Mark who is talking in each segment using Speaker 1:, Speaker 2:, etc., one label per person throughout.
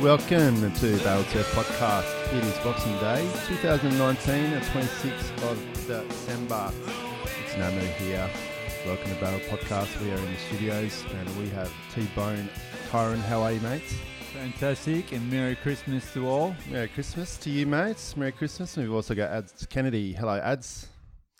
Speaker 1: Welcome to Barrel Surf Podcast. It is Boxing Day 2019, the 26th of December. It's Namu here. Welcome to Barrel Podcast. We are in the studios and we have T Bone Tyron. How are you, mates?
Speaker 2: Fantastic, and Merry Christmas to all.
Speaker 1: Merry Christmas to you, mates. Merry Christmas. And we've also got Ads Kennedy. Hello, Ads.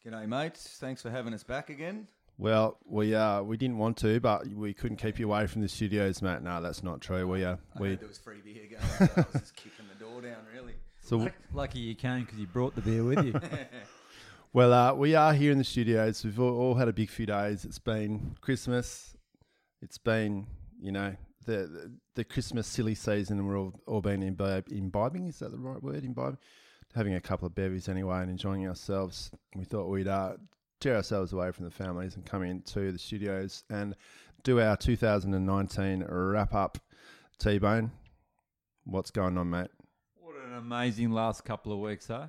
Speaker 3: G'day, mates. Thanks for having us back again.
Speaker 1: Well, we uh, we didn't want to, but we couldn't keep you away from the studios, mate. No, that's not true. We uh,
Speaker 3: I
Speaker 1: we
Speaker 3: heard there was free beer going, so I was just kicking the door down, really.
Speaker 1: so
Speaker 2: Lucky you came because you brought the beer with you.
Speaker 1: Well, uh, we are here in the studios. We've all, all had a big few days. It's been Christmas. It's been, you know, the the, the Christmas silly season, and we're all, all been imbi- imbibing. Is that the right word? Imbibing? Having a couple of bevies anyway and enjoying ourselves. We thought we'd uh, tear ourselves away from the families and come into the studios and do our 2019 wrap up. T Bone, what's going on, mate?
Speaker 2: what an amazing last couple of weeks, huh?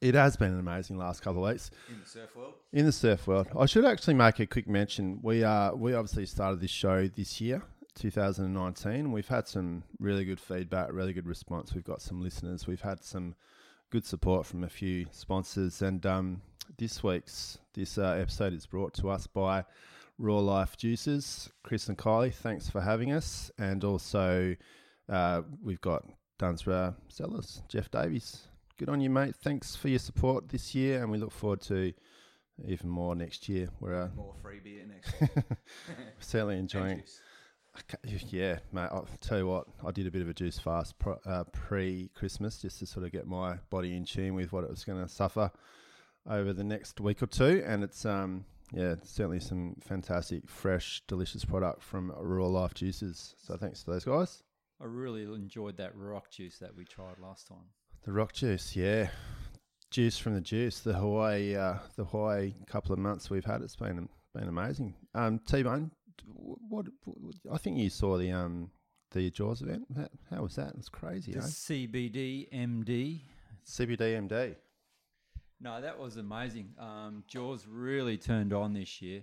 Speaker 1: It has been an amazing last couple of weeks.
Speaker 3: In the surf world.
Speaker 1: In the surf world, I should actually make a quick mention. We uh, we obviously started this show this year, 2019. We've had some really good feedback, really good response. We've got some listeners. We've had some good support from a few sponsors. And um, this week's this uh, episode is brought to us by Raw Life Juices, Chris and Kylie. Thanks for having us. And also, uh, we've got Dunsborough Sellers, Jeff Davies. Good on you, mate. Thanks for your support this year, and we look forward to even more next year. We're uh,
Speaker 3: More free beer next year.
Speaker 1: certainly enjoying.
Speaker 3: Juice.
Speaker 1: Okay, Yeah, mate. I'll tell you what, I did a bit of a juice fast pro, uh, pre Christmas just to sort of get my body in tune with what it was going to suffer over the next week or two. And it's, um, yeah, it's certainly some fantastic, fresh, delicious product from Raw Life Juices. So thanks to those guys.
Speaker 2: I really enjoyed that rock juice that we tried last time.
Speaker 1: The rock juice, yeah. Juice from the juice, the Hawaii, uh, the Hawaii couple of months we've had, it's been been amazing. Um, T Bone, what, what I think you saw the um the Jaws event. How, how was that? It was crazy.
Speaker 2: The
Speaker 1: Eh?
Speaker 2: CBD MD.
Speaker 1: CBD MD.
Speaker 2: No, that was amazing. Um, Jaws really turned on this year.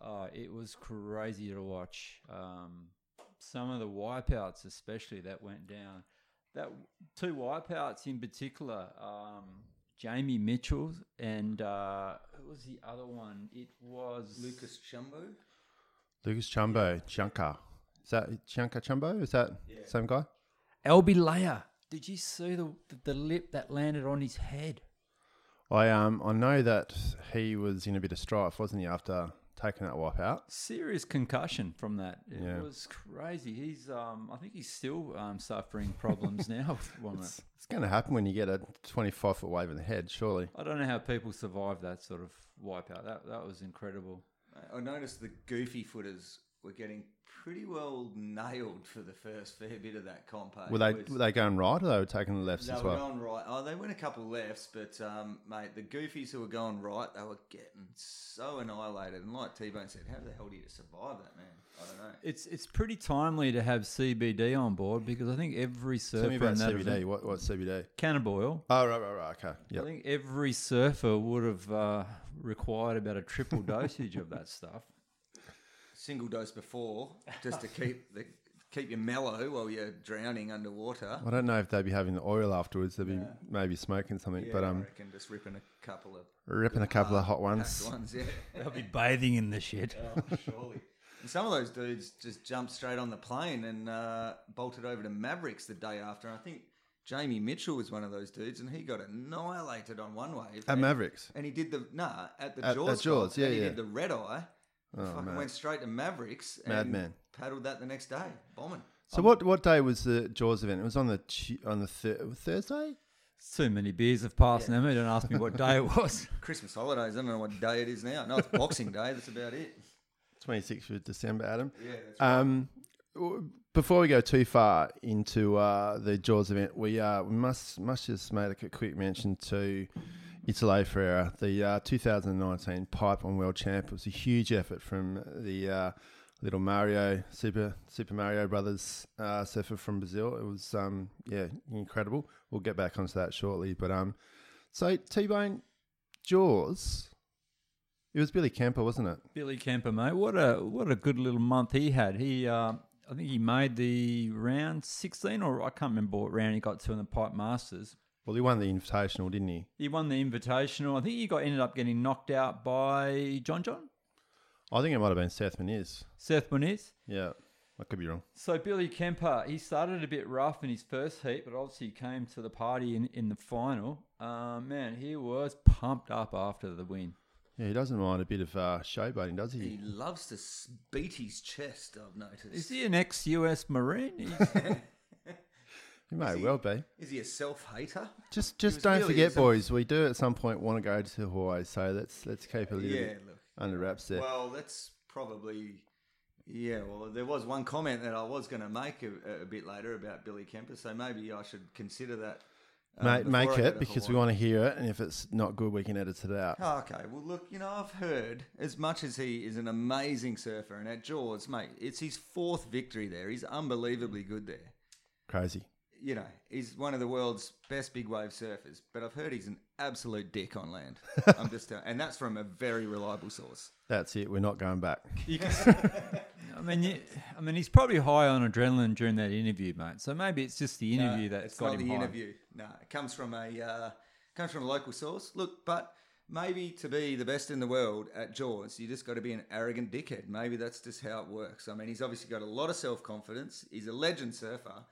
Speaker 2: Uh, it was crazy to watch. Um, some of the wipeouts, especially that went down. That two wipeouts in particular, um, Jamie Mitchell and uh, who was the other one? It was
Speaker 3: Lucas Chumbo.
Speaker 1: Lucas Chumbo, Chunka. Is that Chunka Chumbo? Is that same guy?
Speaker 2: Albie Layer. Did you see the, the the lip that landed on his head?
Speaker 1: I um I know that he was in a bit of strife, wasn't he, after taking that wipe out?
Speaker 2: serious concussion from that. It
Speaker 1: Yeah.
Speaker 2: was crazy. He's, um, I think he's still um, suffering problems now. From it.
Speaker 1: It's going to happen when you get a twenty-five foot wave in the head, surely.
Speaker 2: I don't know how people survive that sort of wipeout. That that was incredible.
Speaker 3: I noticed the goofy footers were getting pretty well nailed for the first fair bit of that comp. eh?
Speaker 1: Were they
Speaker 3: It was-
Speaker 1: were they going right or they were taking the lefts
Speaker 3: They
Speaker 1: as
Speaker 3: were
Speaker 1: well?
Speaker 3: going right. Oh, they went a couple lefts, but um, mate, the goofies who were going right, they were getting so annihilated. And like T Bone said, how the hell do you survive that, man? I don't know.
Speaker 2: It's it's pretty timely to have CBD on board because I think every surfer
Speaker 1: Tell me about
Speaker 2: in that
Speaker 1: CBD.
Speaker 2: event-
Speaker 1: What what's CBD?
Speaker 2: cannibal oil.
Speaker 1: Oh right, right, right. Okay.
Speaker 2: I
Speaker 1: Yeah.
Speaker 2: think every surfer would have uh, required about a triple dosage of that stuff.
Speaker 3: Single dose before, just to keep the keep you mellow while you're drowning underwater.
Speaker 1: I don't know if they'd be having the oil afterwards. They'd be maybe smoking something,
Speaker 3: Yeah,
Speaker 1: but
Speaker 3: I
Speaker 1: um,
Speaker 3: reckon just ripping a couple of
Speaker 1: ripping a couple of hot
Speaker 3: packed
Speaker 1: Ah, ones.
Speaker 3: ones, yeah.
Speaker 2: They'll be bathing in the shit.
Speaker 3: surely. And some of those dudes just jumped straight on the plane and uh, bolted over to Mavericks the day after. And I think Jamie Mitchell was one of those dudes, and he got annihilated on one wave.
Speaker 1: At
Speaker 3: And-
Speaker 1: Mavericks.
Speaker 3: and he did the nah at the
Speaker 1: At- at
Speaker 3: Jaws.
Speaker 1: Jaws,
Speaker 3: stop,
Speaker 1: yeah,
Speaker 3: and he
Speaker 1: yeah.
Speaker 3: did the red eye. fucking
Speaker 1: man.
Speaker 3: went straight to Mavericks. and
Speaker 1: Madman.
Speaker 3: Paddled that the next day, bombing.
Speaker 1: So what what day was the Jaws event? It was on the Tu- on the thir- Thursday.
Speaker 2: It's too many beers have passed now. Don't ask me what day it was.
Speaker 3: Christmas holidays. I don't know what day it is now. No, it's Boxing Day. That's about it. Uh,
Speaker 1: 26th of December, Adam.
Speaker 3: Yeah, that's
Speaker 1: Um, w- before we go too far into uh, the Jaws event, we uh, we must must just make a quick mention to Italo Ferreira, the uh, 2019 Pipe on World Champ. It was a huge effort from the uh, little Mario Super Super Mario Brothers uh, surfer from Brazil. It was um, yeah incredible. We'll get back onto that shortly, but um, so T Bone Jaws. It was Billy Camper, wasn't it?
Speaker 2: Billy Kemper, mate. What a what a good little month he had. He uh, I think he made the round 16, or I can't remember what round he got to in the Pipe Masters.
Speaker 1: Well, he won the Invitational, didn't he?
Speaker 2: He won the Invitational. I think he got ended up getting knocked out by John John,
Speaker 1: I think it might have been Seth Moniz.
Speaker 2: Seth Moniz.
Speaker 1: Yeah, I could be wrong.
Speaker 2: So Billy Kemper, he started a bit rough in his first heat, but obviously he came to the party in, in the final. Uh, man, he was pumped up after the win.
Speaker 1: Yeah, he doesn't mind a bit of uh, showboating, does
Speaker 3: He
Speaker 1: he?
Speaker 3: loves to s- beat his chest, I've noticed.
Speaker 2: Is he an ex-US Marine? He's-
Speaker 1: He may well be.
Speaker 3: Is he a self hater?
Speaker 1: Just, just
Speaker 3: was
Speaker 1: don't
Speaker 3: really
Speaker 1: forget,
Speaker 3: some-
Speaker 1: boys. We do at some point want to go to Hawaii, so let's let's keep a little
Speaker 3: Yeah,
Speaker 1: bit
Speaker 3: look.
Speaker 1: under wraps there.
Speaker 3: Well, that's probably. Yeah, well, there was one comment that I was going to make a, a bit later about Billy Kemper, so maybe I should consider that. um,
Speaker 1: Mate,
Speaker 3: before I
Speaker 1: make
Speaker 3: go
Speaker 1: it
Speaker 3: to
Speaker 1: because we
Speaker 3: Hawaii.
Speaker 1: want to hear it, and if it's not good, we can edit it out.
Speaker 3: Oh, okay, well, look, you know, I've heard as much as he is an amazing surfer, and at Jaws, mate, it's his fourth victory there. He's unbelievably good there.
Speaker 1: Crazy.
Speaker 3: you know, he's one of the world's best big wave surfers, but I've heard he's an absolute dick on land. I'm just, uh, and that's from a very reliable source.
Speaker 1: That's it. We're not going back.
Speaker 2: I mean, you, I mean, he's probably high on adrenaline during that interview, mate. So maybe it's just the interview
Speaker 3: Uh,
Speaker 2: that's
Speaker 3: it's
Speaker 2: got
Speaker 3: not
Speaker 2: him
Speaker 3: the
Speaker 2: high.
Speaker 3: interview. No, it comes from a uh, comes from a local source. Look, but maybe to be the best in the world at Jaws, you just got to be an arrogant dickhead. Maybe that's just how it works. I mean, he's obviously got a lot of self confidence. He's a legend surfer.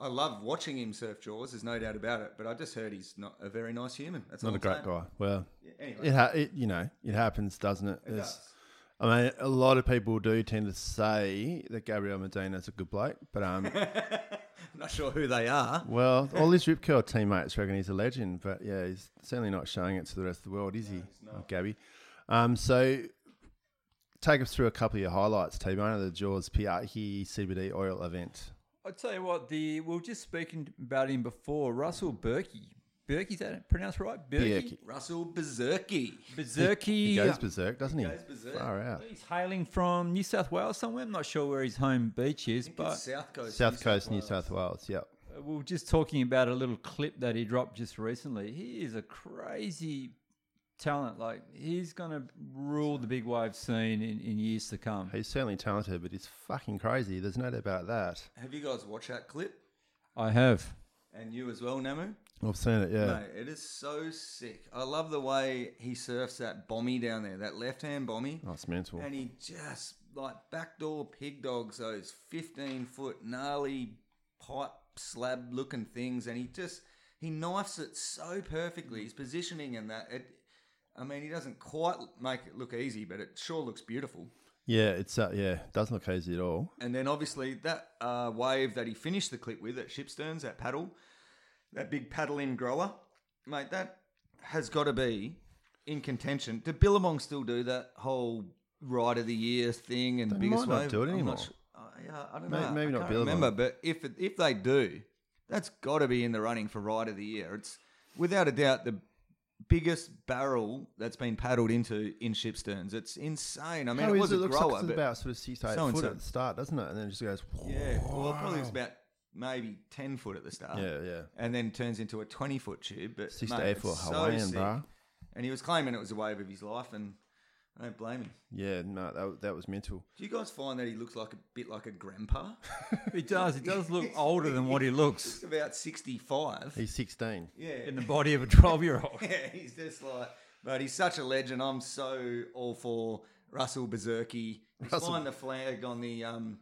Speaker 3: I love watching him surf Jaws. There's no doubt about it. But I just heard he's not a very nice human. That's all
Speaker 1: Not a
Speaker 3: I'm
Speaker 1: great
Speaker 3: saying.
Speaker 1: guy. Well,
Speaker 3: Anyway,
Speaker 1: it, ha- it you know it happens, doesn't it?
Speaker 3: it
Speaker 1: There's-
Speaker 3: does.
Speaker 1: I mean, a lot of people do tend to say that Gabriel Medina is a good bloke, but um,
Speaker 3: I'm not sure who they are.
Speaker 1: well, all his Rip Curl teammates reckon he's a legend, but yeah, he's certainly not showing it to the rest of the world, is he, oh, Gabby? Um, so take us through a couple of your highlights, T Bone, of the Jaws E Piahi CBD oil event.
Speaker 2: I tell you what, the we were just speaking about him before. Russell Berkey, Berkey's that it pronounced right? Berkey,
Speaker 1: Berkey.
Speaker 3: Russell Berserky.
Speaker 2: Berkey.
Speaker 1: He goes berserk, doesn't he?
Speaker 3: goes berserk.
Speaker 1: Far out.
Speaker 2: He's hailing from New South Wales somewhere. I'm not sure where his home beach is, but
Speaker 3: South Coast.
Speaker 1: South Coast, New
Speaker 3: Wales.
Speaker 1: South Wales. Yep.
Speaker 2: uh, we were just talking about a little clip that he dropped just recently. He is a crazy talent. Like he's going to rule the big wave scene in, in years to come.
Speaker 1: He's certainly talented, but he's fucking crazy. There's no doubt about that.
Speaker 3: Have you guys watched that clip?
Speaker 2: I have.
Speaker 3: And you as well, Namu?
Speaker 1: I've seen it. Yeah.
Speaker 3: No, it is so sick. I love the way he surfs that bomby down there, that left hand bomby.
Speaker 1: Oh, it's mental.
Speaker 3: And he just like backdoor pig dogs those 15 foot gnarly pipe slab looking things. And he just, he knifes it so perfectly. His positioning and that, it, I mean, he doesn't quite make it look easy, but it sure looks beautiful.
Speaker 1: Yeah, it's uh, yeah, doesn't look easy at all.
Speaker 3: And then obviously that uh, wave that he finished the clip with at Shipsterns, that paddle, that big paddle in grower, mate, that has got to be in contention. Do Billabong still do that whole ride of the year thing and
Speaker 1: They
Speaker 3: biggest
Speaker 1: might not
Speaker 3: wave?
Speaker 1: do it
Speaker 3: I'm
Speaker 1: anymore.
Speaker 3: not su- uh, yeah, I don't
Speaker 1: May-
Speaker 3: know.
Speaker 1: maybe
Speaker 3: I
Speaker 1: not
Speaker 3: can't
Speaker 1: Billabong.
Speaker 3: Remember, but if it, if they do, that's got to be in the running for ride of the year. It's without a doubt the biggest barrel that's been paddled into in Shipsterns. It's insane. I mean,
Speaker 1: How
Speaker 3: it
Speaker 1: is
Speaker 3: was
Speaker 1: it?
Speaker 3: a
Speaker 1: looks
Speaker 3: grower,
Speaker 1: like it's
Speaker 3: but
Speaker 1: about sort of six to eight
Speaker 3: so and
Speaker 1: foot
Speaker 3: so.
Speaker 1: at the start, doesn't it? And then it just goes.
Speaker 3: Yeah, well, it probably was about maybe ten foot at the start.
Speaker 1: Yeah, yeah.
Speaker 3: and then turns into a twenty foot tube. But
Speaker 1: Six
Speaker 3: mate,
Speaker 1: to eight
Speaker 3: it's
Speaker 1: foot
Speaker 3: so
Speaker 1: Hawaiian,
Speaker 3: sick.
Speaker 1: bruh.
Speaker 3: And he was claiming it was a wave of his life, and I don't blame him.
Speaker 1: Yeah, no, that, that was mental.
Speaker 3: Do you guys find that he looks like a bit like a grandpa?
Speaker 2: He does. He does look older than what he looks
Speaker 3: He's about sixty five.
Speaker 1: He's sixteen.
Speaker 3: Yeah,
Speaker 2: in the body of a 12 year old.
Speaker 3: yeah, he's just like. But he's such a legend. I'm so all for Russell Berserky. He's
Speaker 1: Russell-
Speaker 3: flying the flag on the um,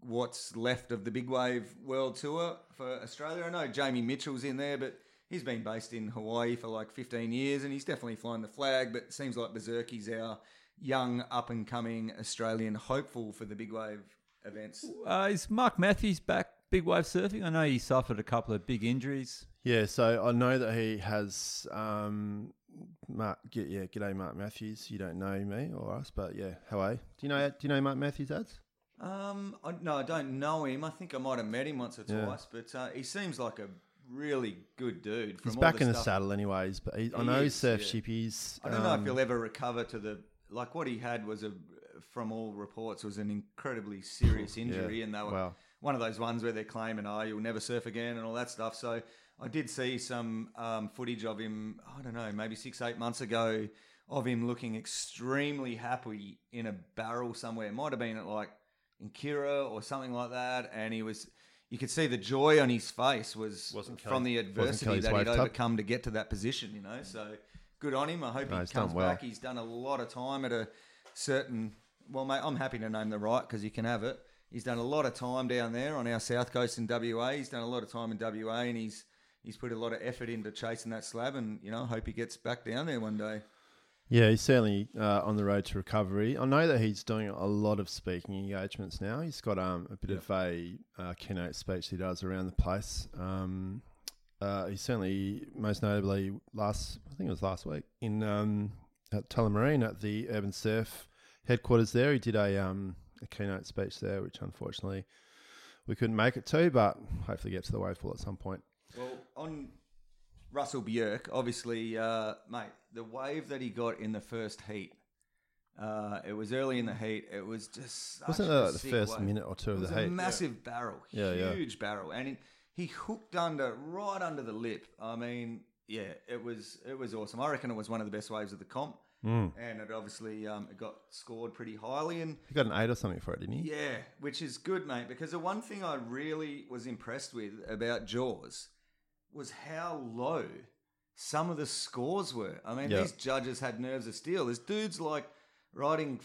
Speaker 3: what's left of the Big Wave World Tour for Australia. I know Jamie Mitchell's in there, but he's been based in Hawaii for like 15 years and he's definitely flying the flag. But it seems like Berserky's our young, up and coming Australian hopeful for the Big Wave events.
Speaker 2: Uh, is Mark Matthews back big wave surfing? I know he suffered a couple of big injuries.
Speaker 1: Yeah, so I know that he has. Um, Mark, g- yeah, g'day, Mark Matthews. You don't know me or us, but yeah, how are you? Do you know? Do you know Mark Matthews' ads?
Speaker 3: Um, I, no, I don't know him. I think I might have met him once or
Speaker 1: Yeah.
Speaker 3: twice, but uh, he seems like a really good dude. From
Speaker 1: He's
Speaker 3: all
Speaker 1: back
Speaker 3: the
Speaker 1: in the
Speaker 3: stuff-
Speaker 1: saddle, anyways. But he, I
Speaker 3: He
Speaker 1: know he
Speaker 3: is,
Speaker 1: surf
Speaker 3: yeah.
Speaker 1: shippies.
Speaker 3: I don't know if
Speaker 1: um,
Speaker 3: he'll ever recover to the like what he had was a from all reports was an incredibly serious injury, and they were
Speaker 1: Wow.
Speaker 3: one of those ones where they're claiming, "Oh, you'll never surf again" and all that stuff. So I did see some um, footage of him. I don't know, maybe six eight months ago, of him looking extremely happy in a barrel somewhere. It might have been at like in Kira or something like that, and he was. You could see the joy on his face was
Speaker 4: Wasn't
Speaker 3: from
Speaker 4: Kelly-
Speaker 3: the adversity
Speaker 1: Kelly's
Speaker 3: that he'd
Speaker 1: waved up.
Speaker 3: overcome to get to that position. You know, so good on him. I hope
Speaker 1: No,
Speaker 3: he
Speaker 1: he's
Speaker 3: comes
Speaker 1: done well.
Speaker 3: back. He's done a lot of time at a certain. Well, mate, I'm happy to name the right because you can have it. He's done a lot of time down there on our south coast in WA. He's done a lot of time in WA, and he's he's put a lot of effort into chasing that slab. And you know, I hope he gets back down there one day.
Speaker 1: Yeah, he's certainly uh, on the road to recovery. I know that he's doing a lot of speaking engagements now. He's got um, a bit of a uh, keynote speech he does around the place. Um, uh, he certainly, most notably, last I think it was last week in um, at Tullamarine at the Urban Surf headquarters there. He did a, um, a keynote speech there, which unfortunately we couldn't make it to, but hopefully get to the wave pool at some point.
Speaker 3: Well, on Russell Bjerk, obviously, uh, mate, the wave that he got in the first heat, uh, it was early in the heat. It was just such
Speaker 1: Wasn't
Speaker 3: a
Speaker 1: that like the
Speaker 3: sick
Speaker 1: first
Speaker 3: wave.
Speaker 1: minute or two
Speaker 3: It
Speaker 1: of
Speaker 3: was
Speaker 1: the
Speaker 3: a
Speaker 1: heat?
Speaker 3: massive barrel,
Speaker 1: Yeah, yeah.
Speaker 3: huge barrel, and he, he hooked under right under the lip. I mean, yeah, it was it was awesome. I reckon it was one of the best waves of the comp,
Speaker 1: Mm.
Speaker 3: and it obviously um, it got scored pretty highly. And
Speaker 1: He got an eight or something for it, didn't he?
Speaker 3: yeah, which is good, mate, because the one thing I really was impressed with about Jaws was how low some of the scores were. I mean,
Speaker 1: Yeah.
Speaker 3: these judges had nerves of steel. There's dudes like riding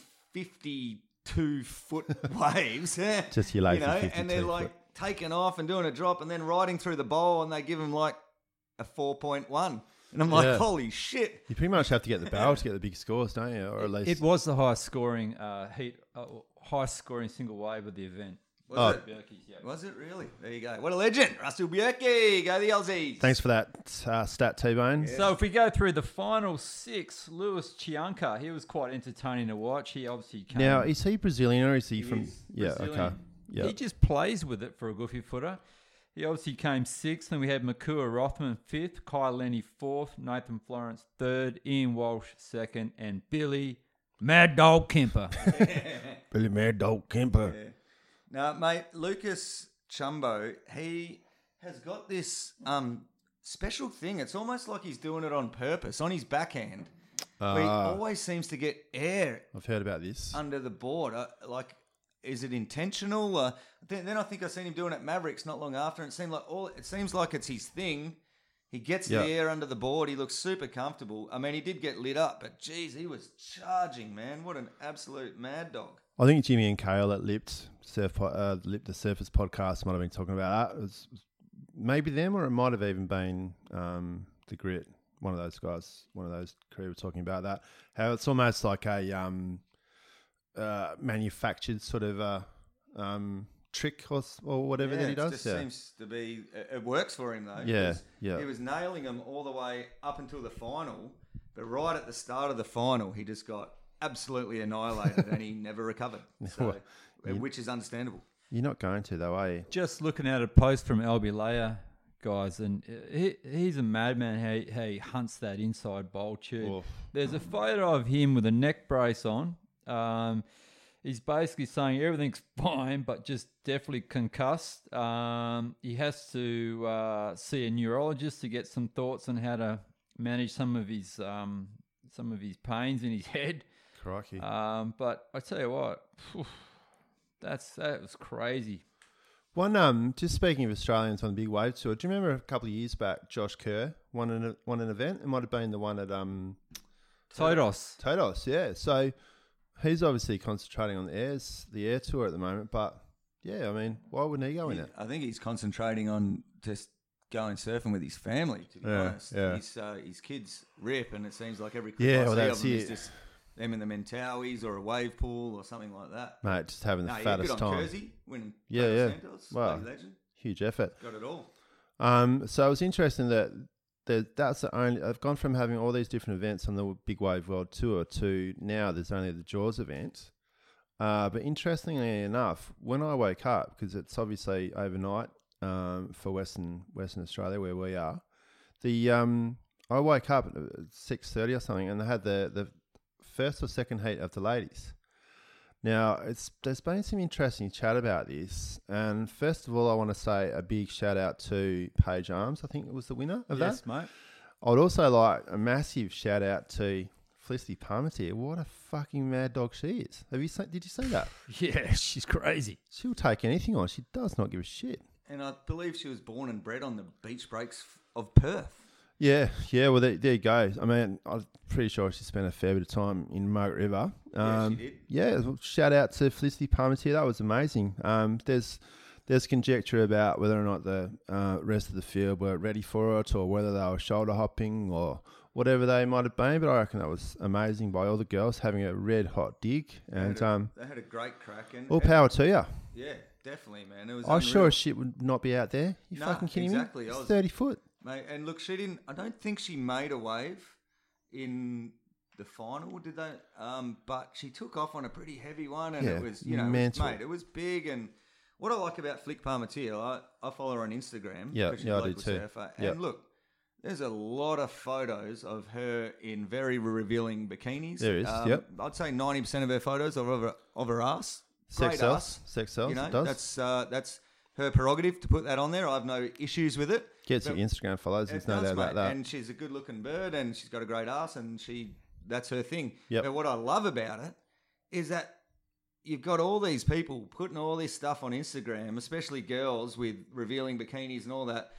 Speaker 3: 52 foot waves.
Speaker 1: Just your lazy
Speaker 3: You know,
Speaker 1: 52
Speaker 3: and they're like taking off and doing a drop and then riding through the bowl, and they give them like a 4.1. And I'm like,
Speaker 1: Yeah.
Speaker 3: holy shit.
Speaker 1: You pretty much have to get the barrel to get the big scores, don't you? Or at least
Speaker 2: It was the highest scoring uh, heat, uh, highest scoring single wave of the event.
Speaker 3: Was,
Speaker 1: Oh.
Speaker 3: it,
Speaker 2: Berkey's, yeah.
Speaker 3: was it really? There you go. What a legend. Russell Bjerke. Go the Aussies.
Speaker 1: Thanks for that uh, stat, T Bone.
Speaker 2: So if we go through the final six, Lewis Chianca, he was quite entertaining to watch. He obviously came.
Speaker 1: Now, is he Brazilian or is he, from?
Speaker 3: is
Speaker 1: Yeah, okay,
Speaker 2: Brazilian.
Speaker 1: yeah.
Speaker 2: He just plays with it for a goofy footer. He obviously came sixth, and we had Makua Rothman fifth, Kyle Lenny fourth, Nathan Florence third, Ian Walsh second, and Billy Mad Dog Kemper.
Speaker 1: Billy Mad Dog Kemper.
Speaker 3: Now, mate, Lucas Chumbo, he has got this um, special thing. It's almost like he's doing it on purpose on his backhand. where he always seems to get air
Speaker 1: I've heard about this.
Speaker 3: under the board. Uh, like, is it intentional? Uh, then, then I think I seen him doing it at Mavericks not long after. And it seemed like all it seems like it's his thing. He gets
Speaker 1: Yeah.
Speaker 3: the air under the board. He looks super comfortable. I mean, he did get lit up, but geez, he was charging, man. What an absolute mad dog.
Speaker 1: I think Jimmy and Kale at Lipped Surf, Po- uh, Lipped the Surface podcast might have been talking about that. It was maybe them, or it might have even been um, the Grit. One of those guys, one of those crew were talking about that. How it's almost like a um, uh, manufactured sort of uh, um, trick or, s- or whatever that he
Speaker 3: it
Speaker 1: does.
Speaker 3: just
Speaker 1: yeah.
Speaker 3: seems to be it- it works for him though.
Speaker 1: Yeah,
Speaker 3: 'cause
Speaker 1: yeah.
Speaker 3: He was nailing them all the way up until the final, but right at the start of the final, he just got absolutely annihilated and he never recovered. So, uh, which is understandable.
Speaker 1: You're not going to though, are you?
Speaker 2: just looking at a post from Albie Leia, guys, and he, he's a madman how he, how he hunts that inside bowl tube.
Speaker 1: Oof.
Speaker 2: There's a photo of him with a neck brace on. Um, he's basically saying everything's fine, but just definitely concussed. Um, he has to uh, see a neurologist to get some thoughts on how to manage some of his um, some of his pains in his head.
Speaker 1: Crikey.
Speaker 2: Um, but I tell you what, phew, that's that was crazy.
Speaker 1: One, um, just speaking of Australians on the big wave tour, do you remember a couple of years back, Josh Kerr won an e, won an event? It might have been the one at um
Speaker 2: Todos.
Speaker 1: Todos, yeah. So he's obviously concentrating on the airs, the air tour at the moment. But yeah, I mean, why wouldn't he go in it?
Speaker 3: I think he's concentrating on just going surfing with his family. To be
Speaker 1: Yeah,
Speaker 3: honest,
Speaker 1: yeah.
Speaker 3: His, uh, his kids rip, and it seems like every clip
Speaker 1: Yeah,
Speaker 3: I
Speaker 1: well,
Speaker 3: see of
Speaker 1: that's
Speaker 3: them is
Speaker 1: it.
Speaker 3: just them in the Mentawis or a wave pool or something like that.
Speaker 1: Mate, just having the
Speaker 3: No, yeah, good
Speaker 1: fattest
Speaker 3: on
Speaker 1: time.
Speaker 3: Kersey, winning
Speaker 1: Yeah,
Speaker 3: Palo
Speaker 1: yeah.
Speaker 3: Santos,
Speaker 1: Wow.
Speaker 3: bloody legend,
Speaker 1: Huge effort.
Speaker 3: got it all.
Speaker 1: Um, so it was interesting that the, that's the only. I've gone from having all these different events on the Big Wave World Tour to now there's only the Jaws event. Uh, but interestingly enough, when I woke up, because it's obviously overnight um, for Western Western Australia where we are, the um, I woke up at uh, six thirty or something, and they had the the first or second heat of the ladies. Now, it's there's been some interesting chat about this, and first of all, I want to say a big shout out to Paige Arms. I think it was the winner of that.
Speaker 2: mate.
Speaker 1: I'd also like a massive shout out to Felicity Palmer's here. What a fucking mad dog she is. Have you seen, did you see that?
Speaker 2: Yeah, she's crazy.
Speaker 1: She'll take anything on. She does not give a shit.
Speaker 3: And I believe she was born and bred on the beach breaks of Perth.
Speaker 1: Yeah, yeah. Well, there, there you go. I mean, I'm pretty sure she spent a fair bit of time in Margaret River.
Speaker 3: Yeah, she
Speaker 1: Um,
Speaker 3: did.
Speaker 1: yeah, well, shout out to Felicity Palmer's here. That was amazing. Um, there's there's conjecture about whether or not the uh, rest of the field were ready for it, or whether they were shoulder hopping, or whatever they might have been. But I reckon that was amazing by all the girls having a red hot dig, and
Speaker 3: They had a-
Speaker 1: um,
Speaker 3: they had a great crack. And,
Speaker 1: all power to you.
Speaker 3: Yeah, definitely, man. It was
Speaker 1: I sure
Speaker 3: unreal.
Speaker 1: as shit would not be out there. You
Speaker 3: Nah,
Speaker 1: fucking kidding
Speaker 3: exactly.
Speaker 1: me?
Speaker 3: I
Speaker 1: It's
Speaker 3: was-
Speaker 1: thirty foot.
Speaker 3: Mate, and look, she didn't. I don't think she made a wave in the final, did they? Um, but she took off on a pretty heavy one, and
Speaker 1: Yeah,
Speaker 3: it was you know, it was-
Speaker 1: mental.
Speaker 3: mate, it was big. And what I like about Flick Palmatier, I, I follow her on Instagram.
Speaker 1: Yeah,
Speaker 3: because she's
Speaker 1: yeah,
Speaker 3: a
Speaker 1: I do
Speaker 3: local
Speaker 1: too.
Speaker 3: surfer,
Speaker 1: Yeah.
Speaker 3: and look. There's a lot of photos of her in very revealing bikinis. Um,
Speaker 1: There is, yep.
Speaker 3: I'd say 90% of her photos are of her, of her ass.
Speaker 1: Sex
Speaker 3: Great
Speaker 1: sells.
Speaker 3: ass.
Speaker 1: Sex sells,
Speaker 3: You know,
Speaker 1: it does.
Speaker 3: That's, uh, that's her prerogative to put that on there. I have no issues with it.
Speaker 1: Gets
Speaker 3: But-
Speaker 1: your Instagram follows. There's
Speaker 3: it
Speaker 1: no
Speaker 3: does,
Speaker 1: doubt about
Speaker 3: mate.
Speaker 1: that.
Speaker 3: And she's a good looking bird and she's got a great ass and she that's her thing.
Speaker 1: Yep.
Speaker 3: But what I love about it is that you've got all these people putting all this stuff on Instagram, especially girls with revealing bikinis and all that.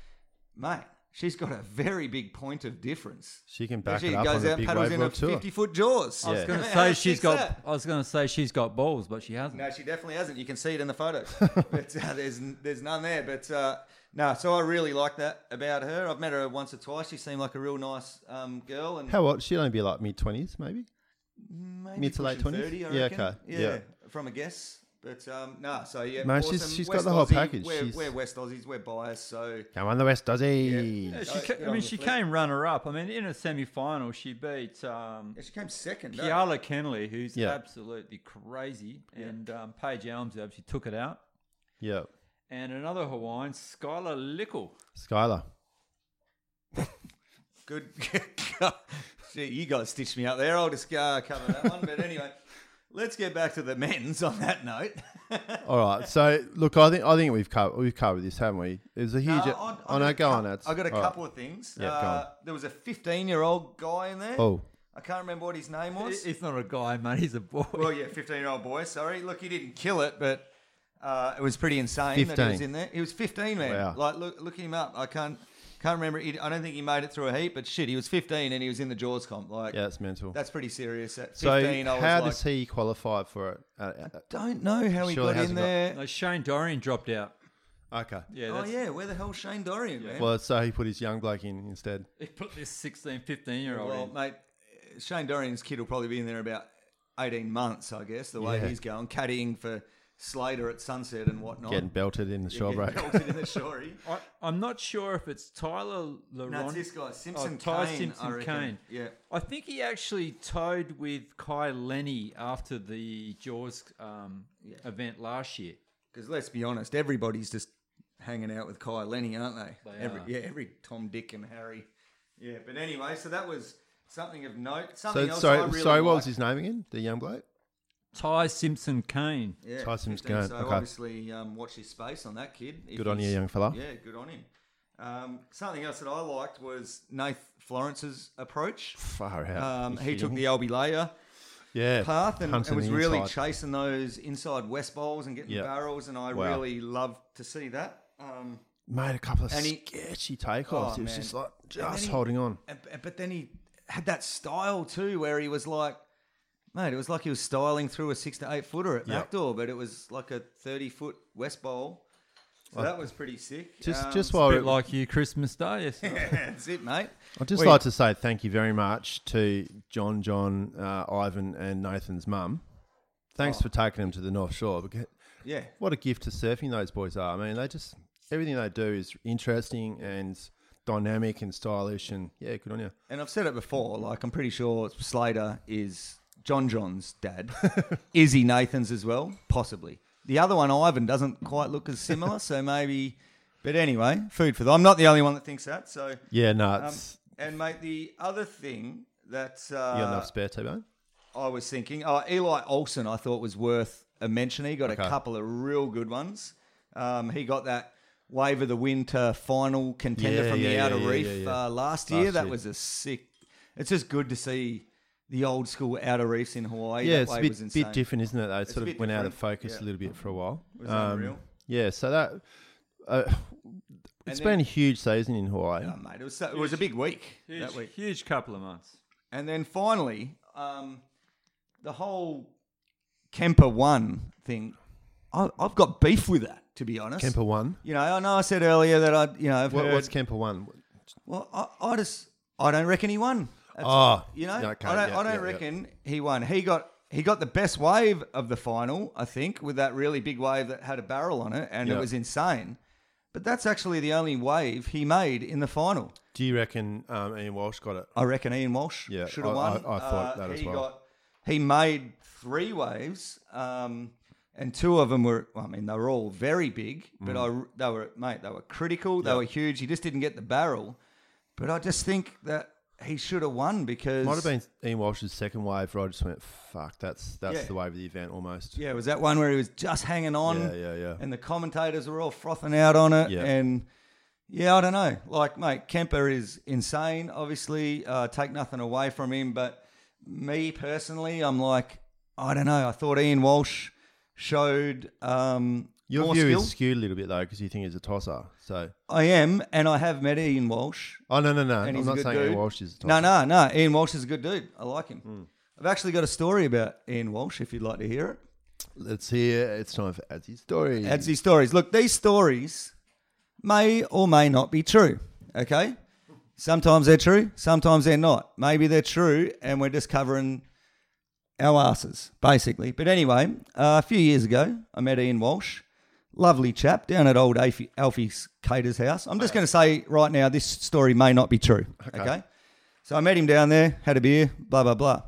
Speaker 3: Mate, she's got a very big point of difference.
Speaker 1: She can
Speaker 3: And
Speaker 1: back
Speaker 3: she
Speaker 1: it up on
Speaker 3: goes
Speaker 1: a
Speaker 3: out and
Speaker 1: big
Speaker 3: paddles
Speaker 1: wave
Speaker 3: in a
Speaker 1: world tour.
Speaker 3: fifty foot jaws.
Speaker 2: I was
Speaker 1: Yeah.
Speaker 2: gonna
Speaker 3: How
Speaker 2: say
Speaker 3: sick's
Speaker 2: she's got.
Speaker 3: that?
Speaker 2: I was gonna say she's got balls, but she hasn't.
Speaker 3: No, she definitely hasn't. You can see it in the photos. but uh, there's there's none there. But uh, no, so I really like that about her. I've met her once or twice. She seemed like a real nice um, girl. And
Speaker 1: How old? She'd only be like mid twenties, maybe.
Speaker 3: maybe
Speaker 1: mid to late
Speaker 3: pushing
Speaker 1: 20s?
Speaker 3: 30, I
Speaker 1: Yeah,
Speaker 3: reckon.
Speaker 1: okay.
Speaker 3: Yeah,
Speaker 1: Yeah.
Speaker 3: from a guess. But um, no, so yeah,
Speaker 1: Mate, she's-
Speaker 3: awesome.
Speaker 1: she's got
Speaker 3: West
Speaker 1: the whole
Speaker 3: Aussie.
Speaker 1: package.
Speaker 3: We're,
Speaker 1: She's-
Speaker 3: we're West Aussies. We're biased. So
Speaker 1: Come on, the West Aussie.
Speaker 2: Yeah,
Speaker 3: Yeah,
Speaker 2: she
Speaker 3: oh,
Speaker 2: ca-
Speaker 3: get
Speaker 2: I
Speaker 3: on
Speaker 2: mean,
Speaker 3: the
Speaker 2: she
Speaker 3: flip.
Speaker 2: came runner up. I mean, in a semi final, she beat um,
Speaker 3: yeah, she came second. eh?
Speaker 2: Kiala Kenley, who's
Speaker 1: Yeah.
Speaker 2: absolutely crazy, and um, Paige Elms obviously took it out.
Speaker 1: Yeah,
Speaker 2: And another Hawaiian, Skylar Lickle.
Speaker 1: Skylar.
Speaker 3: Good. Gee, you guys stitched me up there. I'll just uh, cover that one. But anyway, let's get back to the men's on that note.
Speaker 1: All right. So look, I think I think we've covered we've covered this, haven't we? It was a huge.
Speaker 3: No, I- I
Speaker 1: oh
Speaker 3: got
Speaker 1: no,
Speaker 3: a
Speaker 1: go
Speaker 3: cou-
Speaker 1: on. Ads.
Speaker 3: I got a
Speaker 1: All right.
Speaker 3: couple of things.
Speaker 1: Yeah, go
Speaker 3: Uh,
Speaker 1: on.
Speaker 3: there was a 15 year old guy in there.
Speaker 1: Oh,
Speaker 3: I can't remember what his name
Speaker 2: I-
Speaker 3: was.
Speaker 2: It's not a guy, mate. He's a boy.
Speaker 3: well, yeah, 15 year old boy. Sorry. Look, he didn't kill it, but uh, it was pretty insane that he was
Speaker 1: 15.
Speaker 3: in there. He was 15, man.
Speaker 1: Wow.
Speaker 3: Like, look, look him up. I can't can't remember. He, I don't think he made it through a heat, but shit, he was 15 and he was in the Jaws comp. Like,
Speaker 1: yeah, it's mental.
Speaker 3: that's pretty serious. At 15,
Speaker 1: so
Speaker 3: I was
Speaker 1: how
Speaker 3: like,
Speaker 1: does he qualify for it? Uh,
Speaker 3: don't know how he
Speaker 1: Sure
Speaker 3: got in
Speaker 1: hasn't got-
Speaker 3: there.
Speaker 2: No, Shane Dorian dropped out.
Speaker 1: uh, okay.
Speaker 2: Yeah,
Speaker 3: oh,
Speaker 2: that's,
Speaker 3: yeah. Where the hell's Shane Dorian, man?
Speaker 1: Well, so he put his young bloke in instead.
Speaker 2: He put this 16, 15 year old
Speaker 3: Well,
Speaker 2: in.
Speaker 3: mate, Shane Dorian's kid will probably be in there about 18 months, I guess, the way
Speaker 1: Yeah.
Speaker 3: he's going, caddying for Slater at sunset and whatnot.
Speaker 1: Getting belted in the shore break.
Speaker 3: Getting belted in the shorey.
Speaker 2: I, I'm not sure if it's Tyler Leron.
Speaker 3: No, it's this
Speaker 1: Oh,
Speaker 3: guy, Simpson
Speaker 2: Ty
Speaker 3: Kane,
Speaker 2: Simpson
Speaker 3: I reckon.
Speaker 2: Kane.
Speaker 3: Yeah.
Speaker 2: I think he actually towed with Kai Lenny after the Jaws um, event last year.
Speaker 3: Because let's be honest, everybody's just hanging out with Kai Lenny, aren't they?
Speaker 2: They
Speaker 3: every,
Speaker 2: are.
Speaker 3: Yeah, every Tom, Dick, and Harry. Yeah, but anyway, so that was something of note. Something
Speaker 1: So
Speaker 3: else
Speaker 1: sorry,
Speaker 3: I really
Speaker 1: sorry. What was
Speaker 3: liked-
Speaker 1: his name again? The young bloke.
Speaker 2: Ty Simpson Kane.
Speaker 3: Yeah,
Speaker 1: Tyson's
Speaker 3: 15,
Speaker 1: going,
Speaker 3: So
Speaker 1: okay.
Speaker 3: obviously, um, watch his space on that kid. if
Speaker 1: Good on you,
Speaker 3: he's-
Speaker 1: young fella.
Speaker 3: Yeah, good on him. Um, something else that I liked was Nath Florence's approach.
Speaker 1: Far out.
Speaker 3: Um,
Speaker 1: You
Speaker 3: he took
Speaker 1: kidding
Speaker 3: the Albi Layer
Speaker 1: me? yeah
Speaker 3: path and,
Speaker 1: punting
Speaker 3: and was
Speaker 1: the
Speaker 3: really
Speaker 1: inside.
Speaker 3: chasing those inside west bowls and getting
Speaker 1: Yeah.
Speaker 3: barrels, and I
Speaker 1: Wow.
Speaker 3: really loved to see that. Um,
Speaker 1: made a couple of
Speaker 3: And he-
Speaker 1: sketchy takeoffs.
Speaker 3: Oh,
Speaker 1: it was
Speaker 3: man.
Speaker 1: just like
Speaker 3: then
Speaker 1: just
Speaker 3: he-
Speaker 1: holding on.
Speaker 3: and- and- but then he had that style too, where he was like, mate, it was like he was styling through a six to eight footer at
Speaker 1: Yeah.
Speaker 3: backdoor, but it was like a thirty foot west bowl. So that was pretty sick.
Speaker 1: Just
Speaker 3: Um,
Speaker 1: just
Speaker 2: A
Speaker 1: while
Speaker 2: bit
Speaker 1: we-
Speaker 2: like you, Christmas Day. yesterday.
Speaker 3: That's it, mate.
Speaker 1: I'd just
Speaker 3: Wait.
Speaker 1: like to say thank you very much to John, John, uh, Ivan, and Nathan's mum. Thanks for taking them to the North Shore. Because
Speaker 3: Yeah.
Speaker 1: what a gift to surfing those boys are. I mean, they just everything they do is interesting and dynamic and stylish. And yeah, good on you.
Speaker 3: And I've said it before, like I'm pretty sure Slater is John John's dad. Izzy Nathan's as well, possibly. The other one, Ivan, doesn't quite look as similar, so maybe but anyway, food for thought. I'm not the only one that thinks that, so
Speaker 1: Yeah, no,
Speaker 3: um,
Speaker 1: it's
Speaker 3: and mate, the other thing that
Speaker 1: you got
Speaker 3: uh,
Speaker 1: enough spare T-Bone.
Speaker 3: I was thinking, oh, Eli Olsen, I thought was worth a mention. He got
Speaker 1: Okay.
Speaker 3: a couple of real good ones. Um, he got that wave of the winter final contender
Speaker 1: Yeah,
Speaker 3: from the
Speaker 1: yeah,
Speaker 3: outer
Speaker 1: yeah, yeah,
Speaker 3: reef
Speaker 1: yeah, yeah.
Speaker 3: Uh, last year.
Speaker 1: Last
Speaker 3: that
Speaker 1: year.
Speaker 3: was a sick. It's just good to see the old school outer reefs in Hawaii.
Speaker 1: yeah,
Speaker 3: that
Speaker 1: it's a
Speaker 3: wave was
Speaker 1: bit,
Speaker 3: insane.
Speaker 1: bit different, isn't it? Though it
Speaker 3: It's a
Speaker 1: sort of
Speaker 3: bit
Speaker 1: went out of
Speaker 3: different,
Speaker 1: focus
Speaker 3: yeah.
Speaker 1: a little bit for a while.
Speaker 3: It was
Speaker 1: Um,
Speaker 3: unreal.
Speaker 1: Yeah, so that uh, it's
Speaker 3: then-
Speaker 1: been a huge season in Hawaii.
Speaker 3: Oh, mate, it was so, it was a big week
Speaker 2: Huge,
Speaker 3: that week.
Speaker 2: huge couple of months.
Speaker 3: And then finally, um, the whole Kemper one thing. I, I've got beef with that, to be honest.
Speaker 1: Kemper one.
Speaker 3: You know, I know I said earlier that I, you know, I've
Speaker 1: What,
Speaker 3: heard,
Speaker 1: what's Kemper one?
Speaker 3: well, I, I just, I don't reckon he won. That's-
Speaker 1: Oh,
Speaker 3: you know,
Speaker 1: yeah, okay,
Speaker 3: I don't,
Speaker 1: yeah,
Speaker 3: I don't
Speaker 1: yeah, yeah.
Speaker 3: reckon he won. He got, he got the best wave of the final, I think, with that really big wave that had a barrel on it, and
Speaker 1: Yeah.
Speaker 3: it was insane. But that's actually the only wave he made in the final.
Speaker 1: Do you reckon um, Ian Walsh got it?
Speaker 3: I reckon Ian Walsh
Speaker 1: Yeah,
Speaker 3: should have
Speaker 1: I-
Speaker 3: won. Uh,
Speaker 1: I- I thought that as
Speaker 3: he
Speaker 1: well.
Speaker 3: he made three waves, um, and two of them were. Well, I mean, they were all very big, but
Speaker 1: Mm.
Speaker 3: I they were mate. They were critical. They were huge. He just didn't get the barrel. But I just think that he should have won because
Speaker 1: Might have been Ian Walsh's second wave. Where I just went, fuck. That's that's
Speaker 3: Yeah.
Speaker 1: the wave of the event almost.
Speaker 3: Yeah, it was that one where he was just hanging on?
Speaker 1: Yeah, yeah, yeah.
Speaker 3: And the commentators were all frothing out on it.
Speaker 1: Yeah.
Speaker 3: And yeah, I don't know. Like, mate, Kemper is insane, obviously. Uh, take nothing away from him. But me personally, I'm like, I don't know. I thought Ian Walsh showed um,
Speaker 1: Your
Speaker 3: more
Speaker 1: view
Speaker 3: skill.
Speaker 1: is skewed a little bit though because you think he's a tosser. So
Speaker 3: I am, and I have met Ian Walsh.
Speaker 1: oh no no no,
Speaker 3: And
Speaker 1: I'm
Speaker 3: he's a
Speaker 1: not
Speaker 3: good
Speaker 1: saying
Speaker 3: dude.
Speaker 1: Ian Walsh is a Hmm. tosser.
Speaker 3: No, no, no. Ian Walsh is a good dude. I like him. I've actually got a story about Ian Walsh if you'd like to hear it.
Speaker 1: Let's hear. It's time for Adzie's story.
Speaker 3: That's these stories. Look, these stories may or may not be true. Okay. Sometimes they're true, sometimes they're not. Maybe they're true and we're just covering our asses, basically. But anyway, uh, a few years ago, I met Ian Walsh, lovely chap, down at old Alfie, Alfie's Cater's house. I'm just going to say right now, this story may not be true. okay. So I met him down there, had a beer, blah, blah, blah.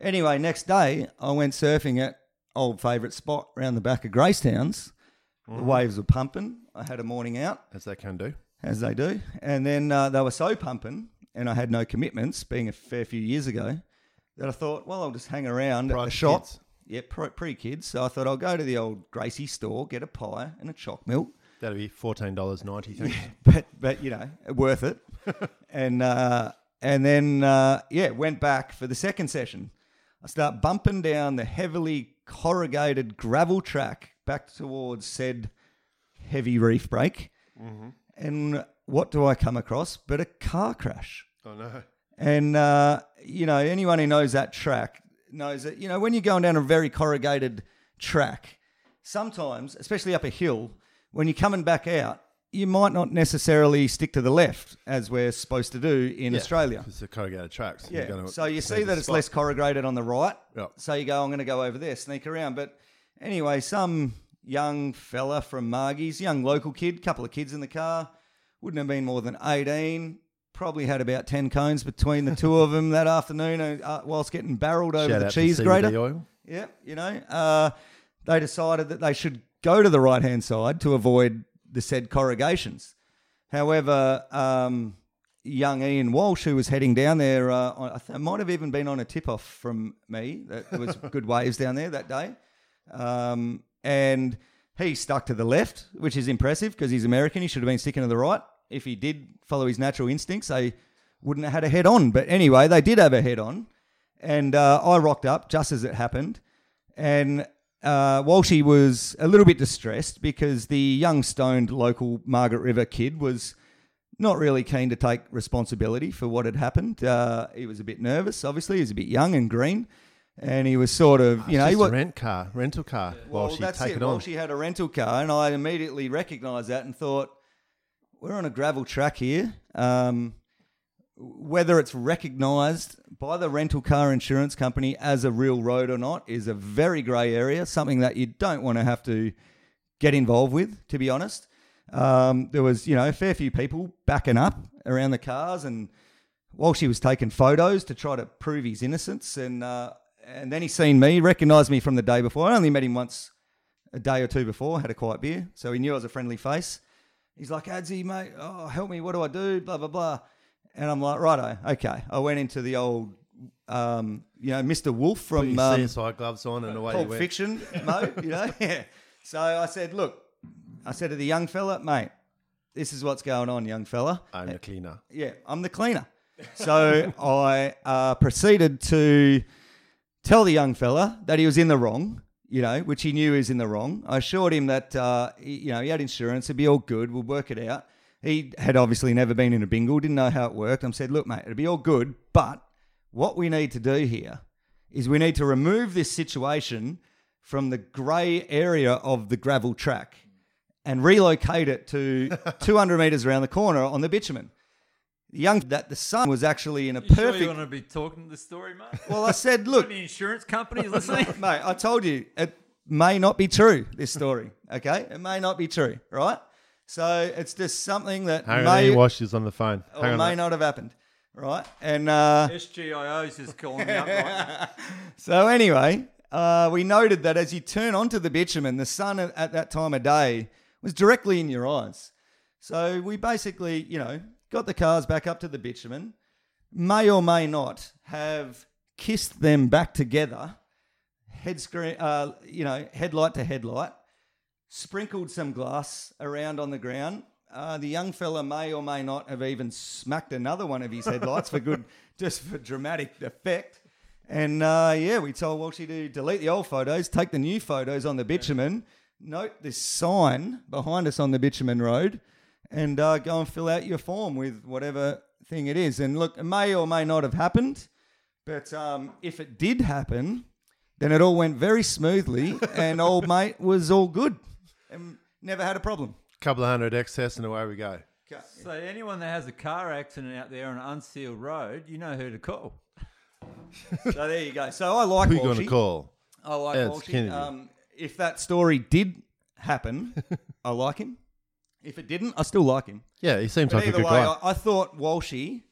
Speaker 3: Anyway, next day I went surfing at old favourite spot round the back of Gracetown's. The waves were pumping. I had a morning out,
Speaker 1: as they can do.
Speaker 3: as they do. And then uh, they were so pumping, and I had no commitments, being a fair few years ago, that I thought, well, I'll just hang around at
Speaker 1: Prior
Speaker 3: the
Speaker 1: to
Speaker 3: shop.
Speaker 1: kids.
Speaker 3: Yeah, pre- pre-kids. So I thought I'll go to the old Gracie store, get a pie and a choc milk.
Speaker 1: That'll be fourteen dollars ninety. Thanks.
Speaker 3: but but you know, worth it. and uh, and then uh, yeah, went back for the second session. I start bumping down the heavily corrugated gravel track back towards said heavy reef break. And what do I come across but a car crash?
Speaker 1: Oh no.
Speaker 3: And uh, you know, anyone who knows that track knows that you know when you're going down a very corrugated track, sometimes, especially up a hill, when you're coming back out, you might not necessarily stick to the left as we're supposed to do in Australia.
Speaker 1: It's a corrugated tracks.
Speaker 3: Yeah. so you see that it's less corrugated on the right.
Speaker 1: Yeah.
Speaker 3: So you go, I'm going to go over there, sneak around. But anyway, some young fella from Margie's, young local kid, couple of kids in the car, wouldn't have been more than 18. Probably had about 10 cones between the two of them that afternoon uh, whilst getting barreled over the cheese grater.
Speaker 1: Oil.
Speaker 3: Yeah, you know, uh, they decided that they should go to the right hand side to avoid the said corrugations. However, um, young Ian Walsh, who was heading down there, uh, on, I th- might have even been on a tip off from me. That there was good waves down there that day, um, and he stuck to the left, which is impressive because he's American. He should have been sticking to the right. If he did follow his natural instincts, they wouldn't have had a head on. But anyway, they did have a head on. And uh, I rocked up just as it happened. And uh, Walshy was a little bit distressed because the young stoned local Margaret River kid was not really keen to take responsibility for what had happened. Uh, he was a bit nervous, obviously. He was a bit young and green. And he was sort of, you know, he
Speaker 1: Just
Speaker 3: was,
Speaker 1: a rent car, rental car. While she
Speaker 3: that's
Speaker 1: take it,
Speaker 3: it.
Speaker 1: on.
Speaker 3: Well, she had a rental car, and I immediately recognised that and thought, we're on a gravel track here. Um, whether it's recognised by the rental car insurance company as a real road or not is a very grey area, something that you don't want to have to get involved with, to be honest. Um, there was, you know, a fair few people backing up around the cars, and while she was taking photos to try to prove his innocence, and uh, and then he seen me, recognised me from the day before. I only met him once, a day or two before, had a quiet beer, so he knew I was a friendly face. He's like, Adzi, mate, oh, help me, what do I do? Blah blah blah, and I'm like, righto, okay. I went into the old, um, you know, Mr. Wolf from
Speaker 1: Put your
Speaker 3: um,
Speaker 1: CSI gloves on and away you
Speaker 3: Pulp
Speaker 1: went.
Speaker 3: Fiction mode, you know? Yeah. So I said, look, I said to the young fella, mate, this is what's going on, young fella.
Speaker 1: Uh, I'm the cleaner.
Speaker 3: Yeah, I'm the cleaner. So I uh, proceeded to tell the young fella that he was in the wrong, you know, which he knew he was in the wrong. I assured him that, uh, he- you know, he had insurance, it'd be all good, we'll work it out. He had obviously never been in a bingle, didn't know how it worked. I said, look, mate, it'll be all good, but what we need to do here is we need to remove this situation from the grey area of the gravel track and relocate it to 200 metres around the corner on the bitumen. The young that the sun was actually in a
Speaker 2: You sure
Speaker 3: perfect.
Speaker 2: you want to be talking the story, mate?
Speaker 3: well, I said, look,
Speaker 2: Any insurance companies listening?
Speaker 3: mate, I told you it may not be true. This story, okay? It may not be true, right? So it's just something that
Speaker 1: Hang on,
Speaker 3: may
Speaker 1: he
Speaker 3: or
Speaker 1: washes on the phone. Hang
Speaker 3: may
Speaker 1: on, mate.
Speaker 3: not have happened, right? And uh,
Speaker 2: SGIO's is calling me up. Right?
Speaker 3: so anyway, uh, we noted that as you turn onto the bitumen, the sun at at that time of day was directly in your eyes. So we basically, you know, got the cars back up to the bitumen, may or may not have kissed them back together, head screen, uh, you know, headlight to headlight, sprinkled some glass around on the ground. Uh, the young fella may or may not have even smacked another one of his headlights for good, just for dramatic effect. And uh, yeah, we told Walshy to delete the old photos, take the new photos on the bitumen, note this sign behind us on the bitumen road, and uh, go and fill out your form with whatever thing it is. And look, it may or may not have happened, but um, if it did happen, then it all went very smoothly, and old mate was all good, and never had a problem.
Speaker 1: Couple of hundred excess and away we go.
Speaker 2: So anyone that has a car accident out there on an unsealed road, you know who to call.
Speaker 3: So there you go. So I like
Speaker 1: Who you
Speaker 3: Walshy.
Speaker 1: going to call?
Speaker 3: I like
Speaker 1: Ed
Speaker 3: Walshy.
Speaker 1: Kennedy.
Speaker 3: Um, if that story did happen, I like him. If it didn't, I still like him.
Speaker 1: Yeah, he seems
Speaker 3: But
Speaker 1: like a
Speaker 3: either
Speaker 1: good
Speaker 3: way,
Speaker 1: guy.
Speaker 3: I, I thought Walshy,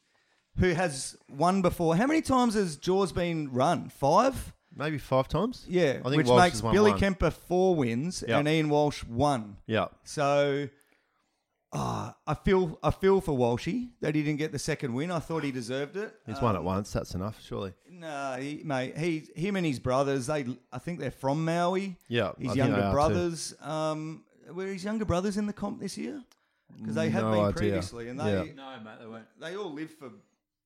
Speaker 3: who has won before, how many times has Jaws been run? Five.
Speaker 1: Maybe five times.
Speaker 3: Yeah,
Speaker 1: I think
Speaker 3: which
Speaker 1: Walsh
Speaker 3: makes
Speaker 1: has won
Speaker 3: Billy
Speaker 1: one.
Speaker 3: Kemper four wins
Speaker 1: Yeah.
Speaker 3: and Ian Walsh one.
Speaker 1: Yeah,
Speaker 3: So ah, I feel I feel for Walshy that he didn't get the second win. I thought he deserved it.
Speaker 1: he's won it once. That's enough, surely.
Speaker 3: No, he, mate, he him and his brothers. They I think they're from Maui.
Speaker 1: Yeah, I
Speaker 3: his
Speaker 1: think they
Speaker 3: younger
Speaker 1: are too.
Speaker 3: brothers. Um, were his younger brothers in the comp this year? Because they had
Speaker 1: No
Speaker 3: been
Speaker 1: idea.
Speaker 3: previously, and they
Speaker 1: Yeah.
Speaker 2: No, mate, they won't.
Speaker 3: they all live for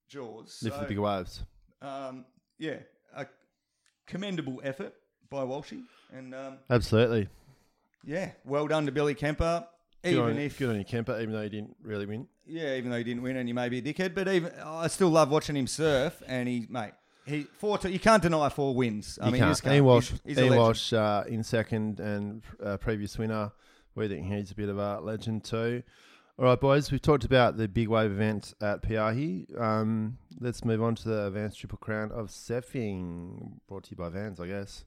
Speaker 3: Jaws.
Speaker 1: Live for the
Speaker 3: so,
Speaker 1: big waves.
Speaker 3: um, yeah, a commendable effort by Walshy, and um,
Speaker 1: Absolutely.
Speaker 3: yeah, well done to Billy Kemper.
Speaker 1: Good,
Speaker 3: Even
Speaker 1: on,
Speaker 3: if
Speaker 1: good on your Kemper, even though he didn't really win.
Speaker 3: Yeah, even though he didn't win, and he may be a dickhead, but even I still love watching him surf. And he, mate, he four. To, you can't deny four wins. I
Speaker 1: You
Speaker 3: mean,
Speaker 1: can't.
Speaker 3: This guy,
Speaker 1: Ian Walsh,
Speaker 3: he's, he's a
Speaker 1: Ian
Speaker 3: legend.
Speaker 1: Walsh uh, in second and uh, previous winner. We think he's a bit of a legend too. All right, boys, we've talked about the big wave event at Piahi. Um, let's move on to the Vans Triple Crown of Surfing, brought to you by Vans, I guess.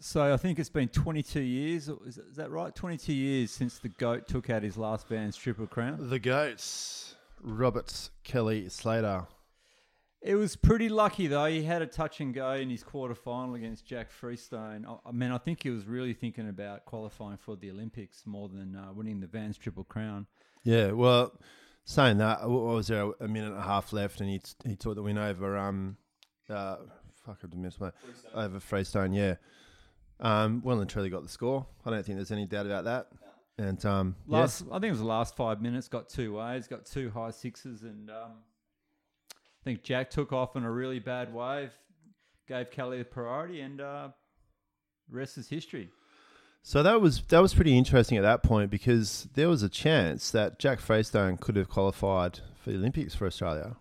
Speaker 2: So I think it's been 22 years. Is is that right? 22 years since the goat took out his last band's triple crown.
Speaker 1: The Goats, Robert Kelly Slater.
Speaker 2: It was pretty lucky though. He had a touch and go in his quarter final against Jack Freestone. I, I mean, I think he was really thinking about qualifying for the Olympics more than uh, winning the Vans Triple Crown.
Speaker 1: Yeah, well, saying that, w- what was there a minute and a half left, and he he took the win over um, uh, fuck, I've missed my over Freestone. Yeah, um, well and truly got the score. I don't think there's any doubt about that. And um,
Speaker 2: Last, I think it was the last five minutes. Got two waves, got two high sixes, and um, I think Jack took off on a really bad wave, gave Kelly the priority, and uh, rest is history.
Speaker 1: So that was that was pretty interesting at that point because there was a chance that Jack Freestone could have qualified for the Olympics for Australia.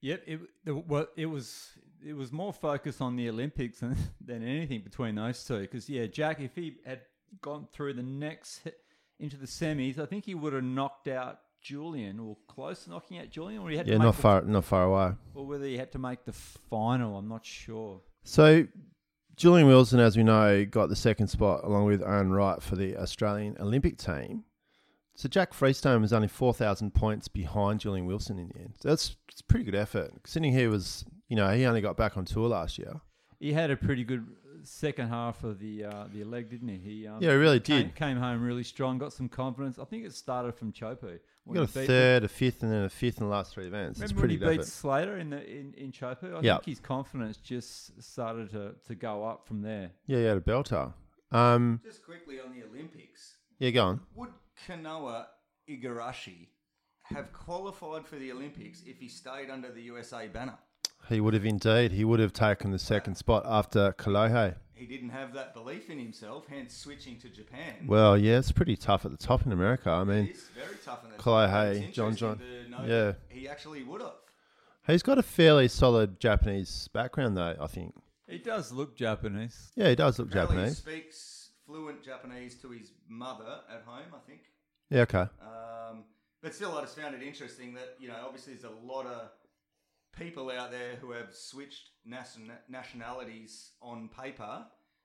Speaker 2: Yep, it the- well, it was it was more focused on the Olympics than, than anything between those two. Because yeah, Jack, if he had gone through the next h- into the semis, I think he would have knocked out Julian or close to knocking out Julian, or he had
Speaker 1: Yeah,
Speaker 2: to make
Speaker 1: not
Speaker 2: the-
Speaker 1: far not far away.
Speaker 2: or whether he had to make the final. I'm not sure.
Speaker 1: So Julian Wilson, as we know, got the second spot along with Aaron Wright for the Australian Olympic team. So Jack Freestone was only four thousand points behind Julian Wilson in the end. So that's it's a pretty good effort. Sitting here was you know he only got back on tour last year.
Speaker 2: He had a pretty good uh, second half of the uh, the leg, didn't he? He um,
Speaker 1: Yeah, he really
Speaker 2: came,
Speaker 1: did.
Speaker 2: came home really strong, got some confidence. I think it started from Chopu.
Speaker 1: He
Speaker 2: when
Speaker 1: got a
Speaker 2: he beat-
Speaker 1: third, a fifth, and then a fifth in the last three events.
Speaker 2: Remember
Speaker 1: It's
Speaker 2: when
Speaker 1: pretty
Speaker 2: he
Speaker 1: good
Speaker 2: beat
Speaker 1: effort.
Speaker 2: Slater in the in, in Chopu? I
Speaker 1: Yeah.
Speaker 2: think his confidence just started to, to go up from there.
Speaker 1: Yeah, he had a belter. Um,
Speaker 3: Just quickly on the Olympics,
Speaker 1: yeah, go on.
Speaker 3: would Kanoa Igarashi have qualified for the Olympics if he stayed under the USA banner.
Speaker 1: He would have indeed. He would have taken the second spot after Kolohe.
Speaker 3: He didn't have that belief in himself, hence switching to
Speaker 2: Mm.
Speaker 3: Japan.
Speaker 1: Well, yeah, it's pretty tough at the top in America. I mean,
Speaker 3: it's very tough in that.
Speaker 1: Clay
Speaker 3: time, but
Speaker 1: Hay,
Speaker 3: it's
Speaker 1: John John.
Speaker 3: interesting to know
Speaker 1: Yeah.
Speaker 3: that he actually would have.
Speaker 1: he's got a fairly solid Japanese background, though. I think.
Speaker 2: He does look Japanese.
Speaker 1: Yeah, he does look
Speaker 3: Apparently
Speaker 1: Japanese.
Speaker 3: He speaks fluent Japanese to his mother at home, I think.
Speaker 1: Yeah, okay.
Speaker 3: Um, but still, I just found it interesting that you know, obviously, there's a lot of people out there who have switched nation- nationalities on paper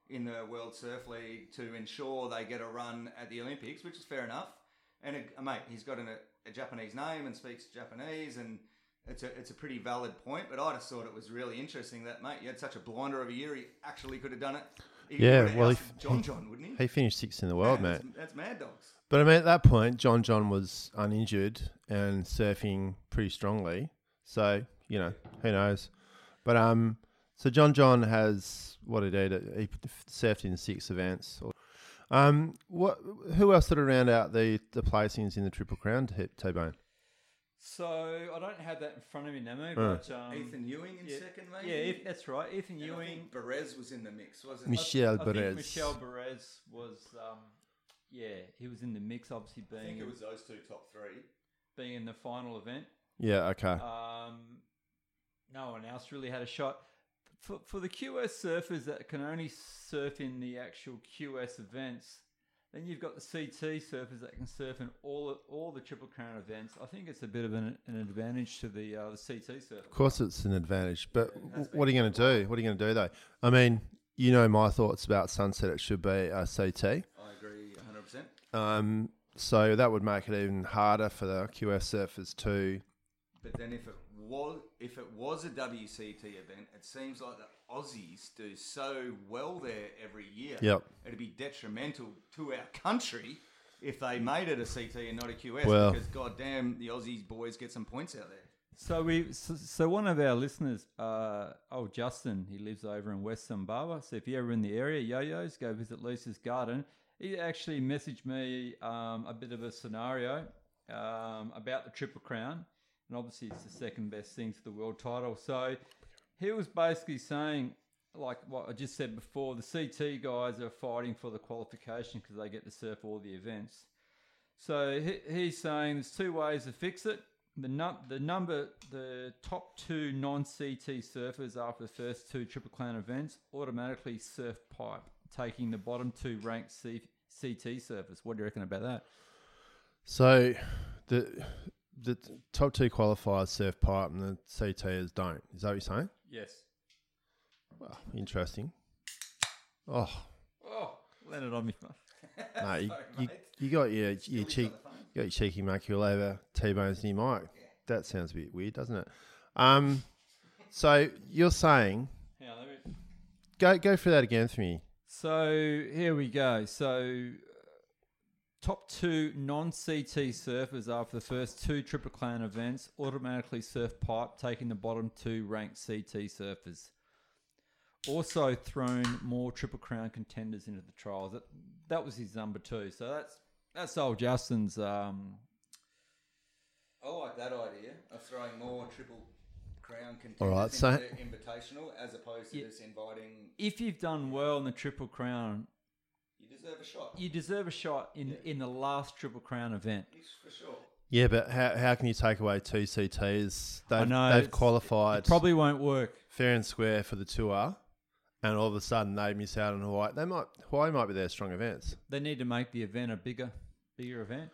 Speaker 3: in the World Surf League to ensure they get a run at the Olympics, which is fair enough. And a, mate, he's got an, a Japanese name and speaks Japanese, and it's a it's a pretty valid point. But I just thought it was really interesting that mate, you had such a blinder of a year, he actually could have done it. He
Speaker 1: Yeah,
Speaker 3: would've
Speaker 1: well, he-
Speaker 3: ousted John John, wouldn't he?
Speaker 1: He finished sixth in the world,
Speaker 3: Yeah,
Speaker 1: mate.
Speaker 3: that's, that's mad dogs.
Speaker 1: But I mean, at that point, John John was uninjured and surfing pretty strongly. So you know, who knows? But um, so John John has what did he do? He surfed in six events. Or, um, what? Who else did round out the the placings in the Triple Crown? T Bone.
Speaker 2: So I don't have that in front of me, Nemo. But um,
Speaker 3: Ethan Ewing in
Speaker 2: yeah,
Speaker 3: second,
Speaker 2: yeah,
Speaker 3: maybe.
Speaker 2: if, that's right. Ethan
Speaker 3: And I
Speaker 2: Ewing.
Speaker 3: think Perez was in the mix, wasn't he?
Speaker 1: Michelle
Speaker 2: I think
Speaker 1: Perez.
Speaker 2: Michelle Perez was, um, yeah, he was in the mix, obviously
Speaker 3: I
Speaker 2: being
Speaker 3: think it was those two top three.
Speaker 2: being in the final event.
Speaker 1: Yeah. Okay.
Speaker 2: Um, no one else really had a shot. For, for the QS surfers that can only surf in the actual QS events, then you've got the CT surfers that can surf in all all the Triple Crown events. I think it's a bit of an, an advantage to the uh, the CT surfer.
Speaker 1: Of course, it's an advantage, but w- what are you going to do? What are you going to do though? I mean, you know my thoughts about sunset. It should be a CT.
Speaker 3: I agree 100%.
Speaker 1: Um, so that would make it even harder for the QS surfers to.
Speaker 3: But then if it was if it was a WCT event, it seems like the Aussies do so well there every year.
Speaker 1: Yep.
Speaker 3: It'd be detrimental to our country if they made it a CT and not a QS
Speaker 1: Mm. Well-
Speaker 3: because goddamn the Aussies boys get some points out there.
Speaker 2: So we, so, so one of our listeners, uh, oh Justin, he lives over in West Zimbabwe. So if you're ever in the area, yo-yos, go visit Lisa's garden. He actually messaged me um, a bit of a scenario um, about the Triple Crown, and obviously it's the second best thing for the world title. So he was basically saying, like what I just said before, the CT guys are fighting for the qualification because they get to surf all the events. So he, he's saying there's two ways to fix it. The num- the number the top two non CT surfers after the first two Triple Crown events automatically surf pipe, taking the bottom two ranked C- CT surfers. What do you reckon about that?
Speaker 1: So the the top two qualifiers surf pipe and the CTs don't. Is that what you're saying?
Speaker 2: Yes.
Speaker 1: Well, interesting. Oh,
Speaker 2: Oh, landed on me.
Speaker 1: no, you, you, you got your your cheek, you got your cheeky macule over T Bone's new mic. That sounds a bit weird, doesn't it? Um, so you're saying
Speaker 2: Hang on, let me-
Speaker 1: go go through that again for me.
Speaker 2: So here we go. So uh, top two non-CT surfers after the first two Triple Crown events automatically surf pipe, taking the bottom two ranked CT surfers. Also thrown more Triple Crown contenders into the trials. That, that was his number two. So that's that's old Justin's. Um,
Speaker 3: I like that idea of throwing more triple crown contenders
Speaker 1: All right,
Speaker 3: into
Speaker 1: so-
Speaker 3: the invitational as opposed to
Speaker 2: Yeah.
Speaker 3: just inviting.
Speaker 2: if you've done well in the Triple Crown,
Speaker 3: You deserve a shot.
Speaker 2: you deserve a shot in in the last Triple Crown event.
Speaker 3: Yes, for sure.
Speaker 1: Yeah, but how, how can you take away two CTs? They've,
Speaker 2: I know,
Speaker 1: they've
Speaker 2: it's-
Speaker 1: qualified
Speaker 2: Probably won't work.
Speaker 1: fair and square for the tour, and all of a sudden they miss out on Hawaii. They might Hawaii might be their strong events.
Speaker 2: They need to make the event a bigger, bigger event.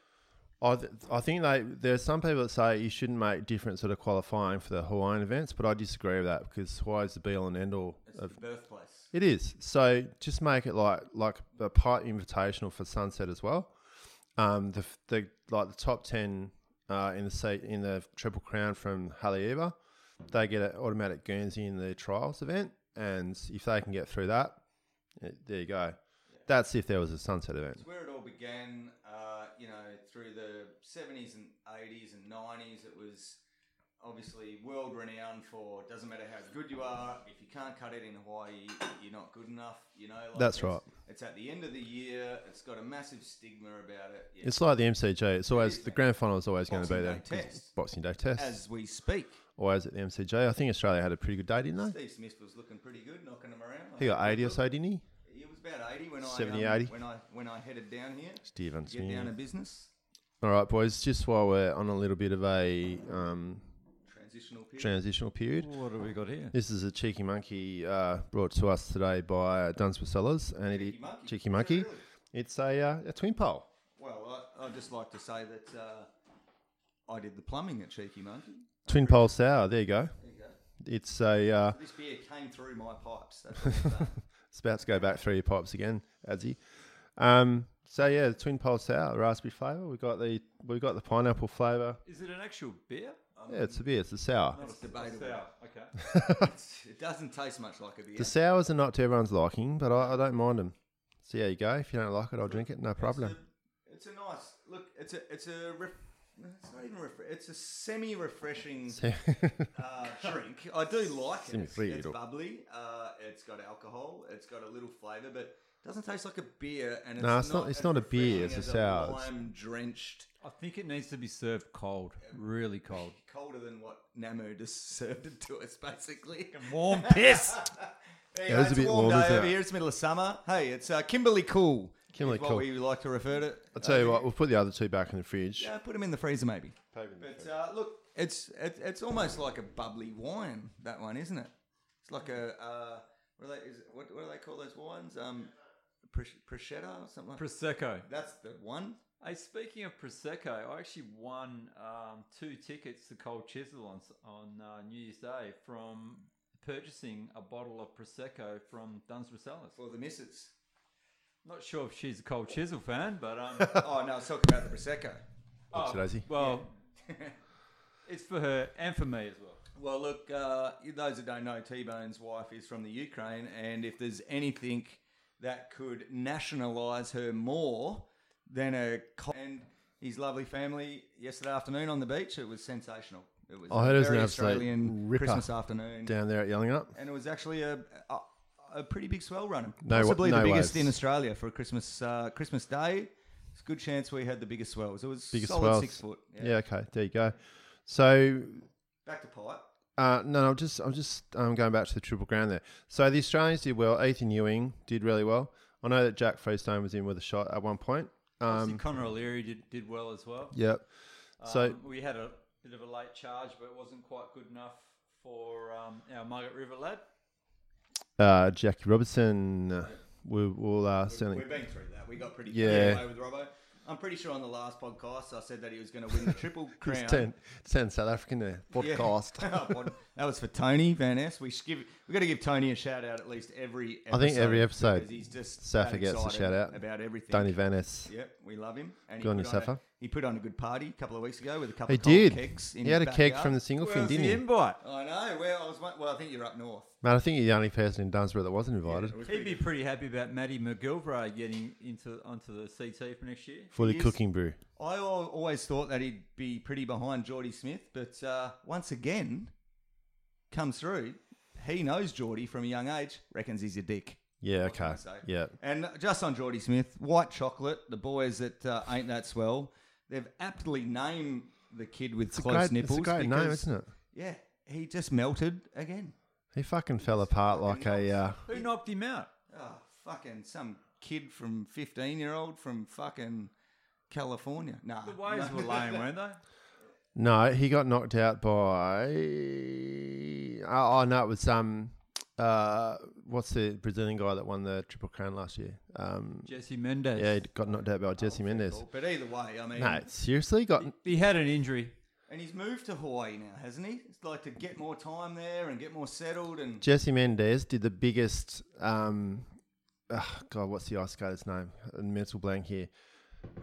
Speaker 1: I, th- I think they there are some people that say you shouldn't make difference sort of qualifying for the Hawaiian events, but I disagree with that because Hawaii is the be all and end all
Speaker 3: It's
Speaker 1: of
Speaker 3: the birthplace.
Speaker 1: It is. So just make it like like a part invitational for Sunset as well. Um, the the like the top ten uh, in the seat in the Triple Crown from Haleiwa, they get an automatic Guernsey in the trials event, and if they can get through that, it, there you go. That's if there was a Sunset event.
Speaker 3: It's where it all began, uh, you know, through the 70s and 80s and 90s. It was obviously world renowned for it doesn't matter how good you are, if you can't cut it in Hawaii, you're not good enough, you know. Like
Speaker 1: That's
Speaker 3: it's-
Speaker 1: right.
Speaker 3: It's, It's at the end of the year. It's got a massive stigma about it. Yeah.
Speaker 1: It's like the MCG. It's always the grand final is always going to be
Speaker 3: Boxing
Speaker 1: there.
Speaker 3: Day
Speaker 1: 'cause
Speaker 3: test.
Speaker 1: Boxing Day test.
Speaker 3: As we speak,
Speaker 1: always at the MCG. I think Australia had a pretty good day, didn't they?
Speaker 3: Steve Smith was looking pretty good, knocking them around.
Speaker 1: He got 80 or so, didn't he?
Speaker 3: He was about 80 when
Speaker 1: 70,
Speaker 3: I um,
Speaker 1: 80.
Speaker 3: when I when I headed down here. to
Speaker 1: Steven
Speaker 3: Get down to
Speaker 1: Smith.
Speaker 3: business.
Speaker 1: All right, boys. Just while we're on a little bit of a um,
Speaker 3: Transitional period.
Speaker 1: transitional period,
Speaker 2: What have we got here?
Speaker 1: This is a cheeky monkey uh, brought to us today by Dunsborough Sellers, and it
Speaker 3: Cheeky monkey.
Speaker 1: cheeky
Speaker 3: Is it
Speaker 1: monkey.
Speaker 3: really?
Speaker 1: It's a, uh, a twin pole.
Speaker 3: well, I, I'd just like to say that uh, I did the plumbing at Cheeky Monkey.
Speaker 1: Twin pole sour. There you go.
Speaker 3: There you go.
Speaker 1: It's a. Uh,
Speaker 3: This beer came through my pipes. That's what uh, I'm saying.
Speaker 1: it's about to go back through your pipes again, Adzi. Um, so yeah, the twin pole sour, raspberry flavour. We got the we got the pineapple flavour.
Speaker 2: Is it an actual beer? Um,
Speaker 1: Yeah, it's a beer. It's a sour.
Speaker 3: It's debatable.
Speaker 2: Okay.
Speaker 3: It's- it doesn't taste much like a beer.
Speaker 1: The sours are not to everyone's liking, but I, I don't mind them. See how you go. If you don't like it, I'll drink it. No problem.
Speaker 3: It's a, it's a nice look. It's a it's a ref, no, it's not even ref, It's a semi refreshing uh, drink. I do like it. It's,
Speaker 1: Semi-free,
Speaker 3: it's
Speaker 1: it'll-
Speaker 3: bubbly. Uh, it's got alcohol. It's got a little flavour, but it doesn't taste like a beer. And it's
Speaker 1: No, it's
Speaker 3: not.
Speaker 1: not- it's not a beer, it's a sour. It's-
Speaker 3: Lime drenched,
Speaker 2: I think it needs to be served cold, really cold.
Speaker 3: colder than what Namu just served it to us, basically.
Speaker 2: Warm piss.
Speaker 3: Hey,
Speaker 1: Yeah, it was
Speaker 3: it's
Speaker 1: a
Speaker 3: a
Speaker 1: bit
Speaker 3: warm
Speaker 1: warm,
Speaker 3: day
Speaker 1: isn't
Speaker 3: over
Speaker 1: it?
Speaker 3: here. It's middle of summer. Hey, it's uh, Kimberley Cool. is
Speaker 1: Kimberley
Speaker 3: what
Speaker 1: Cool.
Speaker 3: we like to refer to. Uh,
Speaker 1: I'll tell you what. We'll put the other two back in the fridge.
Speaker 3: Yeah, put them in the freezer maybe.
Speaker 1: Poke 'em in the
Speaker 3: But uh, look, it's it, it's almost like a bubbly wine. That one, isn't it? It's like a uh, what, are they, is, it- what, what do they call those wines? Um, pres- prosciutto or something like.
Speaker 2: Prosecco.
Speaker 3: That's the one.
Speaker 2: Hey, speaking of prosecco, I actually won um, two tickets to Cold Chisel on s- on uh, New Year's Day from purchasing a bottle of prosecco from Dunsborough Sellers.
Speaker 3: for the missus.
Speaker 2: Not sure if she's a Cold Chisel fan, but um,
Speaker 3: oh no, I was talking about the prosecco.
Speaker 2: oh,
Speaker 1: Thanks, Daisy.
Speaker 2: well, it's for her and for me as well.
Speaker 3: Well, look, uh, those that don't know, T Bone's wife is from the Ukraine, and if there's anything that could nationalise her more than a co- and his lovely family yesterday afternoon on the beach, it was sensational. It was
Speaker 1: I heard it
Speaker 3: a
Speaker 1: was Oh, an
Speaker 3: very
Speaker 1: absolute
Speaker 3: Australian
Speaker 1: ripper.
Speaker 3: Christmas afternoon,
Speaker 1: Down there at Yelling Up.
Speaker 3: and it was actually a. a a pretty big swell run,
Speaker 1: No wa-
Speaker 3: possibly
Speaker 1: no
Speaker 3: the biggest
Speaker 1: waves.
Speaker 3: in Australia for a Christmas uh, Christmas day. It's a good chance we had the biggest swells. It was
Speaker 1: Biggest
Speaker 3: solid
Speaker 1: swells.
Speaker 3: six foot.
Speaker 1: Yeah. okay. There you go. So
Speaker 3: Back to pipe.
Speaker 1: uh, no, I'm just I'm just um, going back to the triple ground there. So the Australians did well. Ethan Ewing did really well. I know that Jack Freestone was in with a shot at one point.
Speaker 2: Obviously,
Speaker 1: Um,
Speaker 2: Connor O'Leary did, did well as well.
Speaker 1: yep. So
Speaker 2: Um, we had a bit of a late charge, but it wasn't quite good enough for um, our Margaret River lad.
Speaker 1: uh, Jackie Robertson, uh, we will uh, certainly.
Speaker 3: We've been through that. We got pretty
Speaker 1: Yeah.
Speaker 3: yeah. away with Robbo. I'm pretty sure on the last podcast I said that he was going to win the triple
Speaker 1: It's
Speaker 3: crown.
Speaker 1: 10, 10 South African there.
Speaker 3: Yeah. Oh,
Speaker 1: Podcast.
Speaker 3: that was for Tony Van S. We should give we got to give Tony a shout out at least every. episode
Speaker 1: I think every episode,
Speaker 3: because he's just
Speaker 1: Safa
Speaker 3: that
Speaker 1: gets a
Speaker 3: excited
Speaker 1: shout out.
Speaker 3: about everything.
Speaker 1: Donny Van Ness.
Speaker 3: Yep, we love him. And
Speaker 1: Good on
Speaker 3: put
Speaker 1: you,
Speaker 3: on a-
Speaker 1: Safa.
Speaker 3: he put on a good party a couple of weeks ago with a couple
Speaker 1: He
Speaker 3: of cold
Speaker 1: did.
Speaker 3: kegs. In
Speaker 1: He had a
Speaker 3: his
Speaker 1: keg
Speaker 3: backyard.
Speaker 1: from the single fin,
Speaker 2: Where's
Speaker 1: didn't
Speaker 2: the
Speaker 1: he?
Speaker 2: invite?
Speaker 3: I know. Well, I was. won- Well, I think you're up north.
Speaker 1: Man, I think you're the only person in Dunsborough that wasn't invited.
Speaker 3: It was
Speaker 2: He'd be
Speaker 3: pretty
Speaker 2: pretty happy about Matty McGilvray getting into onto the CT for next year.
Speaker 1: Fully
Speaker 3: He is-
Speaker 1: cooking brew.
Speaker 3: I al- always thought that he'd be pretty behind Geordie Smith, but uh, once again, comes through. He knows Geordie from a young age, reckons he's a dick.
Speaker 1: Yeah.
Speaker 3: What can I
Speaker 1: Okay.
Speaker 3: say?
Speaker 1: Yeah.
Speaker 3: And just on Geordie Smith, White Chocolate, the boys that uh, ain't that swell, they've aptly named the kid with
Speaker 1: It's a
Speaker 3: close
Speaker 1: great, it's
Speaker 3: nipples.
Speaker 1: a great name,
Speaker 3: because-
Speaker 1: isn't it?
Speaker 3: Yeah, he just melted again.
Speaker 1: He fucking fell apart like a. Uh,
Speaker 2: Who knocked him out?
Speaker 3: Oh, fucking some kid from 15 year old from fucking California. Nah.
Speaker 2: The waves
Speaker 3: no.
Speaker 2: were lame, weren't they?
Speaker 1: no, he got knocked out by. Oh, oh, no, it was um, uh, what's the Brazilian guy that won the triple crown last year? Um,
Speaker 2: Jesse Mendez.
Speaker 1: yeah, he got knocked out by
Speaker 3: Oh,
Speaker 1: Jesse Mendes.
Speaker 3: But either way, I mean,
Speaker 1: No, seriously, got
Speaker 2: He had an injury.
Speaker 3: And he's moved to Hawaii now, hasn't he? It's like to get more time there and get more settled. And
Speaker 1: Jesse Mendes did the biggest. Um, ah, God, what's the ice skater's name? A Mental blank here.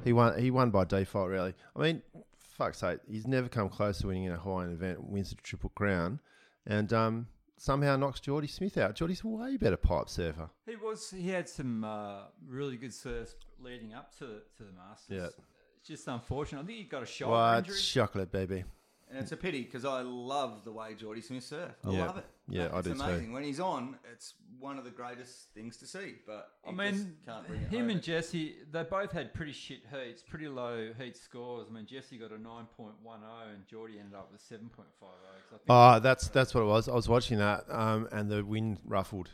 Speaker 1: He won. He won by default, really. I mean, fuck's sake, he's never come close to winning in a Hawaiian event. Wins the triple crown, and um, somehow knocks Geordie Smith out. Geordie's a way better pipe surfer.
Speaker 2: He was. He had some uh, really good serves leading up to to the Masters.
Speaker 1: Yeah.
Speaker 2: It's just unfortunate. I think he got a shoulder
Speaker 1: What
Speaker 2: injury.
Speaker 1: chocolate, baby?
Speaker 3: and it's a pity because I love the way Geordie Smith surf. I
Speaker 1: Yeah.
Speaker 3: love it.
Speaker 1: Yeah, I
Speaker 3: it's
Speaker 1: do too.
Speaker 3: amazing. When he's on, it's one of the greatest things to see, but
Speaker 2: I
Speaker 3: it
Speaker 2: mean,
Speaker 3: just can't bring it
Speaker 2: him
Speaker 3: home.
Speaker 2: and Jesse, they both had pretty shit heats, pretty low heat scores. I mean, Jesse got a 9.10 and Geordie ended up with 7.50. 'cause I think
Speaker 1: Oh, that's that's what it was. I was watching that, um, and the wind ruffled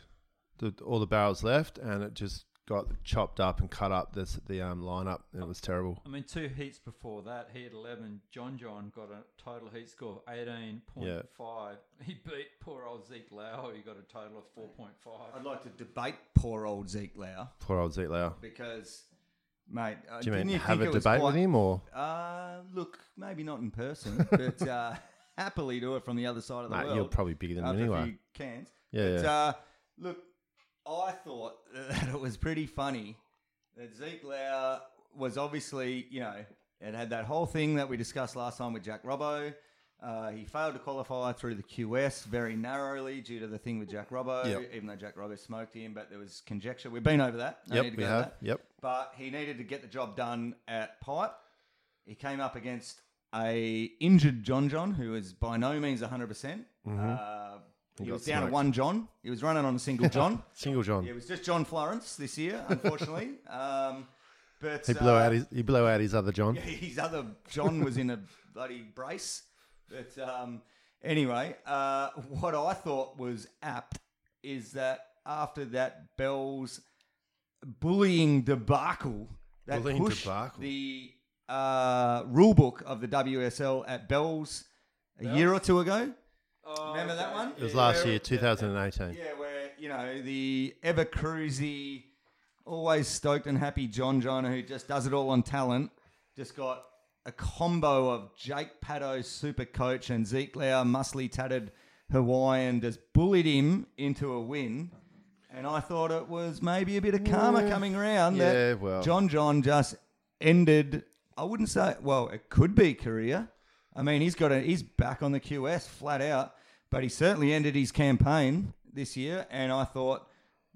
Speaker 1: the, all the barrels left, and it just got chopped up and cut up this the um, lineup. It was terrible.
Speaker 2: I mean, two heats before that, he had 11. John John got a total heat score of 18.5. He beat poor old Zeke Lau, who got a total of 4.5.
Speaker 3: I'd like to debate poor old Zeke Lau
Speaker 1: Poor old Zeke Lau.
Speaker 3: because, mate, uh,
Speaker 1: Do you
Speaker 3: didn't
Speaker 1: mean
Speaker 3: you
Speaker 1: have
Speaker 3: think
Speaker 1: a
Speaker 3: it was
Speaker 1: debate with
Speaker 3: quite-
Speaker 1: him or?
Speaker 3: Uh, look, maybe not in person, but uh, happily do it from the other side of the
Speaker 1: Nah,
Speaker 3: world.
Speaker 1: you're probably bigger than him
Speaker 3: after a
Speaker 1: anyway.
Speaker 3: few cans.
Speaker 1: Yeah,
Speaker 3: But,
Speaker 1: yeah.
Speaker 3: Uh, look, I thought that it was pretty funny that Zeke Lauer was obviously, you know, it had that whole thing that we discussed last time with Jack Robbo. Uh, he failed to qualify through the QS very narrowly due to the thing with Jack Robbo,
Speaker 1: Yep.
Speaker 3: even though Jack Robbo smoked him, but there was conjecture. We've been over that. No need
Speaker 1: yep,
Speaker 3: to
Speaker 1: we
Speaker 3: go
Speaker 1: have.
Speaker 3: over that
Speaker 1: Yep.
Speaker 3: but he needed to get the job done at Pipe. He came up against a injured John John, who is by no means 100%. percent Uh, he,
Speaker 1: Mm-hmm. got
Speaker 3: was down
Speaker 1: smoked.
Speaker 3: to one John. He was running on a single John.
Speaker 1: Single John.
Speaker 3: it was just John Florence this year, unfortunately. um, but
Speaker 1: he blew
Speaker 3: uh,
Speaker 1: out his he blew out his other John.
Speaker 3: his other John was in a bloody brace. But um, anyway, uh, what I thought was apt is that after that Bell's bullying debacle, that
Speaker 1: Bullying
Speaker 3: pushed
Speaker 1: debacle.
Speaker 3: the uh, rule book of the WSL at Bell's a year or two ago.
Speaker 2: Oh,
Speaker 3: Remember that one?
Speaker 1: It was
Speaker 3: Yeah.
Speaker 1: last
Speaker 3: Yeah.
Speaker 1: year, 2018.
Speaker 3: Yeah, where you know the ever cruisy, always stoked and happy John John, who just does it all on talent, just got a combo of Jake Paddo, super coach, and Zeke Lau, muscly tatted Hawaiian, just bullied him into a win. And I thought it was maybe a bit of karma coming around
Speaker 1: Yeah,
Speaker 3: that
Speaker 1: well.
Speaker 3: John John just ended. I wouldn't say well, it could be career. I mean, he's got a, he's back on the QS flat out, but he certainly ended his campaign this year. And I thought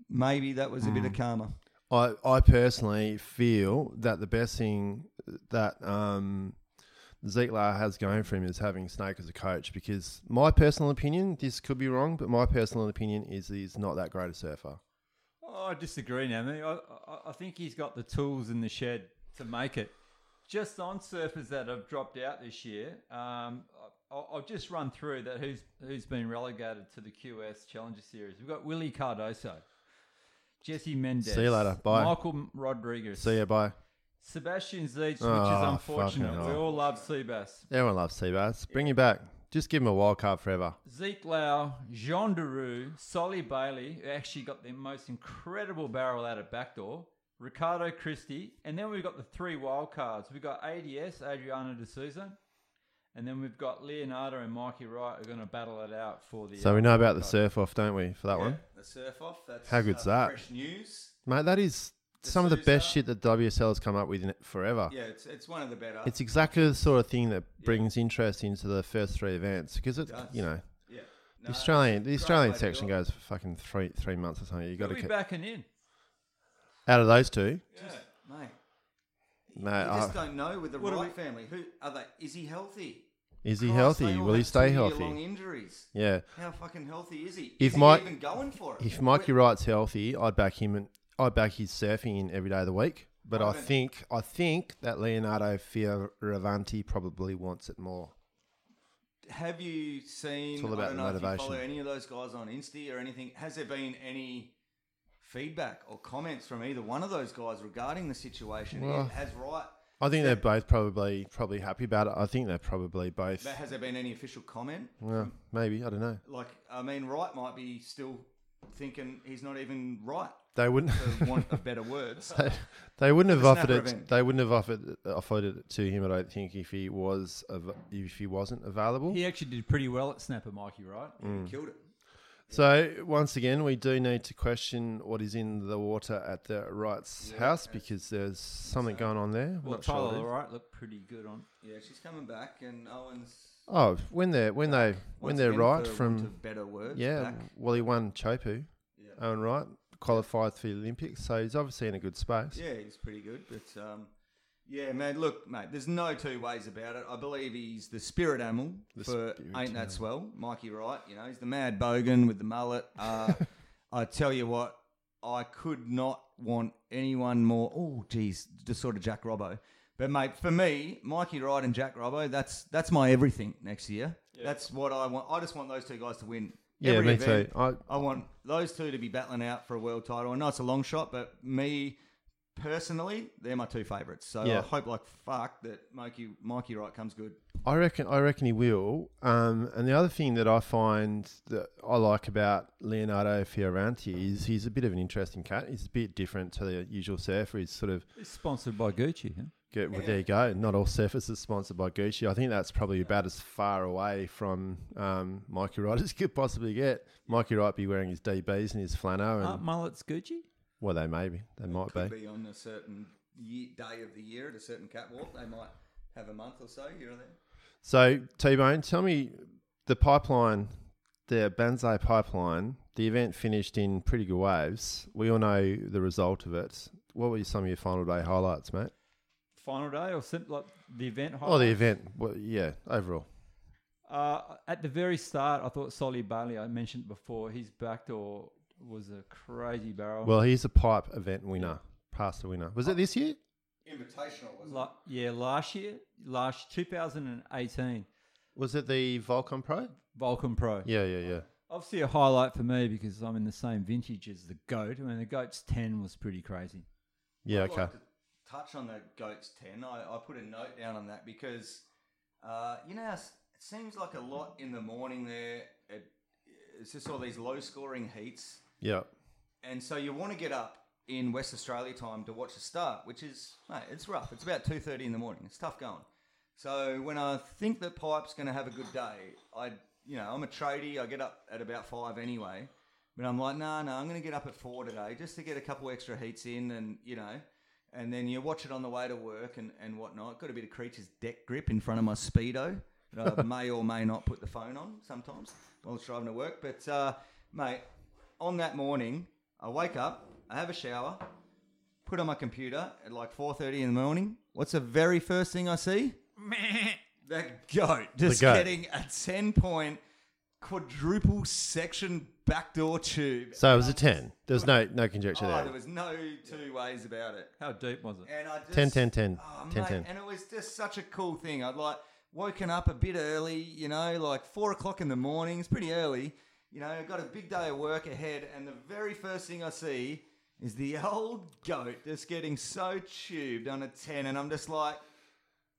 Speaker 3: maybe that was a
Speaker 1: Hmm.
Speaker 3: bit of karma.
Speaker 1: I, I personally feel that the best thing that um, Ziegler has going for him is having Snake as a coach because my personal opinion, this could be wrong, but my personal opinion is he's not that great a surfer.
Speaker 2: Oh, I disagree, Nami. I, I, I think he's got the tools in the shed to make it. Just on surfers that have dropped out this year, um, I'll, I'll just run through that who's who's been relegated to the QS Challenger Series. We've got Willie Cardoso, Jesse Mendez.
Speaker 1: See you later. Bye.
Speaker 2: Michael Rodriguez.
Speaker 1: So yeah, bye.
Speaker 2: Sebastian Zietz, which is
Speaker 1: Oh,
Speaker 2: unfortunate.
Speaker 1: fucking
Speaker 2: We
Speaker 1: hell.
Speaker 2: all love Seabass.
Speaker 1: Everyone loves Seabass. Bring him back. Just give him a wild card forever.
Speaker 2: Zeke Lau, Jean Derue, Solly Bailey, who actually got the most incredible barrel out of backdoor, Ricardo Christie, and then we've got the three wild cards. We've got ADS, Adriana De Souza, and then we've got Leonardo and Mikey Wright are going to battle it out for the. uh,
Speaker 1: So we know about the surf off, don't we, for that one?
Speaker 3: The surf off. That's, uh,
Speaker 1: How good's that?
Speaker 3: Fresh news.
Speaker 1: Mate, that is some of the best
Speaker 3: D'Souza.
Speaker 1: shit that WSL has come up with in forever.
Speaker 3: Yeah, it's, it's one of the better.
Speaker 1: It's exactly the sort of thing that brings interest into the first three events because it,
Speaker 3: does.
Speaker 1: you know,
Speaker 3: yeah.
Speaker 1: the Australian the Australian
Speaker 3: way to do
Speaker 1: section
Speaker 3: it.
Speaker 1: goes for fucking three three months or something. You got to
Speaker 2: We'll be
Speaker 1: keep
Speaker 2: backing in.
Speaker 1: out of those two.
Speaker 3: Mate,
Speaker 1: No,
Speaker 3: you just
Speaker 1: I,
Speaker 3: don't know with the
Speaker 2: What do
Speaker 3: Wright family. Who are they? Is he healthy?
Speaker 1: is he
Speaker 3: Christ,
Speaker 1: healthy?
Speaker 3: they all
Speaker 1: Will he
Speaker 3: had
Speaker 1: stay
Speaker 3: two-year Long
Speaker 1: healthy?
Speaker 3: injuries.
Speaker 1: Yeah.
Speaker 3: How fucking healthy is he?
Speaker 1: If
Speaker 3: is
Speaker 1: Mike-
Speaker 3: he even going for it?
Speaker 1: If Mikey Wright's healthy, I'd back him and I'd back his surfing in every day of the week. But I
Speaker 3: Right.
Speaker 1: think I think that Leonardo Fioravanti probably wants it more.
Speaker 3: Have you seen?
Speaker 1: It's all
Speaker 3: I
Speaker 1: about
Speaker 3: don't know if you
Speaker 1: motivation.
Speaker 3: follow any of those guys on Insta or anything. Has there been any feedback or comments from either one of those guys regarding the situation?
Speaker 1: Well,
Speaker 3: has Wright?
Speaker 1: I think they're both probably probably happy about it. I think they're probably both.
Speaker 3: But has there been any official comment?
Speaker 1: Well, maybe I don't know.
Speaker 3: Like, I mean, Wright might be still thinking he's not even right.
Speaker 1: They wouldn't.
Speaker 3: For want of better words,
Speaker 1: they, they wouldn't have
Speaker 3: the
Speaker 1: offered
Speaker 3: snapper
Speaker 1: it.
Speaker 3: event.
Speaker 1: They wouldn't have offered offered it to him. I don't think if he was av- if he wasn't available.
Speaker 2: He actually did pretty well at Snapper, Mikey Wright.
Speaker 1: Mm,
Speaker 3: killed it.
Speaker 1: So once again, we do need to question what is in the water at the Wrights' house because there's something going on there. I'm
Speaker 2: Well,
Speaker 1: not sure
Speaker 2: Tyler
Speaker 1: what it is.
Speaker 2: Wright looked pretty good on.
Speaker 3: Yeah, she's coming back, and Owen's
Speaker 1: Oh, when they're when they when
Speaker 3: once
Speaker 1: they're
Speaker 3: again,
Speaker 1: right
Speaker 3: for want
Speaker 1: from
Speaker 3: of better words.
Speaker 1: yeah.
Speaker 3: back.
Speaker 1: Well, he won Chopu,
Speaker 3: Yeah.
Speaker 1: Owen Wright qualified for the Olympics, so he's obviously in a good space.
Speaker 3: Yeah, he's pretty good. But um, yeah, man, look, mate, there's no two ways about it. I believe he's the spirit animal
Speaker 1: The
Speaker 3: for
Speaker 1: spirit
Speaker 3: Ain't
Speaker 1: animal.
Speaker 3: That Swell, Mikey Wright. You know, he's the mad bogan with the mullet. Uh, I tell you what, I could not want anyone more. Oh, geez, just sort of Jack Robbo. But mate, for me, Mikey Wright and Jack Robbo, that's that's my everything next year. That's what I want. I just want those two guys to win.
Speaker 1: Yeah,
Speaker 3: every
Speaker 1: me
Speaker 3: event.
Speaker 1: too. I-
Speaker 3: I want those two to be battling out for a world title. I know it's a long shot, but me personally, they're my two favourites. So I
Speaker 1: Yeah.
Speaker 3: hope like fuck that Mikey Mikey Wright comes good.
Speaker 1: I reckon. I reckon he will. Um, and the other thing that I find that I like about Leonardo Fioranti is he's a bit of an interesting cat. He's a bit different to the usual surfer. He's sort of
Speaker 2: It's sponsored by Gucci. Huh?
Speaker 1: Go- well, there you go. Not all surfaces sponsored by Gucci. I think that's probably about as far away from um, Mikey Wright as you could possibly get. Mikey Wright be wearing his DBs and his flannel, and
Speaker 2: Aren't mullets Gucci?
Speaker 1: well, they may be, they might be.
Speaker 3: Could be on a certain ye day of the year at a certain catwalk. They might have a month or so here or there.
Speaker 1: So T Bone, tell me the pipeline, the Banzai pipeline. The event finished in pretty good waves. We all know the result of it. What were some of your final day highlights, mate?
Speaker 2: Final day or sim- like the event?
Speaker 1: Oh, the
Speaker 2: highlight?
Speaker 1: event. Well, yeah, overall.
Speaker 2: Uh, at the very start, I thought Solly Bailey, I mentioned before, his backdoor was a crazy barrel.
Speaker 1: Well, he's a pipe event winner, past the winner. Was it this year?
Speaker 3: Invitational was
Speaker 2: La- yeah, last year, last 2018
Speaker 1: Was it the Volcom Pro?
Speaker 2: Vulcan Pro.
Speaker 1: Yeah, yeah, yeah.
Speaker 2: Obviously, a highlight for me because I'm in the same vintage as the goat. I mean, the goat's 10 was pretty crazy.
Speaker 1: Yeah,
Speaker 3: I'd
Speaker 1: okay.
Speaker 3: like to touch on the goats ten. I, I put a note down on that because uh, you know how s- it seems like a lot in the morning there. It, it's just all these low scoring heats,
Speaker 1: Yeah.
Speaker 3: and so you want to get up in West Australia time to watch the start, which is mate, it's rough. It's about two thirty in the morning. It's tough going. So when I think that Pipe's going to have a good day, I you know I'm a tradie. I get up at about five anyway. But I'm like, no, no, I'm going to get up at four today just to get a couple extra heats in, and you know, and then you watch it on the way to work and, and whatnot. Got a bit of creature's deck grip in front of my speedo that I may or may not put the phone on sometimes while it's driving to work. But uh, mate, on that morning, I wake up, I have a shower, put on my computer at like four thirty in the morning. What's the very first thing I see? That goat just
Speaker 1: goat.
Speaker 3: getting a ten point quadruple section backdoor tube.
Speaker 1: So it was a 10. There was no no conjecture
Speaker 3: Oh,
Speaker 1: there.
Speaker 3: there was no two ways about it.
Speaker 2: How deep was it?
Speaker 3: And I just,
Speaker 1: 10, 10, 10,
Speaker 3: Oh,
Speaker 1: 10,
Speaker 3: mate,
Speaker 1: 10.
Speaker 3: And it was just such a cool thing. I'd like woken up a bit early, you know, like four o'clock in the morning. It's pretty early. You know, I've got a big day of work ahead. And the very first thing I see is the old goat just getting so tubed on a 10. And I'm just like,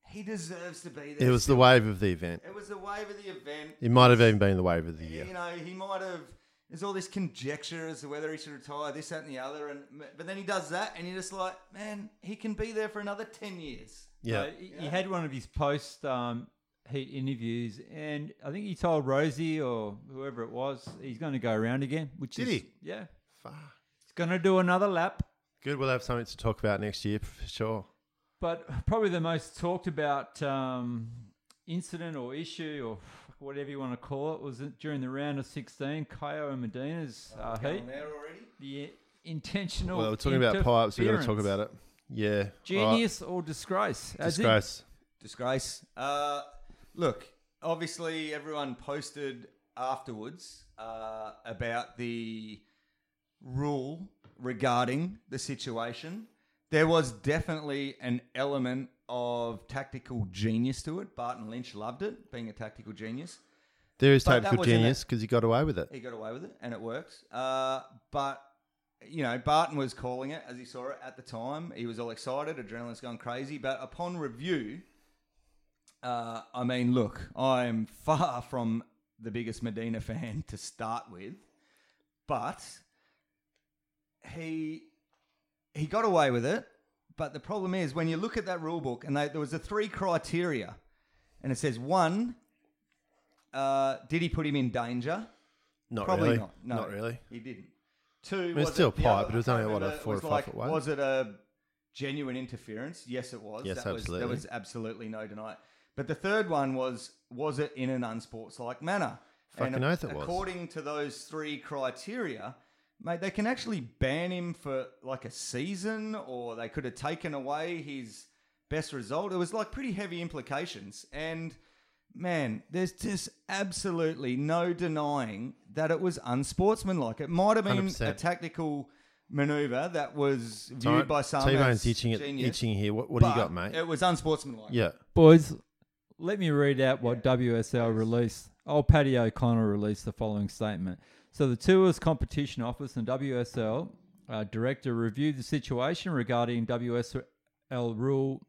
Speaker 3: he deserves to be there.
Speaker 1: It was the wave of the event.
Speaker 3: It was the wave of the event.
Speaker 1: It might have even been the wave of the year.
Speaker 3: You know, he might have. There's all this conjecture as to whether he should retire, this, that, and the other, and but then he does that, and you're just like, man, he can be there for another ten years.
Speaker 1: Yeah.
Speaker 2: So he, he had one of his post um, heat interviews, and I think he told Rosie or whoever it was he's going to go around again. Which
Speaker 1: Did
Speaker 2: is,
Speaker 1: he?
Speaker 2: Yeah,
Speaker 1: Fuck.
Speaker 2: he's going to do another lap.
Speaker 1: Good. We'll have something to talk about next year for sure.
Speaker 2: But probably the most talked about um, incident or issue or whatever you want to call it was that during the round of 16, Kayo and Medina's uh, heat.
Speaker 3: Going there already.
Speaker 2: The intentional.
Speaker 1: well, we're talking about pipes. We've got to talk about it.
Speaker 2: interference.
Speaker 1: Yeah.
Speaker 2: Genius or disgrace?
Speaker 1: All right.
Speaker 2: As in-
Speaker 1: Disgrace.
Speaker 3: Disgrace. Uh, look, obviously, everyone posted afterwards uh, about the rule regarding the situation. There was definitely an element of tactical genius to it. Barton Lynch loved it, being a tactical genius.
Speaker 1: There is
Speaker 3: But that
Speaker 1: tactical
Speaker 3: was in it.
Speaker 1: genius because he got away with it.
Speaker 3: He got away with it, and it works. Uh, but you know, Barton was calling it as he saw it at the time. He was all excited, adrenaline's going crazy. But upon review, uh, I mean, look, I'm far from the biggest Medina fan to start with, but he he got away with it. But the problem is when you look at that rule book, and they, there was the three criteria, and it says one, uh, did he put him in danger?
Speaker 1: Not
Speaker 3: Probably
Speaker 1: really.
Speaker 3: not. No,
Speaker 1: really.
Speaker 3: He didn't. Two.
Speaker 1: mean, it's
Speaker 3: was
Speaker 1: still a
Speaker 3: the
Speaker 1: pipe,
Speaker 3: other-
Speaker 1: but it was only,
Speaker 3: I
Speaker 1: what, a
Speaker 3: remember it
Speaker 1: four or
Speaker 3: was
Speaker 1: five
Speaker 3: like,
Speaker 1: foot wide?
Speaker 3: Was it a genuine interference? Yes, it was.
Speaker 1: Yes,
Speaker 3: that
Speaker 1: absolutely.
Speaker 3: Was, there was absolutely no deny. But the third one was was it in an unsportslike manner?
Speaker 1: Fucking oath it was.
Speaker 3: According to those three criteria, mate, they can actually ban him for like a season, or they could have taken away his best result. It was like pretty heavy implications, and man, there's just absolutely no denying that it was unsportsmanlike. It might have been a
Speaker 1: 100%.
Speaker 3: tactical maneuver that was viewed by some
Speaker 1: T-Bone's
Speaker 3: as
Speaker 1: itching, it,
Speaker 3: genius,
Speaker 1: itching here. What, what do you
Speaker 3: but
Speaker 1: got, mate?
Speaker 3: It was unsportsmanlike.
Speaker 1: yeah.
Speaker 2: Boys, let me read out what WSL released. Old Paddy O'Connell released the following statement. So the Tours Competition Office and WSL uh, Director reviewed the situation regarding WSL Rule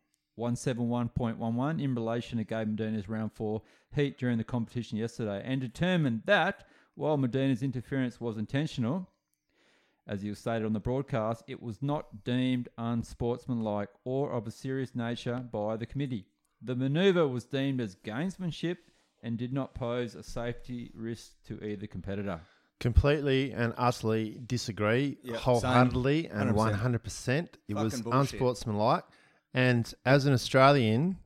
Speaker 2: 171.11 in relation to Gabe Medina's round four heat during the competition yesterday and determined that while Medina's interference was intentional, as you stated on the broadcast, it was not deemed unsportsmanlike or of a serious nature by the committee. The manoeuvre was deemed as gamesmanship and did not pose a safety risk to either competitor.
Speaker 1: Completely and utterly disagree
Speaker 3: Yeah,
Speaker 1: wholeheartedly
Speaker 3: same.
Speaker 1: and
Speaker 3: 100%.
Speaker 1: 100%. It was
Speaker 3: Fucking bullshit.
Speaker 1: unsportsmanlike. And as an Australian,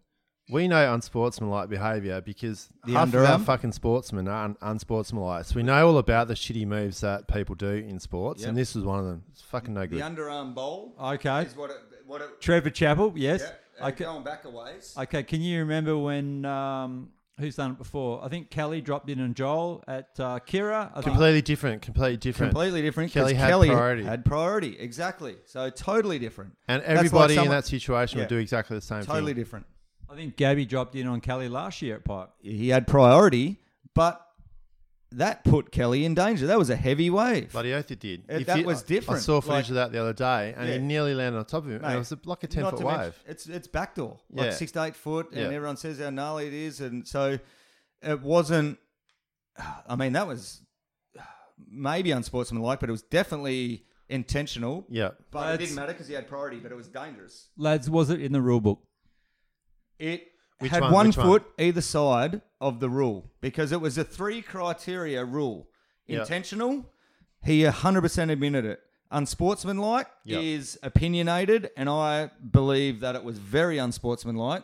Speaker 1: we know unsportsmanlike behaviour because
Speaker 3: The
Speaker 1: half of our
Speaker 3: underarm?
Speaker 1: fucking sportsmen are un- unsportsmanlike. So we know all about the shitty moves that people do in sports, and
Speaker 3: Yep.
Speaker 1: this was one of them. It's fucking no
Speaker 3: The
Speaker 1: good.
Speaker 3: underarm bowl
Speaker 2: Okay.
Speaker 3: is what it, what it
Speaker 2: Trevor Chappell, yes.
Speaker 3: yeah, and
Speaker 2: okay.
Speaker 3: going back a ways.
Speaker 2: okay, can you remember when, um, who's done it before? I think Kelly dropped in on Joel at uh, Kira. I think
Speaker 1: completely different. Completely different.
Speaker 3: Completely different. 'cause
Speaker 1: Kelly had priority.
Speaker 3: had priority, exactly. So totally different.
Speaker 1: And
Speaker 3: That's like
Speaker 1: everybody in
Speaker 3: someone-
Speaker 1: that situation
Speaker 3: Yeah.
Speaker 1: would do exactly the same
Speaker 3: totally
Speaker 1: thing.
Speaker 3: different.
Speaker 2: I think Gabby dropped in on Kelly last year at Pipe.
Speaker 3: He had priority, but that put Kelly in danger. That was a heavy wave.
Speaker 1: Bloody oath it did.
Speaker 3: It- that
Speaker 1: you-
Speaker 3: was
Speaker 1: I
Speaker 3: different.
Speaker 1: saw footage
Speaker 3: Like-
Speaker 1: of that the other day, and
Speaker 3: Yeah.
Speaker 1: he nearly landed on top of him. and
Speaker 3: Mate,
Speaker 1: it was a- like a ten
Speaker 3: Not
Speaker 1: foot
Speaker 3: to
Speaker 1: wave.
Speaker 3: mention- it's it's backdoor, like
Speaker 1: Yeah.
Speaker 3: six to eight foot, and
Speaker 1: Yeah.
Speaker 3: everyone says how gnarly it is, and so it wasn't. I mean, that was maybe unsportsmanlike, but it was definitely intentional.
Speaker 1: yeah.
Speaker 3: But
Speaker 2: Lads-
Speaker 3: it didn't matter because he had priority, but it was dangerous.
Speaker 2: Lads, was it in the rule book?
Speaker 3: It
Speaker 1: Which
Speaker 3: had
Speaker 1: one?
Speaker 3: one,
Speaker 1: Which one?
Speaker 3: foot either side of the rule because it was a three criteria rule.
Speaker 1: Yeah.
Speaker 3: Intentional, he 100% admitted it. Unsportsmanlike
Speaker 1: Yeah.
Speaker 3: is opinionated, and I believe that it was very unsportsmanlike.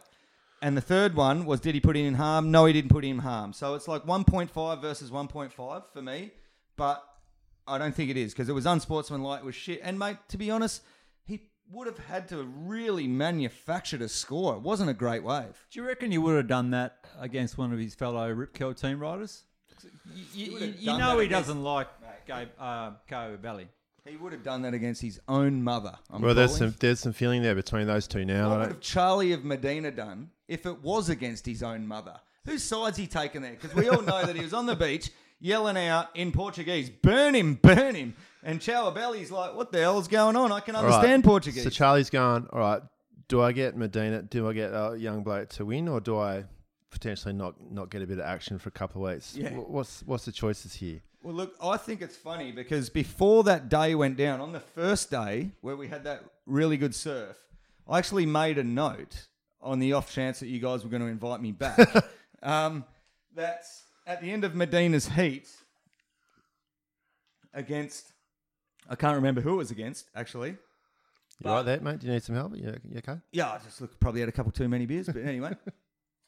Speaker 3: And the third one was did he put it in harm? No, he didn't put it in harm. So it's like 1.5 versus 1.5 for me, but I don't think it is because it was unsportsmanlike, it was shit. And mate, to be honest, he would have had to have really manufactured a score. It wasn't a great wave.
Speaker 2: Do you reckon he would have done that against one of his fellow Rip Curl team riders? You,
Speaker 3: would
Speaker 2: you-
Speaker 3: have
Speaker 2: you
Speaker 3: done
Speaker 2: know
Speaker 3: that
Speaker 2: he
Speaker 3: against-
Speaker 2: doesn't like Gabe uh, Kaya Belly.
Speaker 3: He would have done that against his own mother. I'm
Speaker 1: Well, there's
Speaker 3: calling.
Speaker 1: some there's some feeling there between those two now.
Speaker 3: What
Speaker 1: I
Speaker 3: would
Speaker 1: don't-
Speaker 3: have Charlie of Medina done if it was against his own mother? Whose side's he taken there? Because we all know that he was on the beach yelling out in Portuguese, "Burn him, burn him!" And Chowabelli's like, "What the hell's going on? I can
Speaker 1: All right.
Speaker 3: understand Portuguese."
Speaker 1: So Charlie's going. All right. Do I get Medina? Do I get a young bloke to win, or do I potentially not not get a bit of action for a couple of weeks?
Speaker 3: Yeah.
Speaker 1: Wh- What's what's the choices here?
Speaker 3: Well, look, I think it's funny because before that day went down, on the first day where we had that really good surf, I actually made a note on the off chance that you guys were going to invite me back. um, that's at the end of Medina's heat against, I can't remember who it was against, actually.
Speaker 1: You right there, mate? Do you need some help? You, you okay?
Speaker 3: Yeah, I just look probably had a couple too many beers, but anyway,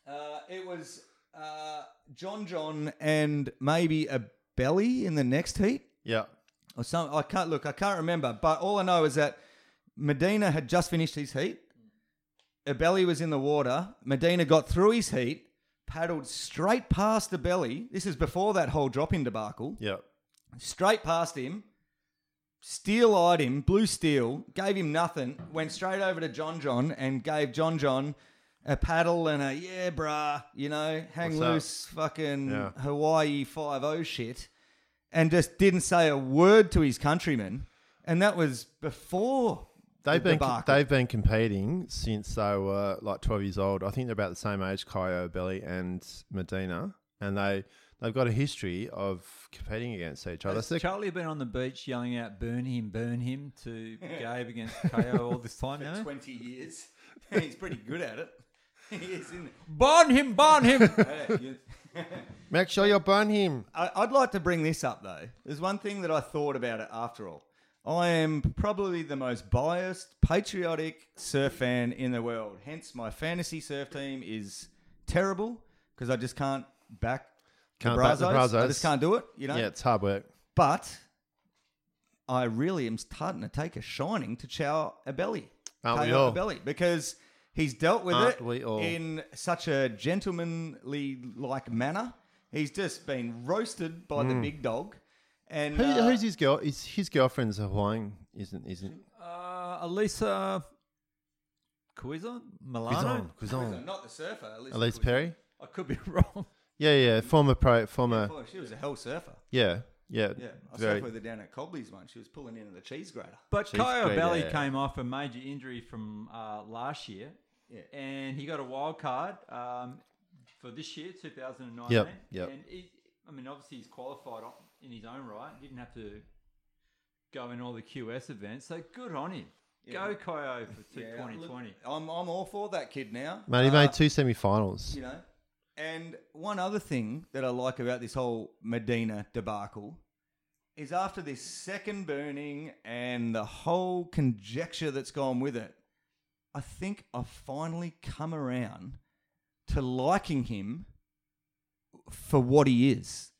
Speaker 3: uh, it was uh, John John and maybe a belly in the next heat
Speaker 1: Yeah.
Speaker 3: or some. I can't look. I can't remember. But all I know is that Medina had just finished his heat. Abelli was in the water. Medina got through his heat, paddled straight past Abelli. This is before that whole drop-in debacle.
Speaker 1: Yeah.
Speaker 3: Straight past him, steel-eyed him, blue steel, gave him nothing. Went straight over to John John and gave John John a paddle and a yeah, brah, you know, hang
Speaker 1: What's up?
Speaker 3: loose, fucking
Speaker 1: Yeah.
Speaker 3: Hawaii Five O shit and just didn't say a word to his countrymen. And that was before
Speaker 1: They've
Speaker 3: the
Speaker 1: been
Speaker 3: debacle.
Speaker 1: they've been competing since they were like twelve years old. I think they're about the same age, Kaio Belly and Medina, and they they've got a history of competing against each other.
Speaker 2: Has
Speaker 1: So they're
Speaker 2: Charlie been on the beach yelling out "Burn him, burn him" to Gabe against KO all this time now?
Speaker 3: twenty years. And he's pretty good at it. He is, isn't
Speaker 2: Burn him, burn him.
Speaker 3: he?
Speaker 1: Make sure you burn him.
Speaker 3: I, I'd like to bring this up though. There's one thing that I thought about it after all. I am probably the most biased, patriotic surf fan in the world. Hence, my fantasy surf team is terrible because I just can't back
Speaker 1: Can't
Speaker 3: the,
Speaker 1: back
Speaker 3: Brazos.
Speaker 1: the
Speaker 3: I
Speaker 1: Brazos.
Speaker 3: just can't do it. You know.
Speaker 1: Yeah, it's hard work.
Speaker 3: But I really am starting to take a shining to Chow Abelli.
Speaker 1: Aren't we
Speaker 3: Kyle
Speaker 1: all?
Speaker 3: Abelli, because He's dealt with
Speaker 1: Aren't
Speaker 3: it
Speaker 1: we all?
Speaker 3: in such a gentlemanly like manner. He's just been roasted by
Speaker 1: Mm.
Speaker 3: the big dog. And
Speaker 1: Who,
Speaker 3: uh,
Speaker 1: who's his girl? Is his girlfriend's Hawaiian? Isn't isn't?
Speaker 2: Uh, Elisa Cuison? Milano?
Speaker 1: Kuzon, Kuzon.
Speaker 3: not the surfer, at least,
Speaker 1: Elise Perry.
Speaker 2: I could be wrong.
Speaker 1: Yeah, yeah. Former pro, former.
Speaker 3: Boy, Oh, she was a hell surfer.
Speaker 1: Yeah, yeah.
Speaker 3: Yeah, I
Speaker 1: very-
Speaker 3: surfed with her down at Cobley's once. She was pulling into the cheese grater.
Speaker 2: But
Speaker 1: She's
Speaker 2: Kyle
Speaker 1: great,
Speaker 2: Belly
Speaker 1: yeah.
Speaker 2: came off a major injury from uh, last year,
Speaker 3: Yeah.
Speaker 2: and he got a wild card um, for this year, 2019.
Speaker 1: Yep, yep.
Speaker 2: And he, I mean, obviously he's qualified on- in his own right. Didn't have to go in all the QS events, so good on him.
Speaker 3: Yeah.
Speaker 2: Go Kyo for
Speaker 3: Yeah,
Speaker 2: 2020.
Speaker 3: look, I'm, I'm all for that kid now.
Speaker 1: Mate, he
Speaker 3: Uh,
Speaker 1: made two semi-finals.
Speaker 3: You know, and one other thing that I like about this whole Medina debacle is after this second burning and the whole conjecture that's gone with it, I think I've finally come around to liking him for what he is.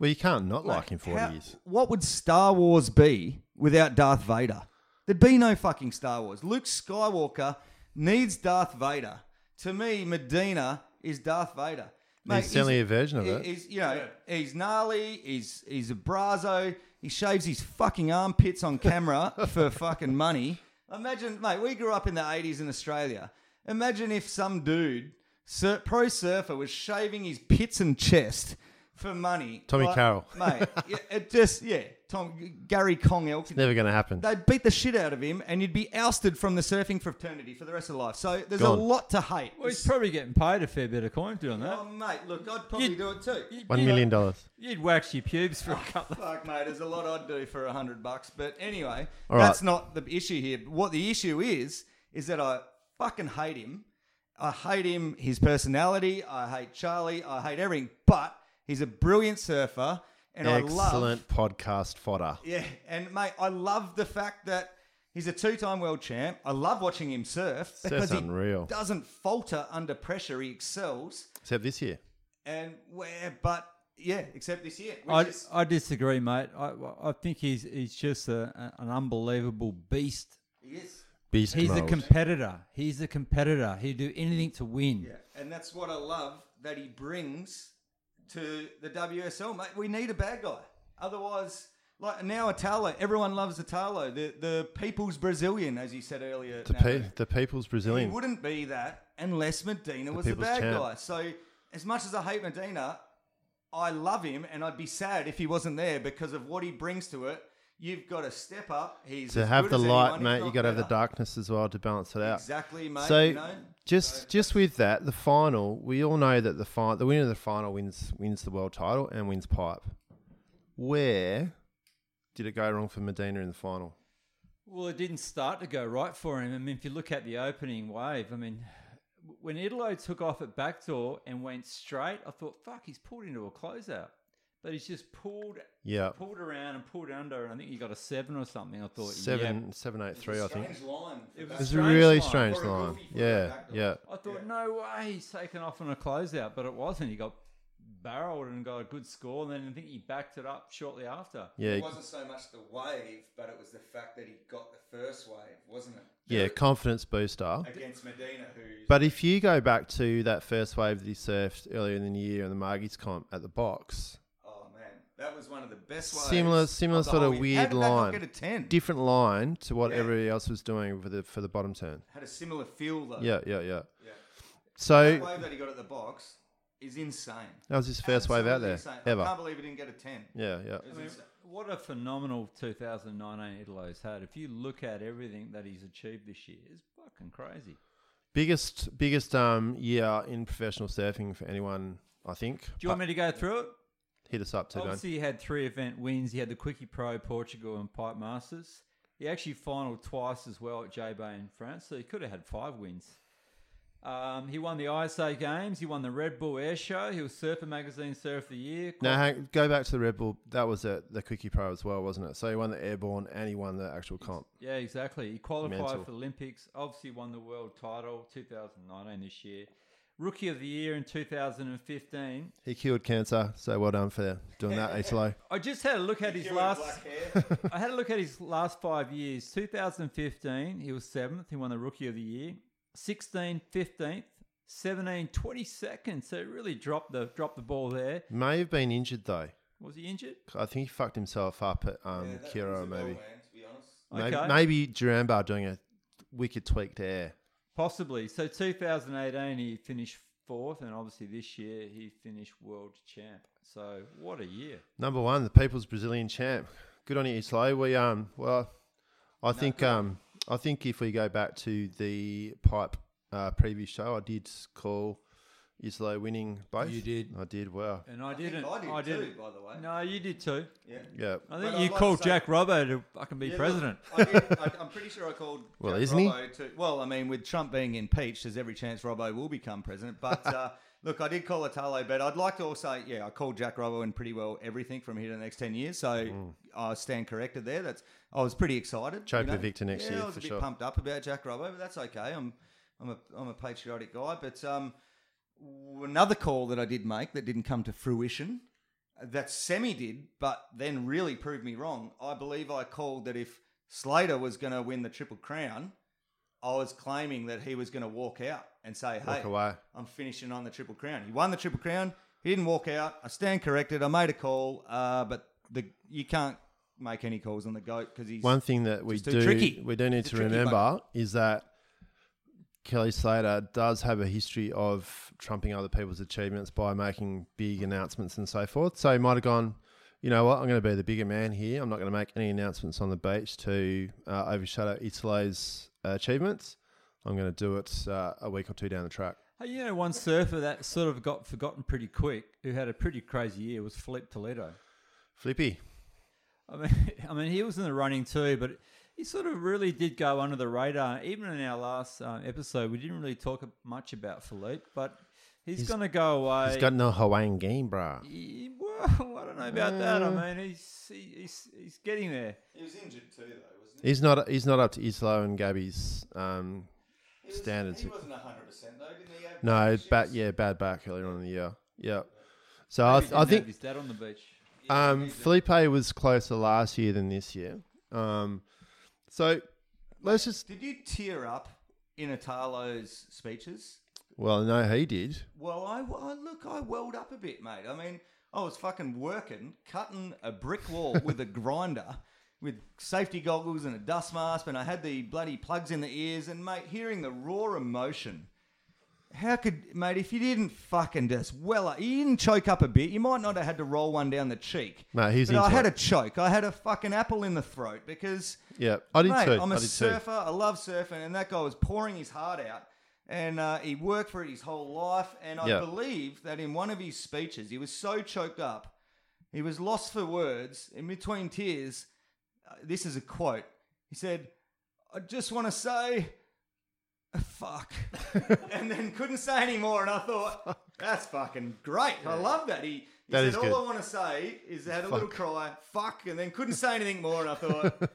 Speaker 1: Well, you can't not like,
Speaker 3: Like,
Speaker 1: him for what
Speaker 3: how-
Speaker 1: he is.
Speaker 3: What would Star Wars be without Darth Vader? There'd be no fucking Star Wars. Luke Skywalker needs Darth Vader. To me, Medina is Darth Vader.
Speaker 1: he's certainly a version of
Speaker 3: he-
Speaker 1: it.
Speaker 3: He's you know he's gnarly. He's he's a brazo. He shaves his fucking armpits on camera for fucking money. Imagine, mate. We grew up in the eighties in Australia. Imagine if some dude, sur- pro surfer, was shaving his pits and chest for money.
Speaker 1: Tommy Carroll.
Speaker 3: mate. yeah, It just yeah, Tom Gary Kong Elton.
Speaker 1: Never going to happen.
Speaker 3: They'd beat the shit out of him, and you'd be ousted from the surfing fraternity for the rest of life. So there's
Speaker 1: Gone.
Speaker 3: a lot to hate.
Speaker 2: Well, he's probably getting paid a fair bit of coin doing
Speaker 3: oh,
Speaker 2: that.
Speaker 3: mate, look, I'd probably
Speaker 2: You-
Speaker 3: do it too.
Speaker 2: You'd,
Speaker 1: One
Speaker 2: you'd-
Speaker 1: million dollars.
Speaker 2: You'd wax your pubes for a couple. Of,
Speaker 3: Fuck, mate, there's a lot I'd do for a hundred bucks. But anyway,
Speaker 1: All
Speaker 3: that's
Speaker 1: right.
Speaker 3: not the issue here. What the issue is, is that I fucking hate him. I hate him, his personality. I hate Charlie. I hate everything. But he's a brilliant surfer, and I love.
Speaker 1: Excellent podcast fodder.
Speaker 3: Yeah, and mate, I love the fact that he's a two-time world champ. I love watching him surf because he
Speaker 1: unreal.
Speaker 3: doesn't falter under pressure. He excels,
Speaker 1: Except this year.
Speaker 3: and where, but yeah, except this year. Which
Speaker 2: I,
Speaker 3: is,
Speaker 2: I disagree, mate. I, I think he's he's just a, an unbelievable beast.
Speaker 3: he is.
Speaker 1: Beast
Speaker 2: He's a
Speaker 1: mode.
Speaker 2: competitor. He's a competitor. He'd do anything to win.
Speaker 3: Yeah, and that's what I love that he brings to the WSL, mate. We need a bad guy. Otherwise, like now Italo, everyone loves Italo, the the people's Brazilian, as you said earlier.
Speaker 1: the,
Speaker 3: Nando.
Speaker 1: pe- the people's
Speaker 3: He
Speaker 1: Brazilian.
Speaker 3: wouldn't be that unless Medina was the
Speaker 1: people's
Speaker 3: bad
Speaker 1: champ.
Speaker 3: guy. So as much as I hate Medina, I love him, and I'd be sad if he wasn't there because of what he brings to it. You've got to step up. He's
Speaker 1: To
Speaker 3: as
Speaker 1: have
Speaker 3: good
Speaker 1: the
Speaker 3: as
Speaker 1: light,
Speaker 3: anyone, if
Speaker 1: mate, you
Speaker 3: not
Speaker 1: got to have the
Speaker 3: better.
Speaker 1: darkness as well to balance it out.
Speaker 3: Exactly, mate.
Speaker 1: So
Speaker 3: you know?
Speaker 1: just just with that, the final, we all know that the fi- the winner of the final wins wins the world title and wins pipe. Where did it go wrong for Medina in the final?
Speaker 2: Well, it didn't start to go right for him. I mean, if you look at the opening wave, I mean, when Italo took off at backdoor and went straight, I thought, fuck, he's pulled into a closeout. But he's just pulled
Speaker 1: Yeah,
Speaker 2: pulled around and pulled under, and I think he got a seven or something. I thought,
Speaker 1: seven seven eight three, I think.
Speaker 3: Strange line. for
Speaker 1: It
Speaker 2: was
Speaker 1: was a
Speaker 2: Strange
Speaker 1: really
Speaker 2: line.
Speaker 1: strange
Speaker 3: Or a
Speaker 1: line.
Speaker 3: goofy for a
Speaker 1: Yeah,
Speaker 3: backdoor.
Speaker 1: yeah.
Speaker 2: yeah. I thought, no way, he's taken off on a closeout, but it wasn't. He got barreled and got a good score, and then I think he backed it up shortly after.
Speaker 1: Yeah,
Speaker 3: It wasn't so much the wave, but it was the fact that he got the first wave, wasn't it?
Speaker 1: yeah, confidence booster.
Speaker 3: Against Medina, who's
Speaker 1: But if you go back to that first wave that he surfed earlier in the year in the Margie's comp at the box,
Speaker 3: oh man, that was one of the best waves.
Speaker 1: similar similar
Speaker 3: of the
Speaker 1: sort
Speaker 3: whole
Speaker 1: of
Speaker 3: year. How
Speaker 1: weird
Speaker 3: did that not
Speaker 1: line,
Speaker 3: Get a ten.
Speaker 1: different line to what
Speaker 3: Yeah.
Speaker 1: everybody else was doing for the for the bottom turn.
Speaker 3: Had a similar feel though.
Speaker 1: Yeah, yeah, yeah.
Speaker 3: Yeah.
Speaker 1: So
Speaker 3: Uh, That wave that he got at the box is insane.
Speaker 1: that was his first wave out
Speaker 3: Absolutely
Speaker 1: there
Speaker 3: insane. I
Speaker 1: ever.
Speaker 3: can't believe he didn't get a ten.
Speaker 1: Yeah, yeah.
Speaker 3: It was insane.
Speaker 2: What a phenomenal 2019 Italo's had. If you look at everything that he's achieved this year, it's fucking crazy.
Speaker 1: Biggest biggest um year in professional surfing for anyone, I think.
Speaker 2: Do you want me to go through it?
Speaker 1: Hit us up, Tudon.
Speaker 2: Obviously, he had three event wins. He had the Quickie Pro, Portugal, and Pipe Masters. He actually finalled twice as well at J Bay in France, so he could have had five wins. Um, he won the ISA Games. He won the Red Bull Air Show. He was Surfer Magazine Surf of the Year.
Speaker 1: Now, hang, go back to the Red Bull. That was at the Quickie Pro as well, wasn't it? So he won the airborne and he won the actual comp.
Speaker 2: Yeah, exactly. He qualified
Speaker 1: Mental.
Speaker 2: for Olympics. Obviously, won the world title 2019 this year. Rookie of the year in 2015.
Speaker 1: He cured cancer, so well done for doing that, Italo.
Speaker 2: I just had a look at his
Speaker 3: Cuban
Speaker 2: last.
Speaker 3: black hair.
Speaker 2: I had a look at his last five years. 2015, he was seventh. He won the Rookie of the Year. 16, 15th, 17, 22nd. So really dropped the dropped the ball there.
Speaker 1: May have been injured though.
Speaker 2: Was he injured?
Speaker 1: I think he fucked himself up at um,
Speaker 3: that
Speaker 1: Kira,
Speaker 3: was a goal,
Speaker 1: maybe.
Speaker 3: man, to be honest.
Speaker 1: Maybe,
Speaker 2: Okay.
Speaker 1: maybe Durambar doing a wicked tweak to air.
Speaker 2: Possibly. So 2018 he finished fourth, and obviously this year he finished world champ. So what a year!
Speaker 1: Number one, the people's Brazilian champ. Good on you, Islo. We um, well, I think um, I think if we go back to the pipe uh, previous show, I did call Islo winning both.
Speaker 2: You did.
Speaker 1: I did. Wow.
Speaker 2: And I,
Speaker 3: think
Speaker 2: didn't.
Speaker 3: I did
Speaker 2: didn't.
Speaker 3: too, by the way.
Speaker 2: No, you did too.
Speaker 3: Yeah.
Speaker 1: Yeah.
Speaker 2: I think
Speaker 3: Well,
Speaker 2: you
Speaker 3: I'd like to
Speaker 2: called
Speaker 3: say-
Speaker 2: Jack Robbo to fucking be
Speaker 3: Yeah,
Speaker 2: president.
Speaker 3: look, I did, I, I'm pretty sure I called.
Speaker 1: Well,
Speaker 3: Jack
Speaker 1: isn't he?
Speaker 3: Robbo To, well, I mean, with Trump being impeached, there's every chance Robbo will become president. But uh, look, I did call Italo, but I'd like to also, yeah, I called Jack Robbo in pretty well everything from here to the next ten years. So I stand corrected there. That's I was pretty excited.
Speaker 1: Mm. Choke the victor next
Speaker 3: yeah,
Speaker 1: year,
Speaker 3: I was
Speaker 1: for
Speaker 3: a bit
Speaker 1: sure.
Speaker 3: pumped up about Jack Robbo, but that's okay. I'm I'm a I'm a patriotic guy, but um, w- another call that I did make that didn't come to fruition that Semi did, but then really proved me wrong. I believe I called that if Slater was going to win the Triple Crown, I was claiming that he was going to walk out and say, hey,
Speaker 1: Walk away.
Speaker 3: I'm finishing on the Triple Crown. He won the Triple Crown. He didn't walk out. I stand corrected. I made a call, uh, but the you can't make any calls on the GOAT because he's.
Speaker 1: One thing that we
Speaker 3: Just too
Speaker 1: do
Speaker 3: tricky.
Speaker 1: we do need
Speaker 3: It's a
Speaker 1: to
Speaker 3: tricky
Speaker 1: remember is that Kelly Slater does have a history of trumping other people's achievements by making big announcements and so forth. So he might have gone, you know what, I'm going to be the bigger man here. I'm not going to make any announcements on the beach to uh, overshadow Italo's uh, achievements. I'm going to do it uh, a week or two down the track.
Speaker 2: Hey, you know, one surfer that sort of got forgotten pretty quick, who had a pretty crazy year, was Flip Toledo.
Speaker 1: Flippy,
Speaker 2: I mean, I mean, he was in the running too, but he sort of really did go under the radar. Even in our last uh, episode, we didn't really talk much about Philippe, but he's, going to go away.
Speaker 1: he's got no Hawaiian game, bruh.
Speaker 2: He- well, I don't know about that.
Speaker 1: Uh.
Speaker 2: I mean, he's he, he's he's getting there.
Speaker 3: He was injured too, though, wasn't
Speaker 1: He's not he's not up to Islo and Gabby's um, standards.
Speaker 3: wasn't 100% though, didn't he?
Speaker 1: No, bad. Yeah, bad back earlier on in the year. Yeah. So
Speaker 2: Maybe
Speaker 1: I,
Speaker 2: he
Speaker 1: th-
Speaker 2: didn't
Speaker 1: I
Speaker 2: have
Speaker 1: think
Speaker 2: his dad on the beach.
Speaker 1: um, Felipe was closer last year than this year. Um, so let's just.
Speaker 3: Did you tear up in Italo's speeches?
Speaker 1: Well, no, he did.
Speaker 3: Well, I, I look, I welled up a bit, mate. I mean, I was fucking working, cutting a brick wall with a grinder, with safety goggles and a dust mask, and I had the bloody plugs in the ears, and mate, hearing the raw emotion. How could mate if you didn't fucking just well up, you didn't choke up a bit, you might not have had to roll one down the cheek.
Speaker 1: Mate, he's
Speaker 3: but I
Speaker 1: into
Speaker 3: had
Speaker 1: it.
Speaker 3: a choke. I had a fucking apple in the throat because
Speaker 1: Yeah, I did
Speaker 3: Mate,
Speaker 1: too.
Speaker 3: I'm a
Speaker 1: I did
Speaker 3: surfer.
Speaker 1: too.
Speaker 3: I love surfing, and that guy was pouring his heart out, and uh, he worked for it his whole life. And I
Speaker 1: Yeah.
Speaker 3: believe that in one of his speeches, he was so choked up, he was lost for words. In between tears, uh, this is a quote. He said, "I just want to say." uh, Fuck, and then couldn't say any more, and I thought that's fucking great. I love that. He, he
Speaker 1: That
Speaker 3: said
Speaker 1: is
Speaker 3: all
Speaker 1: good.
Speaker 3: I want to say is had a little cry, fuck, and then couldn't say anything more, and I thought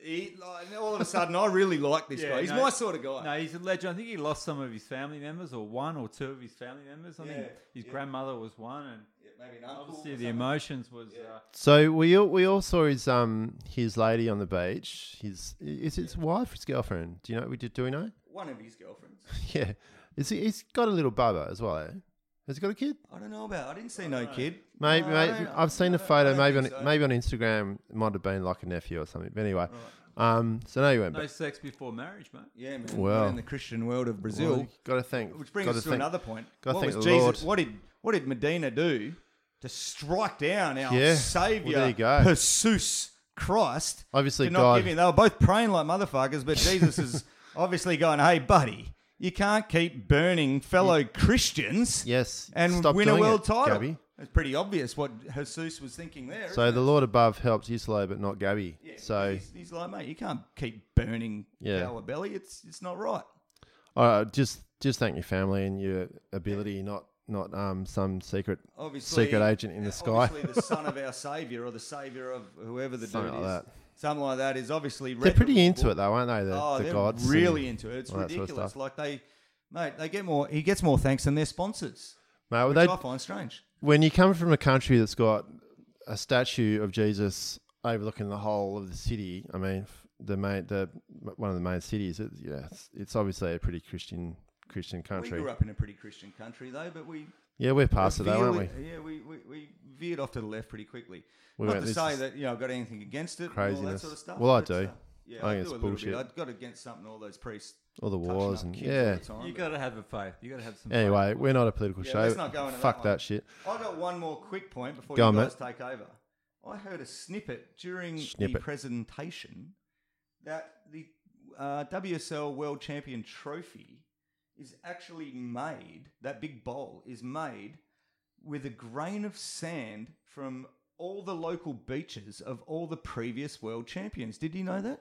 Speaker 3: he, like, all of a sudden, I really like this
Speaker 2: Yeah,
Speaker 3: guy. He's
Speaker 2: no.
Speaker 3: my sort of guy.
Speaker 2: No, he's a legend. I think he lost some of his family members, or one or two of his family members. I think
Speaker 3: Yeah,
Speaker 2: his grandmother was one, and
Speaker 3: Yeah, maybe an uncle
Speaker 2: obviously
Speaker 3: or
Speaker 2: the
Speaker 3: something.
Speaker 2: emotions was. Uh,
Speaker 1: So we all, we all saw his um his lady on the beach. His is his wife, or his girlfriend. Do you know? We did. Do we know?
Speaker 3: One of his girlfriends.
Speaker 1: Yeah. Is he? He's got a little bubba as well. Eh? Has he got a kid?
Speaker 3: I don't know about. I didn't see no kid.
Speaker 1: Maybe,
Speaker 3: No, I
Speaker 1: maybe
Speaker 3: don't-
Speaker 1: I've seen
Speaker 3: I
Speaker 1: a
Speaker 3: don't- I
Speaker 1: photo.
Speaker 3: don't
Speaker 1: Maybe on
Speaker 3: think so.
Speaker 1: maybe on Instagram, it might have been like a nephew or something. But anyway, um, so no, you went
Speaker 2: no
Speaker 1: back.
Speaker 2: sex before marriage, mate.
Speaker 3: Yeah, man.
Speaker 1: Wow.
Speaker 3: Wow. In the Christian world of Brazil,
Speaker 1: got to thank.
Speaker 3: which brings
Speaker 1: gotta
Speaker 3: us to
Speaker 1: thank-
Speaker 3: another point.
Speaker 1: gotta
Speaker 3: What
Speaker 1: thank
Speaker 3: was
Speaker 1: the Lord.
Speaker 3: Jesus? What did what did Medina do to strike down our
Speaker 1: Yeah. Well,
Speaker 3: Savior,
Speaker 1: there you go.
Speaker 3: Jesus Christ?
Speaker 1: Obviously,
Speaker 3: did not
Speaker 1: God-
Speaker 3: give in. They were both praying like motherfuckers, but Jesus is obviously going, "Hey, buddy, you can't keep burning fellow Christians."
Speaker 1: Yes,
Speaker 3: and
Speaker 1: stop
Speaker 3: win a
Speaker 1: doing
Speaker 3: world
Speaker 1: it,
Speaker 3: title.
Speaker 1: Gabby.
Speaker 3: It's pretty obvious what Jesus was thinking there.
Speaker 1: So
Speaker 3: isn't
Speaker 1: the
Speaker 3: it?
Speaker 1: Lord above helped Islo, but not Gabby.
Speaker 3: Yeah,
Speaker 1: so
Speaker 3: he's, he's like, mate, you can't keep burning
Speaker 1: Yeah.
Speaker 3: our belly. It's it's not right.
Speaker 1: all right, just just thank your family and your ability, not not um some secret
Speaker 3: Obviously,
Speaker 1: secret agent in the sky.
Speaker 3: Obviously, the son of our savior or the savior of whoever the
Speaker 1: Something
Speaker 3: dude
Speaker 1: like
Speaker 3: is. Something like that is obviously.
Speaker 1: They're pretty into it though, aren't they? The,
Speaker 3: Oh,
Speaker 1: the
Speaker 3: they're
Speaker 1: gods and-
Speaker 3: really into it. It's
Speaker 1: all that sort of
Speaker 3: ridiculous.
Speaker 1: stuff.
Speaker 3: like they, mate, they get more. He gets more thanks than their sponsors.
Speaker 1: Mate, well,
Speaker 3: Which
Speaker 1: they,
Speaker 3: I find strange.
Speaker 1: when you come from a country that's got a statue of Jesus overlooking the whole of the city. I mean, f- the main, the one of the main cities. It, yeah, it's, it's obviously a pretty Christian Christian country.
Speaker 3: We grew up in a pretty Christian country, though, but we
Speaker 1: yeah, we're past it
Speaker 3: veered,
Speaker 1: though, aren't we?
Speaker 3: Yeah, we, we, we veered off to the left pretty quickly.
Speaker 1: We
Speaker 3: Not
Speaker 1: went,
Speaker 3: to
Speaker 1: "This
Speaker 3: say
Speaker 1: is
Speaker 3: that you know I've got anything against it, and all that
Speaker 1: craziness."
Speaker 3: sort of stuff.
Speaker 1: Well, I
Speaker 3: but,
Speaker 1: do.
Speaker 3: uh, yeah,
Speaker 1: I think
Speaker 3: do
Speaker 1: it's
Speaker 3: a little
Speaker 1: bullshit.
Speaker 3: Bit. I got against something all those priests.
Speaker 1: All the
Speaker 3: touching
Speaker 1: wars
Speaker 3: up
Speaker 1: and
Speaker 3: kids
Speaker 1: yeah.
Speaker 3: all the time,
Speaker 2: You
Speaker 3: but-
Speaker 2: got to have a faith. You got to have some. faith.
Speaker 1: Anyway, we're not a political
Speaker 3: Yeah,
Speaker 1: show.
Speaker 3: let's not go into that
Speaker 1: Fuck
Speaker 3: one.
Speaker 1: that shit.
Speaker 3: I got one more quick point before
Speaker 1: Go
Speaker 3: you
Speaker 1: on,
Speaker 3: guys take over. I heard a snippet during the
Speaker 1: Snippet.
Speaker 3: presentation that the uh, WSL World Champion Trophy is actually made. That big bowl is made with a grain of sand from all the local beaches of all the previous world champions. Did you know that?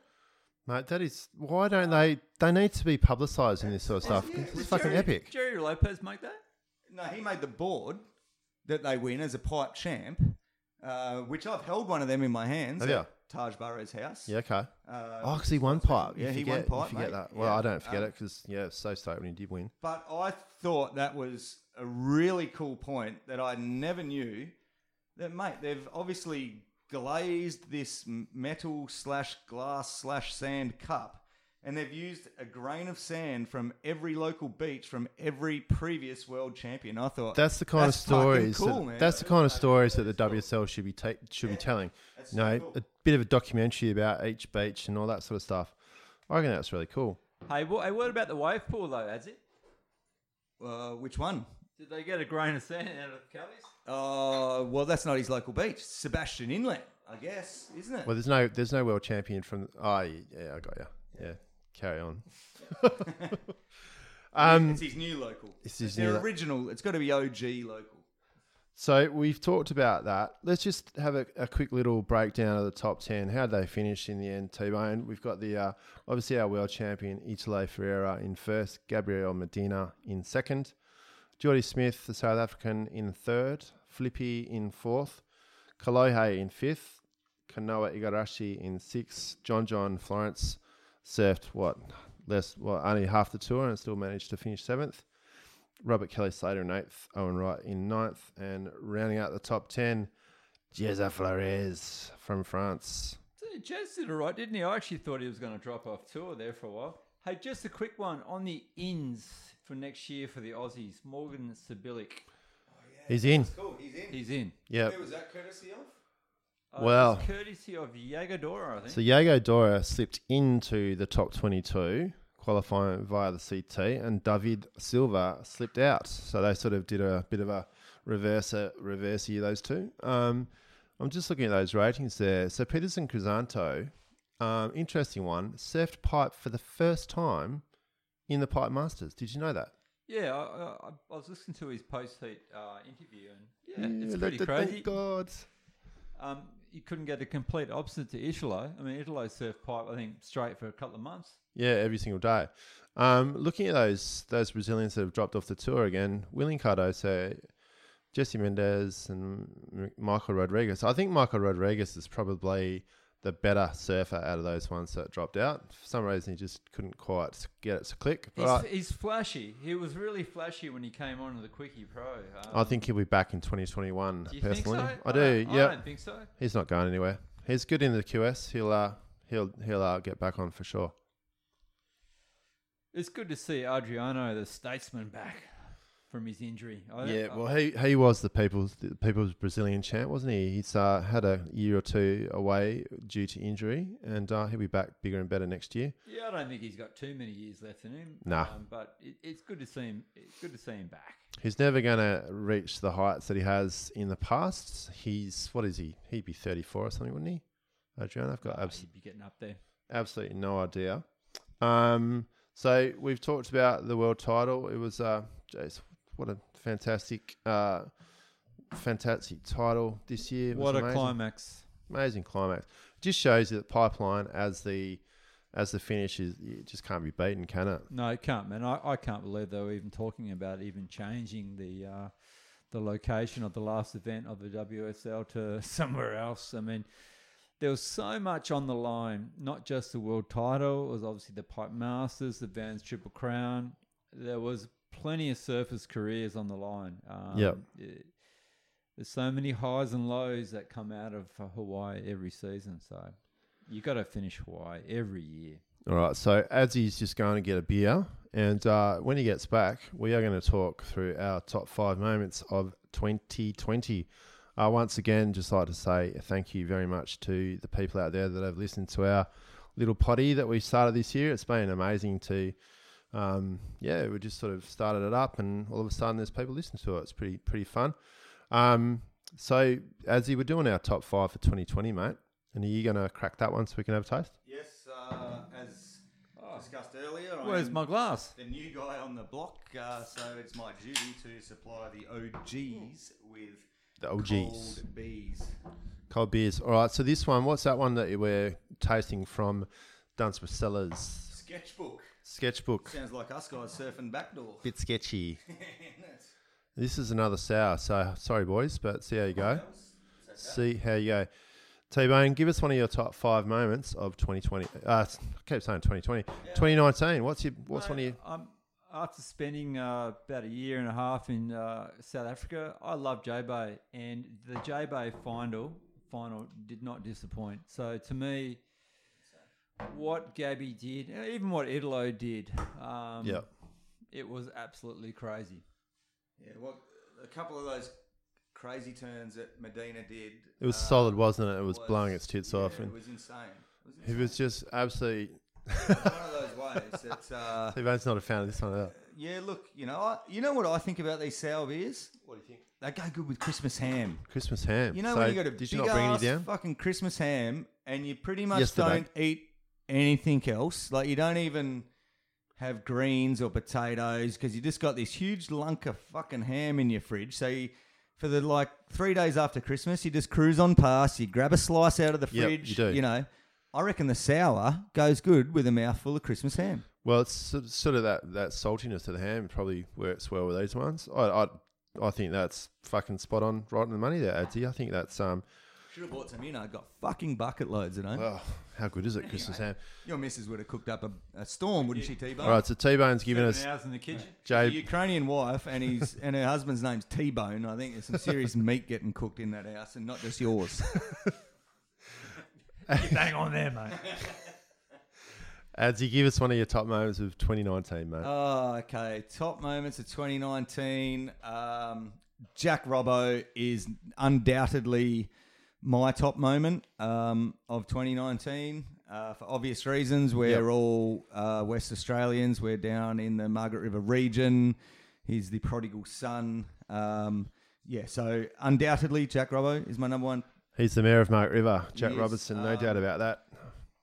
Speaker 1: Mate, that is why don't they? They need to be publicised in this sort of stuff.
Speaker 3: yeah,
Speaker 1: It's
Speaker 3: Uh, it's
Speaker 1: fucking
Speaker 3: very-
Speaker 1: epic.
Speaker 2: Jerry Lopez make that?
Speaker 3: No, he made the board that they win as a pipe champ, uh, which I've held one of them in my hands.
Speaker 1: Have
Speaker 3: at
Speaker 1: ya?
Speaker 3: Taj Burrows' house.
Speaker 1: Yeah, okay.
Speaker 3: Uh,
Speaker 1: Oh, 'cause he won pipe. You
Speaker 3: Yeah, he
Speaker 1: forget,
Speaker 3: won
Speaker 1: you
Speaker 3: pipe,
Speaker 1: forget
Speaker 3: mate.
Speaker 1: that. Well,
Speaker 3: Yeah.
Speaker 1: I don't forget
Speaker 3: Um,
Speaker 1: it because yeah, it's so stoked when he did win.
Speaker 3: But I thought that was a really cool point that I never knew. That mate, they've obviously glazed this m- metal slash glass slash sand cup, and they've used a grain of sand from every local beach from every previous world champion. I thought
Speaker 1: That's the kind of
Speaker 3: "That's fucking
Speaker 1: stories.
Speaker 3: Cool,
Speaker 1: that,
Speaker 3: man.
Speaker 1: That's the kind of stories that the WSL should be ta- should be telling.
Speaker 3: that's
Speaker 1: You know,
Speaker 3: so cool.
Speaker 1: a bit of a documentary about each beach and all that sort of stuff. I reckon that's really cool.
Speaker 2: Hey, what, hey, what about the wave pool though? Has it?
Speaker 3: Uh, which one?
Speaker 2: Did they get a grain of sand out of the Cali's?
Speaker 3: Uh, well, that's not his local beach. Sebastian Inlet, I guess, isn't it?
Speaker 1: Well, there's no there's no world champion from. Oh, yeah, I got you. Yeah, carry on. um,
Speaker 3: it's his new local.
Speaker 1: It's his
Speaker 3: their
Speaker 1: new lo-
Speaker 3: original. It's got to be OG local.
Speaker 1: so we've talked about that. Let's just have a, a quick little breakdown of the top ten. How did they finish in the end? T Bone. We've got the uh, obviously our world champion Italo Ferreira in first, Gabriel Medina in second, Geordie Smith, the South African, in third, Flippy in fourth, Kalohe in fifth, Kanoa Igarashi in sixth, John John Florence surfed what less well only half the tour and still managed to finish seventh. Robert Kelly Slater in eighth, Owen Wright in ninth, and rounding out the top ten, Jeza Flores from France.
Speaker 2: So Jazz did all right, didn't he? I actually thought he was going to drop off tour there for a while. Hey, just a quick one on the ins for next year for the Aussies. Morgan Sibilic,
Speaker 1: He's in.
Speaker 3: Cool. He's in.
Speaker 2: he's in.
Speaker 1: Yep.
Speaker 3: Who was that courtesy of?
Speaker 2: Uh, it was
Speaker 1: Wow.
Speaker 2: courtesy of Yagadora, I think.
Speaker 1: So Yago Dora slipped into the top 22, qualifying via the CT, and David Silva slipped out. So they sort of did a bit of a reverse uh, reverse year, those two. Um, I'm just looking at those ratings there. So Peterson Crisanto, um, interesting one, surfed pipe for the first time in the Pipe Masters. Did you know that?
Speaker 2: yeah, I, I, I was listening to his post heat uh, interview, and yeah, it's
Speaker 1: Yeah,
Speaker 2: pretty
Speaker 1: that- that-
Speaker 2: crazy.
Speaker 1: Thank God.
Speaker 2: Um, you couldn't get a complete opposite to Italo. I mean, Italo surfed pipe, I think, straight for a couple of months.
Speaker 1: Yeah, every single day. Um, looking at those those Brazilians that have dropped off the tour again, William Cardoso, Jesse Mendez, and M- Michael Rodriguez. I think Michael Rodriguez is probably the better surfer out of those ones that dropped out. For some reason, he just couldn't quite get it to click. But
Speaker 2: He's,
Speaker 1: I-
Speaker 2: he's flashy. He was really flashy when he came on to the Quickie Pro. Um,
Speaker 1: I think he'll be back in 2021.
Speaker 2: Do you think so?
Speaker 1: personally, I do.
Speaker 2: don't- I
Speaker 1: Yeah,
Speaker 2: don't think so.
Speaker 1: he's not going anywhere. He's good in the QS. He'll uh, he'll he'll uh, get back on for sure.
Speaker 2: It's good to see Adriano, the statesman, back from his injury. I don't-
Speaker 1: Yeah,
Speaker 2: I-
Speaker 1: well, he he was the people's the people's Brazilian champ, wasn't he? He's uh, had a year or two away due to injury, and uh, he'll be back bigger and better next year.
Speaker 2: yeah, I don't think he's got too many years left in him.
Speaker 1: Nah.
Speaker 2: um, but it, it's good to see him. It's good to see him back.
Speaker 1: He's never going to reach the heights that he has in the past. He's what is he? He'd be thirty four or something, wouldn't he? Adrian, I've got
Speaker 2: Oh,
Speaker 1: abs-
Speaker 2: he'd be getting up there.
Speaker 1: absolutely no idea. Um, so we've talked about the world title. It was, uh, jeez, what a fantastic, uh, fantastic title this year. It was
Speaker 2: What a
Speaker 1: amazing.
Speaker 2: climax!
Speaker 1: amazing climax. Just shows you that pipeline as the as the finish is it just can't be beaten, can it?
Speaker 2: No, it can't, man. I, I can't believe they were even talking about even changing the uh, the location of the last event of the WSL to somewhere else. I mean, there was so much on the line, not just the world title, it was obviously the Pipe Masters, the Vans Triple Crown. There was plenty of surfers' careers on the line. Um,
Speaker 1: Yep.
Speaker 2: it- there's so many highs and lows that come out of uh, Hawaii every season. So you got to finish Hawaii every year.
Speaker 1: All right. So Adzie's just going to get a beer, and uh, when he gets back, we are going to talk through our top five moments of 2020. Uh, once again, just like to say thank you very much to the people out there that have listened to our little potty that we started this year. It's been amazing to, um, yeah, we just sort of started it up, and all of a sudden there's people listening to it. It's pretty pretty fun. Um, so Azzy, we're doing our top five for 2020, mate. And are you going to crack that one so we can have a taste?
Speaker 3: Yes, uh, as discussed earlier,
Speaker 2: Where's
Speaker 3: I'm
Speaker 2: my glass?
Speaker 3: the new guy on the block, uh, so it's my duty to supply the OGs with
Speaker 1: The OGs.
Speaker 3: cold bees.
Speaker 1: Cold beers. All right. So this one, what's that one that we're tasting from Dunsmore Cellars
Speaker 3: Sketchbook
Speaker 1: sketchbook?
Speaker 3: sounds like us guys surfing backdoor.
Speaker 1: Bit sketchy.
Speaker 3: That's-
Speaker 1: This is another sour. So sorry, boys, but see how you go.
Speaker 3: that was- that's okay.
Speaker 1: See how you go. T Bone, give us one of your top five moments of 2020. Uh, I keep saying 2020. 2019. What's your What's one of your
Speaker 2: Um, after spending uh, about a year and a half in uh, South Africa, I love J Bay, and the J Bay final final did not disappoint. So to me, what Gabby did, and even what Idolo did, um,
Speaker 1: Yeah.
Speaker 2: it was absolutely crazy.
Speaker 3: Yeah, well, a couple of those crazy turns that Medina did.
Speaker 1: It was
Speaker 3: uh,
Speaker 1: solid, wasn't it? It was, blowing its tits
Speaker 3: yeah,
Speaker 1: off,
Speaker 3: It
Speaker 1: and
Speaker 3: was insane.
Speaker 1: he
Speaker 3: It was
Speaker 1: was just absolutely.
Speaker 3: insane. one of those waves that. Uh,
Speaker 1: T Bone's not a fan of this one. Either.
Speaker 3: yeah, look, you know, I, you know what I think about these sour beers. What do you think? They go good with Christmas ham.
Speaker 1: Christmas ham.
Speaker 3: You know
Speaker 1: So
Speaker 3: when you got a
Speaker 1: did
Speaker 3: big
Speaker 1: you not bring
Speaker 3: ass
Speaker 1: any down?
Speaker 3: fucking Christmas ham and you pretty much
Speaker 1: Yesterday.
Speaker 3: don't eat anything else. Like you don't even have greens or potatoes because you just got this huge lunk of fucking ham in your fridge. So you, for the like three days after Christmas, you just cruise on past. You grab a slice out of the
Speaker 1: Yep,
Speaker 3: fridge.
Speaker 1: you do.
Speaker 3: know, I reckon the sour goes good with a mouthful of Christmas ham.
Speaker 1: Well, it's sort of- sort of that, that saltiness of the ham probably works well with these ones. I, I I think that's fucking spot on, right on the money there, Adsy. I think that's um.
Speaker 3: Should have bought some in. I got fucking bucket loads at home.
Speaker 1: Oh, how good is it, Christmas ham?
Speaker 3: Your missus would have cooked up a, a storm, wouldn't she, T-Bone?
Speaker 1: All right, so T Bone's giving us
Speaker 2: hours in the kitchen.
Speaker 3: The
Speaker 1: J.
Speaker 3: Ukrainian wife and his and her husband's name's T Bone. I think there's some serious meat getting cooked in that house, and not just yours.
Speaker 2: Bang on there, mate.
Speaker 1: Adsy, give us one of your top moments of 2019, mate.
Speaker 3: oh, okay. Top moments of 2019. Um, Jack Robbo is undoubtedly my top moment um, of 2019 uh, for obvious reasons. We're
Speaker 1: Yep.
Speaker 3: all uh, West Australians. We're down in the Margaret River region. He's the prodigal son. Um, yeah, so undoubtedly, Jack Robbo is my number one
Speaker 1: He's the mayor of Mark River, Jack
Speaker 3: Yes, um,
Speaker 1: Robertson. No doubt about that.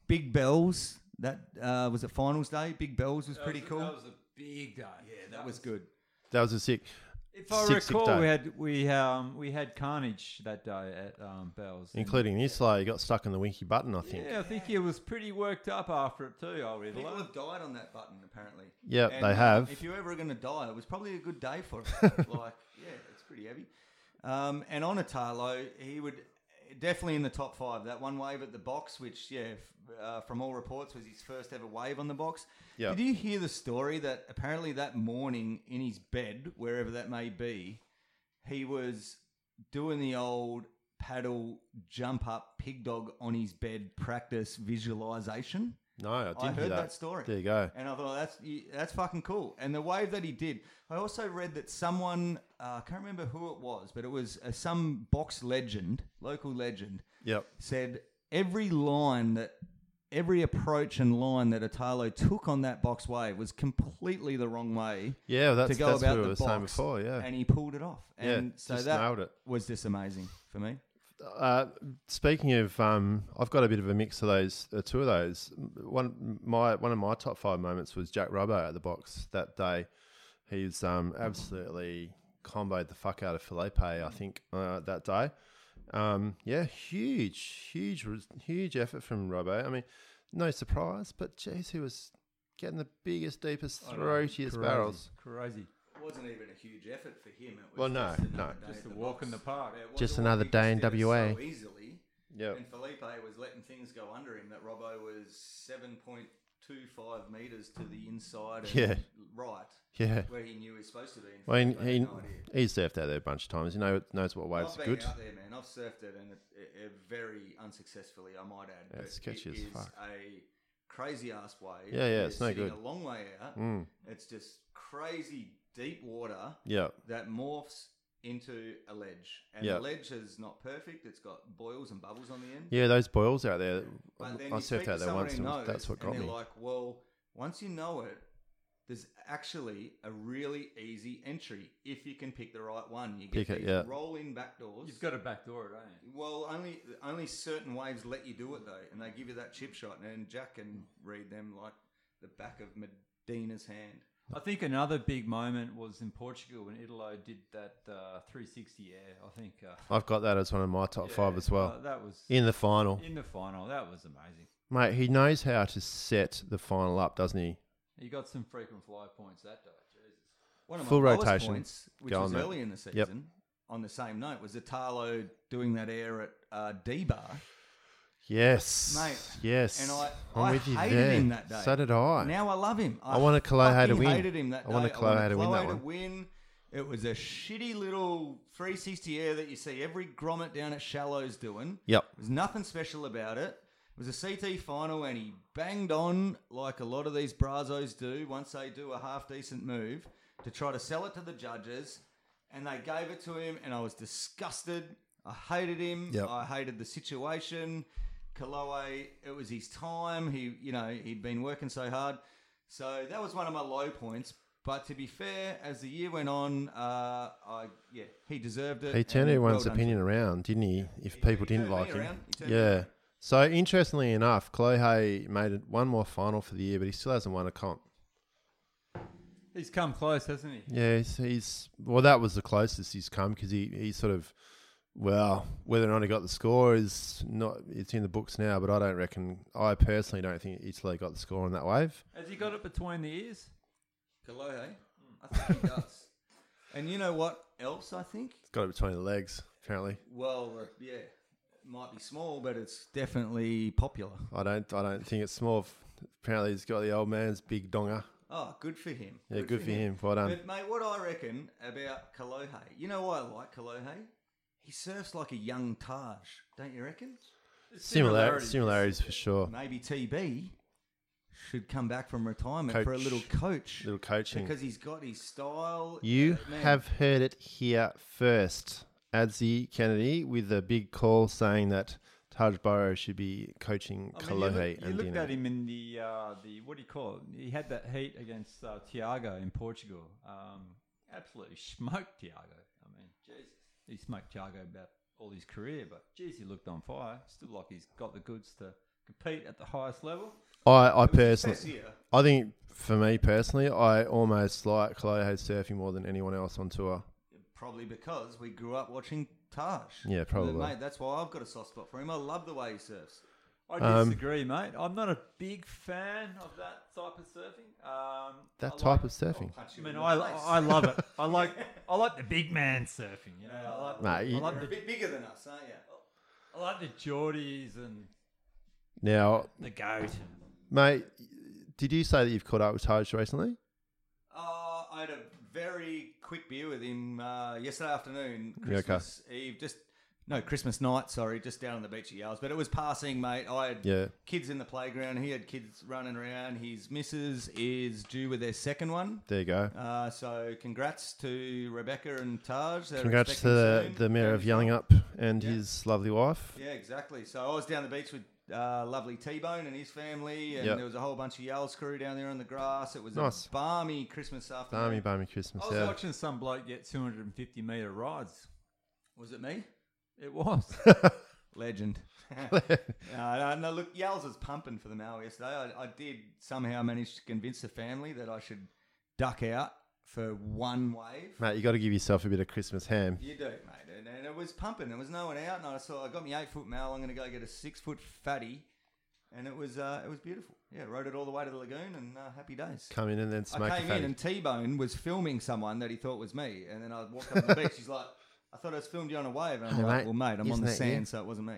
Speaker 3: Big Bells. That uh, was it. Finals day. Big Bells was pretty cool.
Speaker 2: That was a big day. Yeah,
Speaker 3: that was good.
Speaker 1: That was a sick.
Speaker 2: If I
Speaker 1: Sick, sick
Speaker 2: recall,
Speaker 1: day.
Speaker 2: we had we um we had carnage that day at um, Bell's. and-
Speaker 1: Including this slow, he got stuck in the winky button, I think.
Speaker 2: Yeah, I think he was pretty worked up after it too. I would
Speaker 3: People have died on that button apparently.
Speaker 1: Yep,
Speaker 3: And,
Speaker 1: they
Speaker 3: uh,
Speaker 1: have.
Speaker 3: If you're ever going to die, it was probably a good day for him. like, yeah, it's pretty heavy. Um, and on Italo, he would definitely in the top five. That one wave at the box, which yeah, f- uh, from all reports, was his first ever wave on the box.
Speaker 1: Yeah.
Speaker 3: Did you hear the story that apparently that morning in his bed, wherever that may be, he was doing the old paddle jump up pig dog on his bed practice visualization.
Speaker 1: No, I didn't
Speaker 3: I
Speaker 1: hear
Speaker 3: heard that.
Speaker 1: that.
Speaker 3: story.
Speaker 1: There you go.
Speaker 3: And I thought that's y- that's fucking cool. And the wave that he did, I also read that someone uh, I can't remember who it was, but it was uh, some box legend, local legend,
Speaker 1: Yep.
Speaker 3: said every line that every approach and line that Italo took on that box wave was completely the wrong way
Speaker 1: Yeah, that's,
Speaker 3: to go
Speaker 1: that's
Speaker 3: about
Speaker 1: what we
Speaker 3: the
Speaker 1: were
Speaker 3: box.
Speaker 1: saying before. Yeah.
Speaker 3: and he pulled it off.
Speaker 1: Yeah,
Speaker 3: And so
Speaker 1: just
Speaker 3: that
Speaker 1: nailed it.
Speaker 3: was just amazing for me.
Speaker 1: Uh, speaking of, um, I've got a bit of a mix of those, uh, two of those. One, my one of my top five moments was Jack Rubbo at the box that day. He's um, absolutely comboed the fuck out of Felipe, I think, uh, that day. Um, yeah, huge, huge, res- huge effort from Rubbo. I mean, no surprise, but geez, he was getting the biggest, deepest, throatiest barrels.
Speaker 2: Crazy.
Speaker 3: It wasn't even a huge effort for him.
Speaker 1: was
Speaker 3: It
Speaker 1: Well, no, just another no. day
Speaker 2: Just a walk in the park.
Speaker 1: Just another day in WA.
Speaker 3: easily.
Speaker 1: Yeah,
Speaker 3: And Felipe was letting things go under him. That Robbo was 7.25 metres to the inside. And
Speaker 1: Yeah.
Speaker 3: right
Speaker 1: Yeah.
Speaker 3: where he knew he was supposed to be. In
Speaker 1: Well, he,
Speaker 3: fact, I had
Speaker 1: he,
Speaker 3: no idea.
Speaker 1: he's surfed out there a bunch of times. He know, knows what waves
Speaker 3: I've
Speaker 1: are
Speaker 3: been
Speaker 1: good.
Speaker 3: out there, man. I've surfed it and it, it, it very unsuccessfully, I might add.
Speaker 1: Yeah,
Speaker 3: but
Speaker 1: it's sketchy
Speaker 3: it
Speaker 1: as
Speaker 3: is
Speaker 1: fuck.
Speaker 3: a crazy ass wave.
Speaker 1: Yeah, yeah,
Speaker 3: It
Speaker 1: it's
Speaker 3: is
Speaker 1: no
Speaker 3: sitting
Speaker 1: good.
Speaker 3: A long way out.
Speaker 1: Mm.
Speaker 3: It's just crazy deep water
Speaker 1: Yeah.
Speaker 3: that morphs into a ledge, and
Speaker 1: Yeah.
Speaker 3: the ledge is not perfect. It's got boils and bubbles on the end.
Speaker 1: Yeah, those boils out there. I
Speaker 3: But then you speak
Speaker 1: surfed
Speaker 3: to
Speaker 1: out there
Speaker 3: someone
Speaker 1: once,
Speaker 3: who
Speaker 1: and
Speaker 3: knows,
Speaker 1: that's what got
Speaker 3: and
Speaker 1: me.
Speaker 3: They're like, well, once you know it, there's actually a really easy entry if you can pick the right one. You get
Speaker 1: Pick it,
Speaker 3: these
Speaker 1: yeah.
Speaker 3: roll-in back doors.
Speaker 2: You've got to backdoor it, don't you?
Speaker 3: Well, only only certain waves let you do it though, and they give you that chip shot, and then Jack can read them like the back of Medina's hand.
Speaker 2: I think another big moment was in Portugal when Italo did that uh, 360 air. I think uh,
Speaker 1: I've got that as one of my top five as well.
Speaker 2: uh, that was
Speaker 1: in the final,
Speaker 2: in the final. That was amazing.
Speaker 1: mate. He knows how to set the final up, doesn't he?
Speaker 2: He got some frequent fly points that day. Jesus.
Speaker 3: One of my
Speaker 1: Full
Speaker 3: lowest
Speaker 1: rotation.
Speaker 3: points, which
Speaker 1: Go
Speaker 3: was
Speaker 1: on, mate.
Speaker 3: early in the season, on the same note, was Italo doing that air at uh, D Bar.
Speaker 1: Yes,
Speaker 3: Mate,
Speaker 1: Yes,
Speaker 3: and I-
Speaker 1: I'm
Speaker 3: I
Speaker 1: with you
Speaker 3: hated
Speaker 1: there.
Speaker 3: him that day.
Speaker 1: So did I.
Speaker 3: Now I love him.
Speaker 1: I wanted Kalohe to
Speaker 3: fucking
Speaker 1: win.
Speaker 3: Hated him that
Speaker 1: I wanted
Speaker 3: day.
Speaker 1: Kalohe to win that
Speaker 3: Kalohe
Speaker 1: one.
Speaker 3: win. It was a shitty little 360 air that you see every grommet down at Shallows doing.
Speaker 1: yep.
Speaker 3: There's nothing special about it. It was a CT final, and he banged on like a lot of these Brazos do once they do a half decent move to try to sell it to the judges. And they gave it to him, and I was disgusted. I hated him.
Speaker 1: Yep.
Speaker 3: I hated the situation. Kaloe, it was his time. He, you know, he'd been working so hard. So that was one of my low points. But to be fair, as the year went on, uh, I yeah, he deserved it.
Speaker 1: He turned
Speaker 3: and
Speaker 1: everyone's
Speaker 3: well done to
Speaker 1: opinion around, didn't he? If people
Speaker 3: he
Speaker 1: didn't
Speaker 3: turned me
Speaker 1: like him,
Speaker 3: around. He turned me
Speaker 1: yeah.
Speaker 3: around.
Speaker 1: So interestingly enough, Clohe made it one more final for the year, but he still hasn't won a comp.
Speaker 2: He's come close, hasn't he?
Speaker 1: Yeah, he's, he's well. That was the closest he's come because he, he sort of, well, whether or not he got the score is not. It's in the books now, but I don't reckon. I personally don't think Italy got the score on that wave.
Speaker 2: Has he got it between the ears?
Speaker 3: Kalohe? eh? I think he does. and you know what else I think?
Speaker 1: It's got it between the legs. Apparently,
Speaker 3: Well, uh, yeah, it might be small, but it's definitely popular.
Speaker 1: I don't. I don't think it's small. Apparently, he's got the old man's big donger.
Speaker 3: Oh, good for him.
Speaker 1: Yeah, good, for him. Um, Well done.
Speaker 3: But mate, what I reckon about Kalohe, you know why I like Kalohe? He surfs like a young Taj, don't you reckon?
Speaker 1: Similarities, similarities for sure.
Speaker 3: Maybe TB should come back from retirement for a
Speaker 1: Coach.
Speaker 3: little coach
Speaker 1: Little coaching.
Speaker 3: because he's got his style.
Speaker 1: You
Speaker 3: Uh, man,
Speaker 1: have heard it here first. Adzi Kennedy with a big call saying that Taj Burrow should be coaching
Speaker 2: I mean, you
Speaker 1: Kalohe
Speaker 2: look, you
Speaker 1: and
Speaker 2: looked
Speaker 1: Dino.
Speaker 2: at him in the uh, the what do you call it? He had that heat against uh, Tiago in Portugal. Um, absolutely smoked Tiago. I mean, Jesus, he smoked Tiago about all his career, but geez, he looked on fire. Still like he's got the goods to compete at the highest level.
Speaker 1: I, I
Speaker 3: it's his best
Speaker 1: personally,
Speaker 3: year.
Speaker 1: I think for me personally, I almost like Kalohe surfing more than anyone else on tour.
Speaker 3: Probably because we grew up watching Taj.
Speaker 1: Yeah, probably.
Speaker 3: Mate, that's why I've got a soft spot for him. I love the way he surfs.
Speaker 2: I
Speaker 1: Um,
Speaker 2: disagree, mate. I'm not a big fan of that type of surfing. Um,
Speaker 1: That
Speaker 2: I
Speaker 1: type
Speaker 2: like- Oh,
Speaker 1: of surfing.
Speaker 2: I mean, I, I love it. I like I like the big man surfing. You know, I like,
Speaker 1: Nah,
Speaker 2: I
Speaker 1: you-
Speaker 2: like
Speaker 3: You're a
Speaker 2: the
Speaker 3: bit bigger than us, aren't you?
Speaker 2: I like the Geordies and
Speaker 1: Now,
Speaker 2: the goat.
Speaker 1: mate, did you say that you've caught up with Taj recently?
Speaker 3: Uh, I had a very quick beer with him uh, yesterday afternoon,
Speaker 1: Yeah, okay.
Speaker 3: Christmas Eve, just no Christmas night. Sorry, just down on the beach at Yarles. But it was passing, mate. I had
Speaker 1: Yeah.
Speaker 3: kids in the playground. He had kids running around. His missus is due with their second one.
Speaker 1: There you go.
Speaker 3: Uh, so congrats to Rebecca and Taj. They're
Speaker 1: Congrats to
Speaker 3: expecting
Speaker 1: the,
Speaker 3: soon.
Speaker 1: the mayor
Speaker 3: Very
Speaker 1: of
Speaker 3: soon.
Speaker 1: Yelling Up and his lovely wife.
Speaker 3: Yeah, exactly. So I was down the beach with uh, lovely T Bone and his family, and
Speaker 1: Yep.
Speaker 3: there was a whole bunch of Yale's crew down there on the grass. It was
Speaker 1: Nice.
Speaker 3: a balmy Christmas afternoon.
Speaker 1: Barmy, barmy Christmas.
Speaker 2: I was
Speaker 1: yeah.
Speaker 2: watching some bloke get 250 meter rides.
Speaker 3: Was it me?
Speaker 2: It was.
Speaker 3: Legend. no, no, no, look, Yale's was pumping for the Maui yesterday. I, I did somehow manage to convince the family that I should duck out for one wave.
Speaker 1: Mate, you got to give yourself a bit of Christmas ham.
Speaker 3: You do, mate. And, and it was pumping. There was no one out, and I saw I got my eight foot male. I'm going to go get a six foot fatty, and it was uh, it was beautiful. Yeah, rode it all the way to the lagoon, and uh, happy days.
Speaker 1: Come in and then smoke
Speaker 3: I
Speaker 1: a
Speaker 3: came
Speaker 1: fatty.
Speaker 3: in and T Bone was filming someone that he thought was me, and then I walked up to the beach. He's like, "I thought I was filmed you on a wave," and I'm
Speaker 1: Hey,
Speaker 3: like,
Speaker 1: mate,
Speaker 3: "Well, mate, I'm on
Speaker 1: isn't
Speaker 3: the
Speaker 1: that you?"
Speaker 3: sand, so it wasn't me."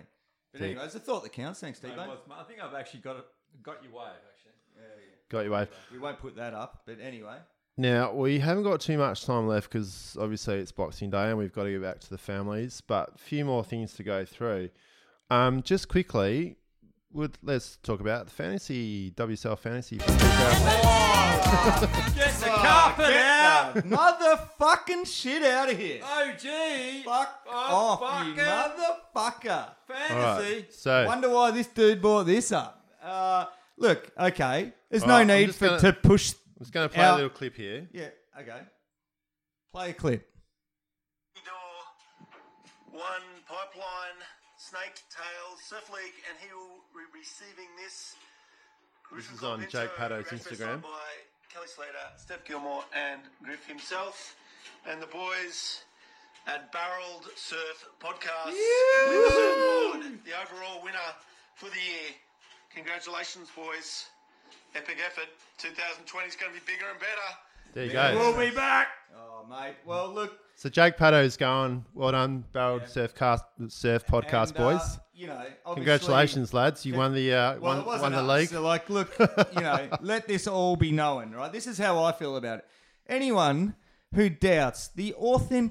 Speaker 3: But
Speaker 1: Yeah.
Speaker 3: anyway, it's a thought that counts. Thanks, T
Speaker 2: It
Speaker 3: Bone.
Speaker 2: was. I think I've actually got it. Got your wave actually.
Speaker 3: Yeah, yeah.
Speaker 1: Got your wave.
Speaker 3: We won't put that up, but anyway,
Speaker 1: Now we haven't got too much time left because obviously it's Boxing Day and we've got to get back to the families. But a few more things to go through. Um, just quickly, would let's talk about the fantasy WSL fantasy.
Speaker 2: Get the carpet out!
Speaker 3: Motherfucking shit out of here.
Speaker 2: OG!
Speaker 3: Fuck
Speaker 2: Oh,
Speaker 3: off, you
Speaker 2: fucker.
Speaker 3: motherfucker.
Speaker 1: All right,
Speaker 2: Fantasy!
Speaker 1: so
Speaker 3: Wonder why this dude brought this up. Uh, look, okay. There's
Speaker 1: All
Speaker 3: no
Speaker 1: right, I'm
Speaker 3: need
Speaker 1: just
Speaker 3: for,
Speaker 1: gonna-
Speaker 3: to push.
Speaker 1: I'm just going to play
Speaker 3: Our-
Speaker 1: a little clip here.
Speaker 3: Yeah, okay. Play a clip.
Speaker 4: Door, one pipeline, snake tail, surf league, and he will be receiving this.
Speaker 1: This
Speaker 4: Griffin
Speaker 1: is on
Speaker 4: Carpenter,
Speaker 1: Jake Paddo's
Speaker 4: Griffin
Speaker 1: Instagram.
Speaker 4: signed By Kelly Slater, Steph Gilmore, and Griff himself, and the boys at Barreled Surf Podcast. Win the surfboard, the overall winner for the year. Congratulations, boys. Epic effort. 2020 is going to be bigger and better.
Speaker 1: There you
Speaker 3: There
Speaker 1: go.
Speaker 3: we
Speaker 2: Be back!
Speaker 3: Oh, mate. Well, look.
Speaker 1: So Jake Paddo's going. Well done, Barreled Surf Cast Surf Podcast
Speaker 3: and, uh,
Speaker 1: boys.
Speaker 3: you know, obviously-
Speaker 1: Congratulations, lads! You won the uh,
Speaker 3: Well, it
Speaker 1: won, won
Speaker 3: wasn't
Speaker 1: the
Speaker 3: us.
Speaker 1: league.
Speaker 3: So, like, look, you know, let this all be known, right? This is how I feel about it. Anyone who doubts the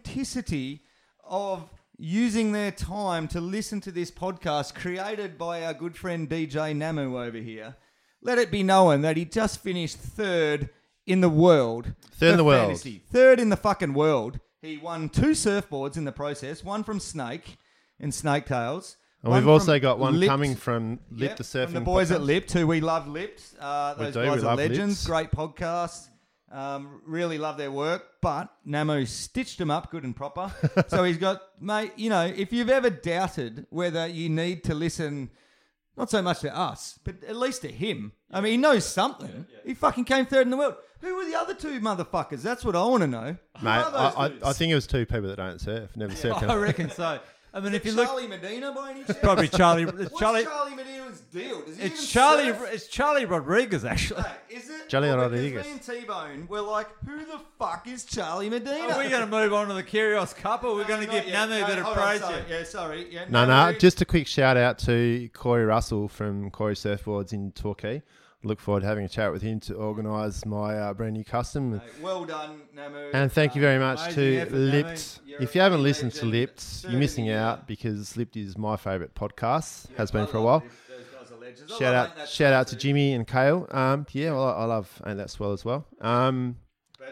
Speaker 3: authenticity of using their time to listen to this podcast created by our good friend DJ Namu over here, let it be known that he just finished third in the world.
Speaker 1: Third in
Speaker 3: for
Speaker 1: the world.
Speaker 3: fantasy. Third in the fucking world. He won two surfboards in the process, one from Snake and Snake Tails.
Speaker 1: And we've
Speaker 3: from
Speaker 1: also got one
Speaker 3: Lipped-
Speaker 1: coming from Lip
Speaker 3: Yep,
Speaker 1: the Surfing.
Speaker 3: from the boys at
Speaker 1: podcast.
Speaker 3: Lipped, who we love Lipped. Uh,
Speaker 1: We
Speaker 3: those
Speaker 1: do, we
Speaker 3: guys are
Speaker 1: love
Speaker 3: legends.
Speaker 1: Lipped.
Speaker 3: Great podcast. Um, really love their work, but Namu stitched them up good and proper. so he's got, mate, you know, if you've ever doubted whether you need to listen, not so much to us, but at least to him. I mean, he knows something. He fucking came third in the world. Who were the other two motherfuckers? That's what I want to know. Who
Speaker 1: Mate,
Speaker 3: are those
Speaker 1: I, I,
Speaker 3: dudes?
Speaker 1: I think it was two people that don't surf, never surfed.
Speaker 2: I reckon so. I mean, if you look.
Speaker 3: Charlie Medina by any chance?
Speaker 2: Probably Charlie. It's
Speaker 3: What's
Speaker 2: Charlie.
Speaker 3: Charlie, Medina's deal? Does he even
Speaker 2: It's Charlie.
Speaker 3: surf?
Speaker 2: It's Charlie Rodriguez, actually.
Speaker 3: Hey, Is it?
Speaker 1: Charlie
Speaker 3: well,
Speaker 1: Rodriguez.
Speaker 3: Because me and T-Bone were like, who the fuck is Charlie Medina?
Speaker 2: Are we going to move on to the Curios Cup, or Oh, we're going to give Namu a bit of praise here?
Speaker 3: Yeah, sorry. Yeah,
Speaker 1: No, no,
Speaker 3: Namu-
Speaker 1: just a quick shout out to Corey Russell from Corey Surfboards in Torquay. Look forward to having a chat with him to organise my uh, brand new custom.
Speaker 3: Well done, Namu. Um,
Speaker 1: And thank you very much
Speaker 2: amazing
Speaker 1: to
Speaker 2: effort,
Speaker 1: Lipped.
Speaker 3: Namu. You're
Speaker 1: If you haven't
Speaker 3: a
Speaker 1: listened to
Speaker 3: legend.
Speaker 1: Lipped,
Speaker 3: Third
Speaker 1: you're missing
Speaker 3: in the
Speaker 1: out
Speaker 3: year.
Speaker 1: because Lipped is my favourite podcast, has
Speaker 3: I
Speaker 1: been for a while.
Speaker 3: love these- those guys are legends. I
Speaker 1: Shout
Speaker 3: love
Speaker 1: out,
Speaker 3: that
Speaker 1: shout out to
Speaker 3: too.
Speaker 1: Jimmy and Kale. Um, yeah, well, I I love Ain't That Swell as well. Um,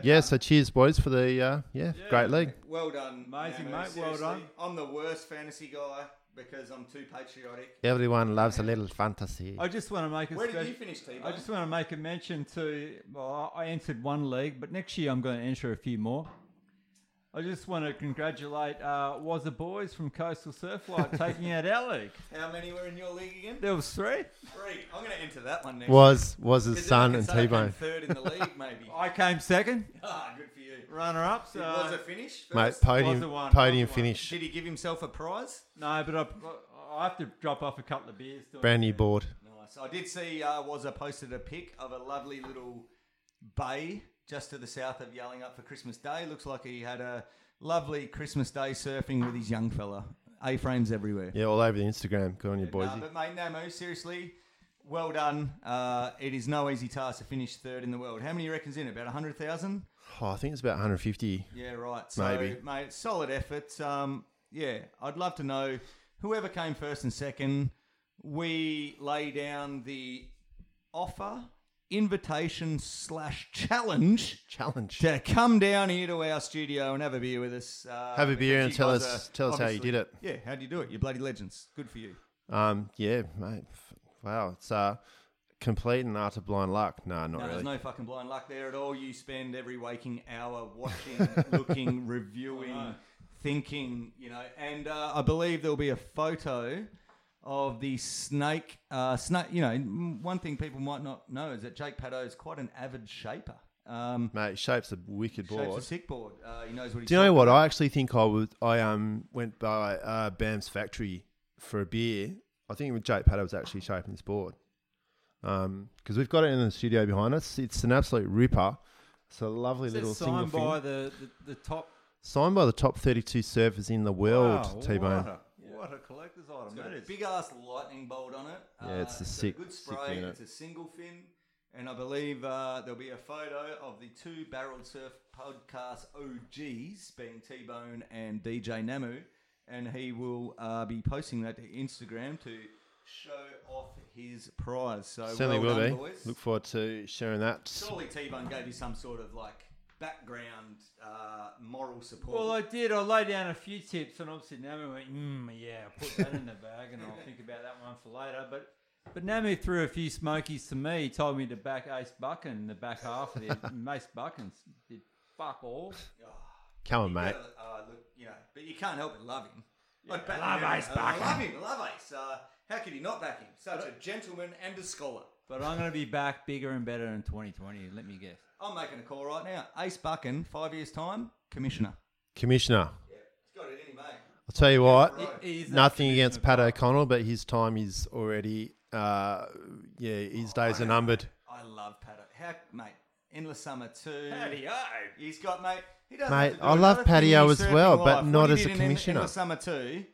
Speaker 1: yeah, so cheers, boys, for the uh, yeah, great league.
Speaker 3: um, Well done,
Speaker 2: Amazing,
Speaker 3: Namu.
Speaker 2: mate. Well
Speaker 3: Seriously,
Speaker 2: done.
Speaker 3: I'm the worst fantasy guy because I'm too patriotic.
Speaker 1: Everyone loves a little fantasy.
Speaker 2: I just want to make a
Speaker 3: Where
Speaker 2: special-
Speaker 3: did you finish, T-Bone?
Speaker 2: I just want to make a mention to. Well, I I entered one league, but next year I'm going to enter a few more. I just want to congratulate uh, Wazza Boys from Coastal Surflight taking out our league.
Speaker 3: How many were in your league again?
Speaker 2: There was three.
Speaker 3: Three. I'm going to enter that one next.
Speaker 1: Was was his
Speaker 3: Because then I
Speaker 1: son
Speaker 3: can
Speaker 1: and
Speaker 3: say I
Speaker 1: T
Speaker 3: came
Speaker 1: Bone.
Speaker 3: Third in the league, maybe.
Speaker 2: I came second,
Speaker 3: ah, good for you.
Speaker 2: runner up. So
Speaker 3: was it finish?
Speaker 1: Mate,
Speaker 3: first?
Speaker 1: podium
Speaker 2: the one,
Speaker 1: podium
Speaker 2: was the one.
Speaker 1: finish.
Speaker 3: Did he give himself a prize?
Speaker 2: no, but I, I have to drop off a couple of beers. to-
Speaker 1: Brand new board.
Speaker 3: Nice. I did see uh, Wazza posted a pic of a lovely little bay just to the south of Yelling Up for Christmas Day. Looks like he had a lovely Christmas Day surfing with his young fella. A frames everywhere.
Speaker 1: Yeah, all over the Instagram. Good on you,
Speaker 3: Nah,
Speaker 1: boys.
Speaker 3: but mate, Namu, seriously, well done. Uh, it is no easy task to finish third in the world. How many reckons in? About hundred thousand.
Speaker 1: Oh, I think it's about 150.
Speaker 3: Yeah, right. So,
Speaker 1: Maybe.
Speaker 3: mate, solid effort. Um, yeah, I'd love to know whoever came first and second. We lay down the offer, invitation slash challenge
Speaker 1: Challenge.
Speaker 3: to come down here to our studio and have a beer with us. Uh,
Speaker 1: Have a beer
Speaker 3: because
Speaker 1: and
Speaker 3: you
Speaker 1: tell
Speaker 3: guys
Speaker 1: us-
Speaker 3: are
Speaker 1: tell us how you
Speaker 3: obviously-
Speaker 1: did it.
Speaker 3: Yeah, how do you do it? You bloody legends. Good for you.
Speaker 1: Um, yeah, mate. F- Wow, it's uh, complete and utter blind luck. No, not
Speaker 3: No,
Speaker 1: really.
Speaker 3: There's no fucking blind luck there at all. You spend every waking hour watching, looking, reviewing, thinking, you know. And uh, I believe there'll be a photo of the snake. Uh, snake. You know, m- one thing people might not know is that Jake Paddo is quite an avid shaper. Um,
Speaker 1: Mate, shapes a wicked
Speaker 3: shapes a
Speaker 1: board.
Speaker 3: sick board. Uh, he knows what he's
Speaker 1: Do you know what? I actually think I was. I um went by uh, Bam's factory for a beer. I think with Jake Paddo was actually shaping this board. Um, because we've got it in the studio behind us. It's an absolute ripper. It's a lovely
Speaker 2: Is it
Speaker 1: little single
Speaker 2: signed
Speaker 1: thing.
Speaker 2: by the, the, the top
Speaker 1: Signed by the top 32 surfers in the world,
Speaker 2: Wow,
Speaker 1: T Bone.
Speaker 2: What a, what a collector's item that is.
Speaker 3: Big ass lightning bolt on it. Uh,
Speaker 1: Yeah, it's a
Speaker 3: it's
Speaker 1: sick-
Speaker 3: good
Speaker 1: sick
Speaker 3: spray.
Speaker 1: unit.
Speaker 3: it's a single fin. And I believe uh, there'll be a photo of the two Barreled Surf podcast OGs, being T Bone and DJ Namu. And he will uh, be posting that to Instagram to show off his prize. So
Speaker 1: Certainly
Speaker 3: well
Speaker 1: will
Speaker 3: done,
Speaker 1: be.
Speaker 3: boys.
Speaker 1: Look forward to sharing that.
Speaker 3: Surely T Bone gave you some sort of like background uh, moral support.
Speaker 2: Well, I did. I laid down a few tips, and obviously Namu went, mm, "Yeah, I'll put that in the bag, and I'll think about that one for later." But but Namu threw a few smokies to me. He told me to back Ace Bucken, the back half of it. And Ace Buckens did fuck all.
Speaker 1: Come on, mate.
Speaker 3: Uh, look, you know, but you can't help but love him. Like
Speaker 2: Yeah,
Speaker 3: Batman,
Speaker 2: love Ace
Speaker 3: uh, I
Speaker 2: Barker.
Speaker 3: love him. I love Ace. Uh, how could he not back him? Such a gentleman and a scholar.
Speaker 2: But I'm going to be back bigger and better in 2020. Let me guess.
Speaker 3: I'm making a call right now. Ace Bucken, five years time, commissioner.
Speaker 1: Commissioner,
Speaker 3: Yeah, he's got it in him, eh?
Speaker 1: I'll tell you what.
Speaker 3: Right.
Speaker 2: He- he's
Speaker 1: Nothing
Speaker 2: that
Speaker 1: against
Speaker 2: traditional
Speaker 1: Pat O'Connell, but his time is already, uh, yeah, his days are numbered.
Speaker 3: I love Paddy. How, mate? Endless Summer too.
Speaker 2: Patio.
Speaker 3: He's got mate. He doesn't
Speaker 1: Mate,
Speaker 3: have to do
Speaker 1: I love
Speaker 3: another thing
Speaker 1: Patio
Speaker 3: in his
Speaker 1: as well,
Speaker 3: surfing
Speaker 1: but
Speaker 3: life.
Speaker 1: not
Speaker 3: What he
Speaker 1: as a
Speaker 3: did in En-
Speaker 1: commissioner.
Speaker 3: Endless Summer too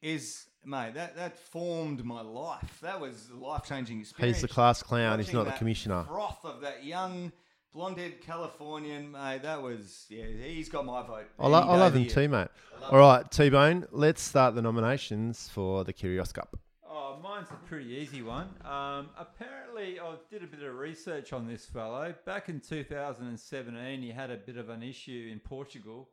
Speaker 3: is mate that that formed my life. That was a life changing experience.
Speaker 1: He's the class clown. He's
Speaker 3: Watching
Speaker 1: not the
Speaker 3: that
Speaker 1: commissioner.
Speaker 3: Froth of that young blonde-haired Californian mate. That was yeah. He's got my vote.
Speaker 1: I, lo-
Speaker 3: any
Speaker 1: I
Speaker 3: day
Speaker 1: love
Speaker 3: of
Speaker 1: him
Speaker 3: the
Speaker 1: too,
Speaker 3: year.
Speaker 1: mate. All right, T Bone, let's start the nominations for the Curios Cup.
Speaker 2: Oh, mine's a pretty easy one. Um, apparently, I did a bit of research on this fellow. Back in 2017, he had a bit of an issue in Portugal,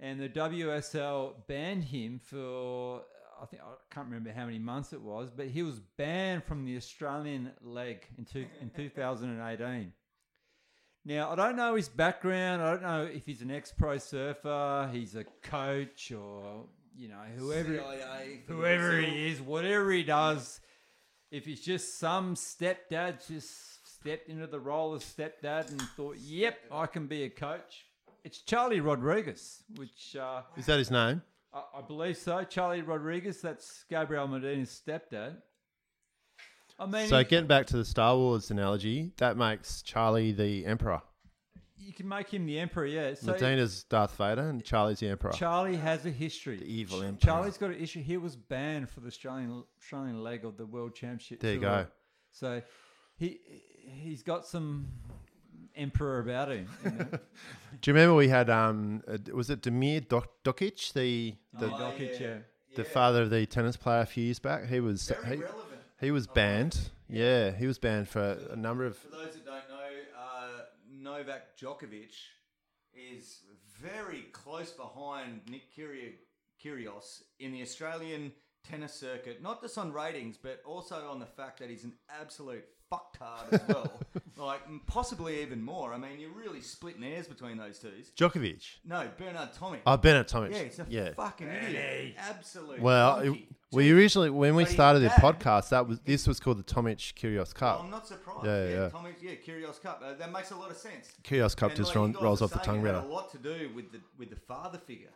Speaker 2: and the WSL banned him for I think I can't remember how many months it was, but he was banned from the Australian leg in, two, in 2018. Now, I don't know his background. I don't know if he's an ex-pro surfer, he's a coach, or you know, whoever
Speaker 3: CIA for
Speaker 2: whoever
Speaker 3: Brazil.
Speaker 2: he is, whatever he does, if he's just some stepdad, just stepped into the role of stepdad and thought, "Yep, I can be a coach." It's Charlie Rodriguez, which uh,
Speaker 1: Is that his name?
Speaker 2: I, I believe so. Charlie Rodriguez, that's Gabriel Medina's stepdad. I mean,
Speaker 1: So
Speaker 2: he-
Speaker 1: getting back to the Star Wars analogy, that makes Charlie the Emperor.
Speaker 2: you can make him the emperor, yeah. So
Speaker 1: Medina's Darth Vader and Charlie's the Emperor.
Speaker 2: Charlie has a history. The
Speaker 1: evil emperor.
Speaker 2: Charlie's got an issue. He was banned for the Australian Australian leg of the World Championship.
Speaker 1: There you
Speaker 2: Tour.
Speaker 1: go.
Speaker 2: So he he's got some emperor about him. you know?
Speaker 1: Do you remember we had um uh, was it Demir Dok- Dokic the the,
Speaker 2: Dokic,
Speaker 3: Oh, yeah.
Speaker 2: yeah.
Speaker 1: the father of the tennis player a few years back? He was
Speaker 3: Very
Speaker 1: he,
Speaker 3: relevant.
Speaker 1: he was banned. Yeah, he was banned for a number of
Speaker 3: For those that don't know, uh, Novak Djokovic is very close behind Nick Kyrgi- Kyrgios in the Australian tennis circuit. Not just on ratings, but also on the fact that he's an absolute fucktard as well. like m- possibly even more. I mean, you're really splitting hairs between those two.
Speaker 1: Djokovic.
Speaker 3: No, Bernard Tomic.
Speaker 1: Oh, Bennett Tomic.
Speaker 3: yeah, it's a
Speaker 1: yeah.
Speaker 3: fucking idiot. Absolute.
Speaker 1: Well, it,
Speaker 3: monkey.
Speaker 1: we originally when we
Speaker 3: But he's
Speaker 1: started this
Speaker 3: banned.
Speaker 1: podcast, that was this was called the Tomic Curios Cup.
Speaker 3: I'm not surprised.
Speaker 1: Oh. Yeah,
Speaker 3: Yeah,
Speaker 1: yeah,
Speaker 3: yeah.
Speaker 1: yeah.
Speaker 3: Tomic, yeah, Kyrgios Cup. Uh, that makes a lot of sense.
Speaker 1: Curios Cup
Speaker 3: And
Speaker 1: just
Speaker 3: like
Speaker 1: roll-
Speaker 3: you guys
Speaker 1: rolls
Speaker 3: were
Speaker 1: off the
Speaker 3: saying,
Speaker 1: tongue,
Speaker 3: it had
Speaker 1: better.
Speaker 3: A lot to do with the with the father figure.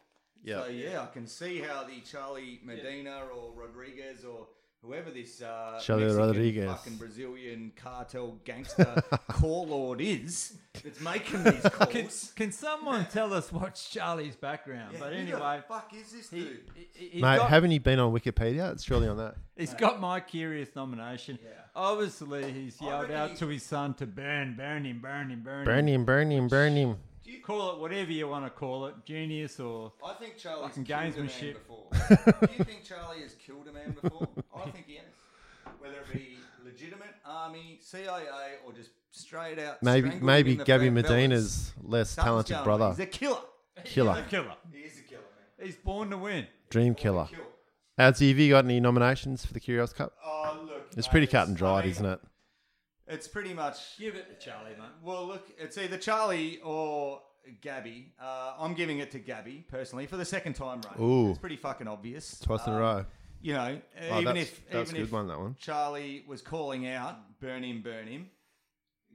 Speaker 1: Yeah.
Speaker 3: So yeah, I can see how the Charlie Medina or Rodriguez or whoever this uh,
Speaker 1: Charlie
Speaker 3: Mexican
Speaker 1: Rodriguez.
Speaker 3: fucking Brazilian cartel gangster core lord is that's making these
Speaker 2: Can,
Speaker 3: calls.
Speaker 2: can someone tell us what's Charlie's background?
Speaker 3: Yeah,
Speaker 2: but
Speaker 3: who the
Speaker 2: anyway,
Speaker 3: fuck is this
Speaker 2: he,
Speaker 3: dude?
Speaker 2: he, he's
Speaker 1: Mate,
Speaker 2: got-
Speaker 1: haven't you been on Wikipedia? It's surely on that.
Speaker 2: He's got my curious nomination.
Speaker 3: Yeah.
Speaker 2: Obviously, he's
Speaker 3: I
Speaker 2: yelled
Speaker 3: reckon
Speaker 2: out
Speaker 3: he-
Speaker 2: to his son to burn, burn him, burn him, burn,
Speaker 1: Burn
Speaker 2: him.
Speaker 1: him, burn him, burn him.
Speaker 2: Call it whatever you want to call it, genius or
Speaker 3: I think Charlie's
Speaker 2: Fucking
Speaker 3: killed a man
Speaker 2: gamesmanship.
Speaker 3: before. Do you think Charlie has killed a man before? I think he has. Whether it be legitimate army, CIA, or just straight out.
Speaker 1: Maybe
Speaker 3: strangled him
Speaker 1: maybe
Speaker 3: in the
Speaker 1: Gabby
Speaker 3: fat belly.
Speaker 1: Medina's less
Speaker 3: Something's
Speaker 1: talented
Speaker 3: going on.
Speaker 1: brother,
Speaker 3: He's a killer.
Speaker 1: killer,
Speaker 2: killer.
Speaker 3: He is a killer, man.
Speaker 2: He's born to win.
Speaker 1: dream killer.
Speaker 3: Killer.
Speaker 1: Adsy, have you got any nominations for the Curios Cup?
Speaker 3: Oh look.
Speaker 1: It's
Speaker 3: mate,
Speaker 1: pretty cut and
Speaker 3: I
Speaker 1: dried,
Speaker 3: mean,
Speaker 1: isn't it?
Speaker 3: It's pretty much.
Speaker 2: Give it to Charlie, mate.
Speaker 3: Well, look, it's either Charlie or Gabby. Uh, I'm giving it to Gabby personally for the second time running.
Speaker 1: Ooh.
Speaker 3: It's pretty fucking obvious.
Speaker 1: Twice in a
Speaker 3: Um,
Speaker 1: row.
Speaker 3: You know,
Speaker 1: Oh,
Speaker 3: even
Speaker 1: that's-
Speaker 3: if
Speaker 1: that's
Speaker 3: even
Speaker 1: good
Speaker 3: if
Speaker 1: one, that one.
Speaker 3: Charlie was calling out, burn him, burn him.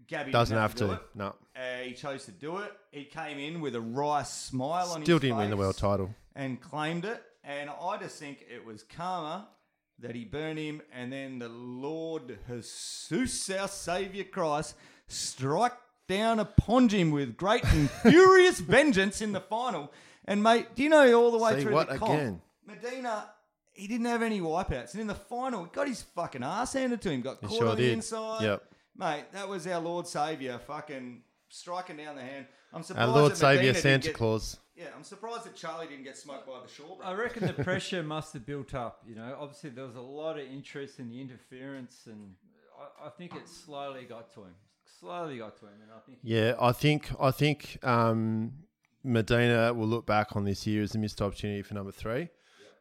Speaker 3: Gabby
Speaker 1: Doesn't
Speaker 3: didn't
Speaker 1: have
Speaker 3: do
Speaker 1: to.
Speaker 3: it.
Speaker 1: No.
Speaker 3: Uh, he chose to do it. He came in with a wry smile on
Speaker 1: Still
Speaker 3: his
Speaker 1: didn't win the
Speaker 3: face
Speaker 1: world title.
Speaker 3: and claimed it. And I just think it was karma that he burned him, and then the Lord Jesus, our Savior Christ, strike down upon him with great and furious vengeance in the final. And mate, do you know all the way
Speaker 1: Say
Speaker 3: through
Speaker 1: what
Speaker 3: the comp,
Speaker 1: again?
Speaker 3: Medina? He didn't have any wipeouts, and in the final, he got his fucking ass handed to him. Got caught
Speaker 1: sure
Speaker 3: on the
Speaker 1: did.
Speaker 3: inside.
Speaker 1: Yep.
Speaker 3: mate, that was our Lord Savior fucking striking down the hand. I'm
Speaker 1: Our
Speaker 3: surprised
Speaker 1: Lord
Speaker 3: that
Speaker 1: Saviour
Speaker 3: Medina didn't
Speaker 1: Santa
Speaker 3: get-
Speaker 1: Claus.
Speaker 3: Yeah, I'm surprised that Charlie didn't get smoked by the shore.
Speaker 2: I reckon the pressure must have built up. You know, obviously there was a lot of interest in the interference, and I, I think it slowly got to him. Slowly got to him, and I think
Speaker 1: Yeah, I think I think um, Medina will look back on this year as a missed opportunity for number three,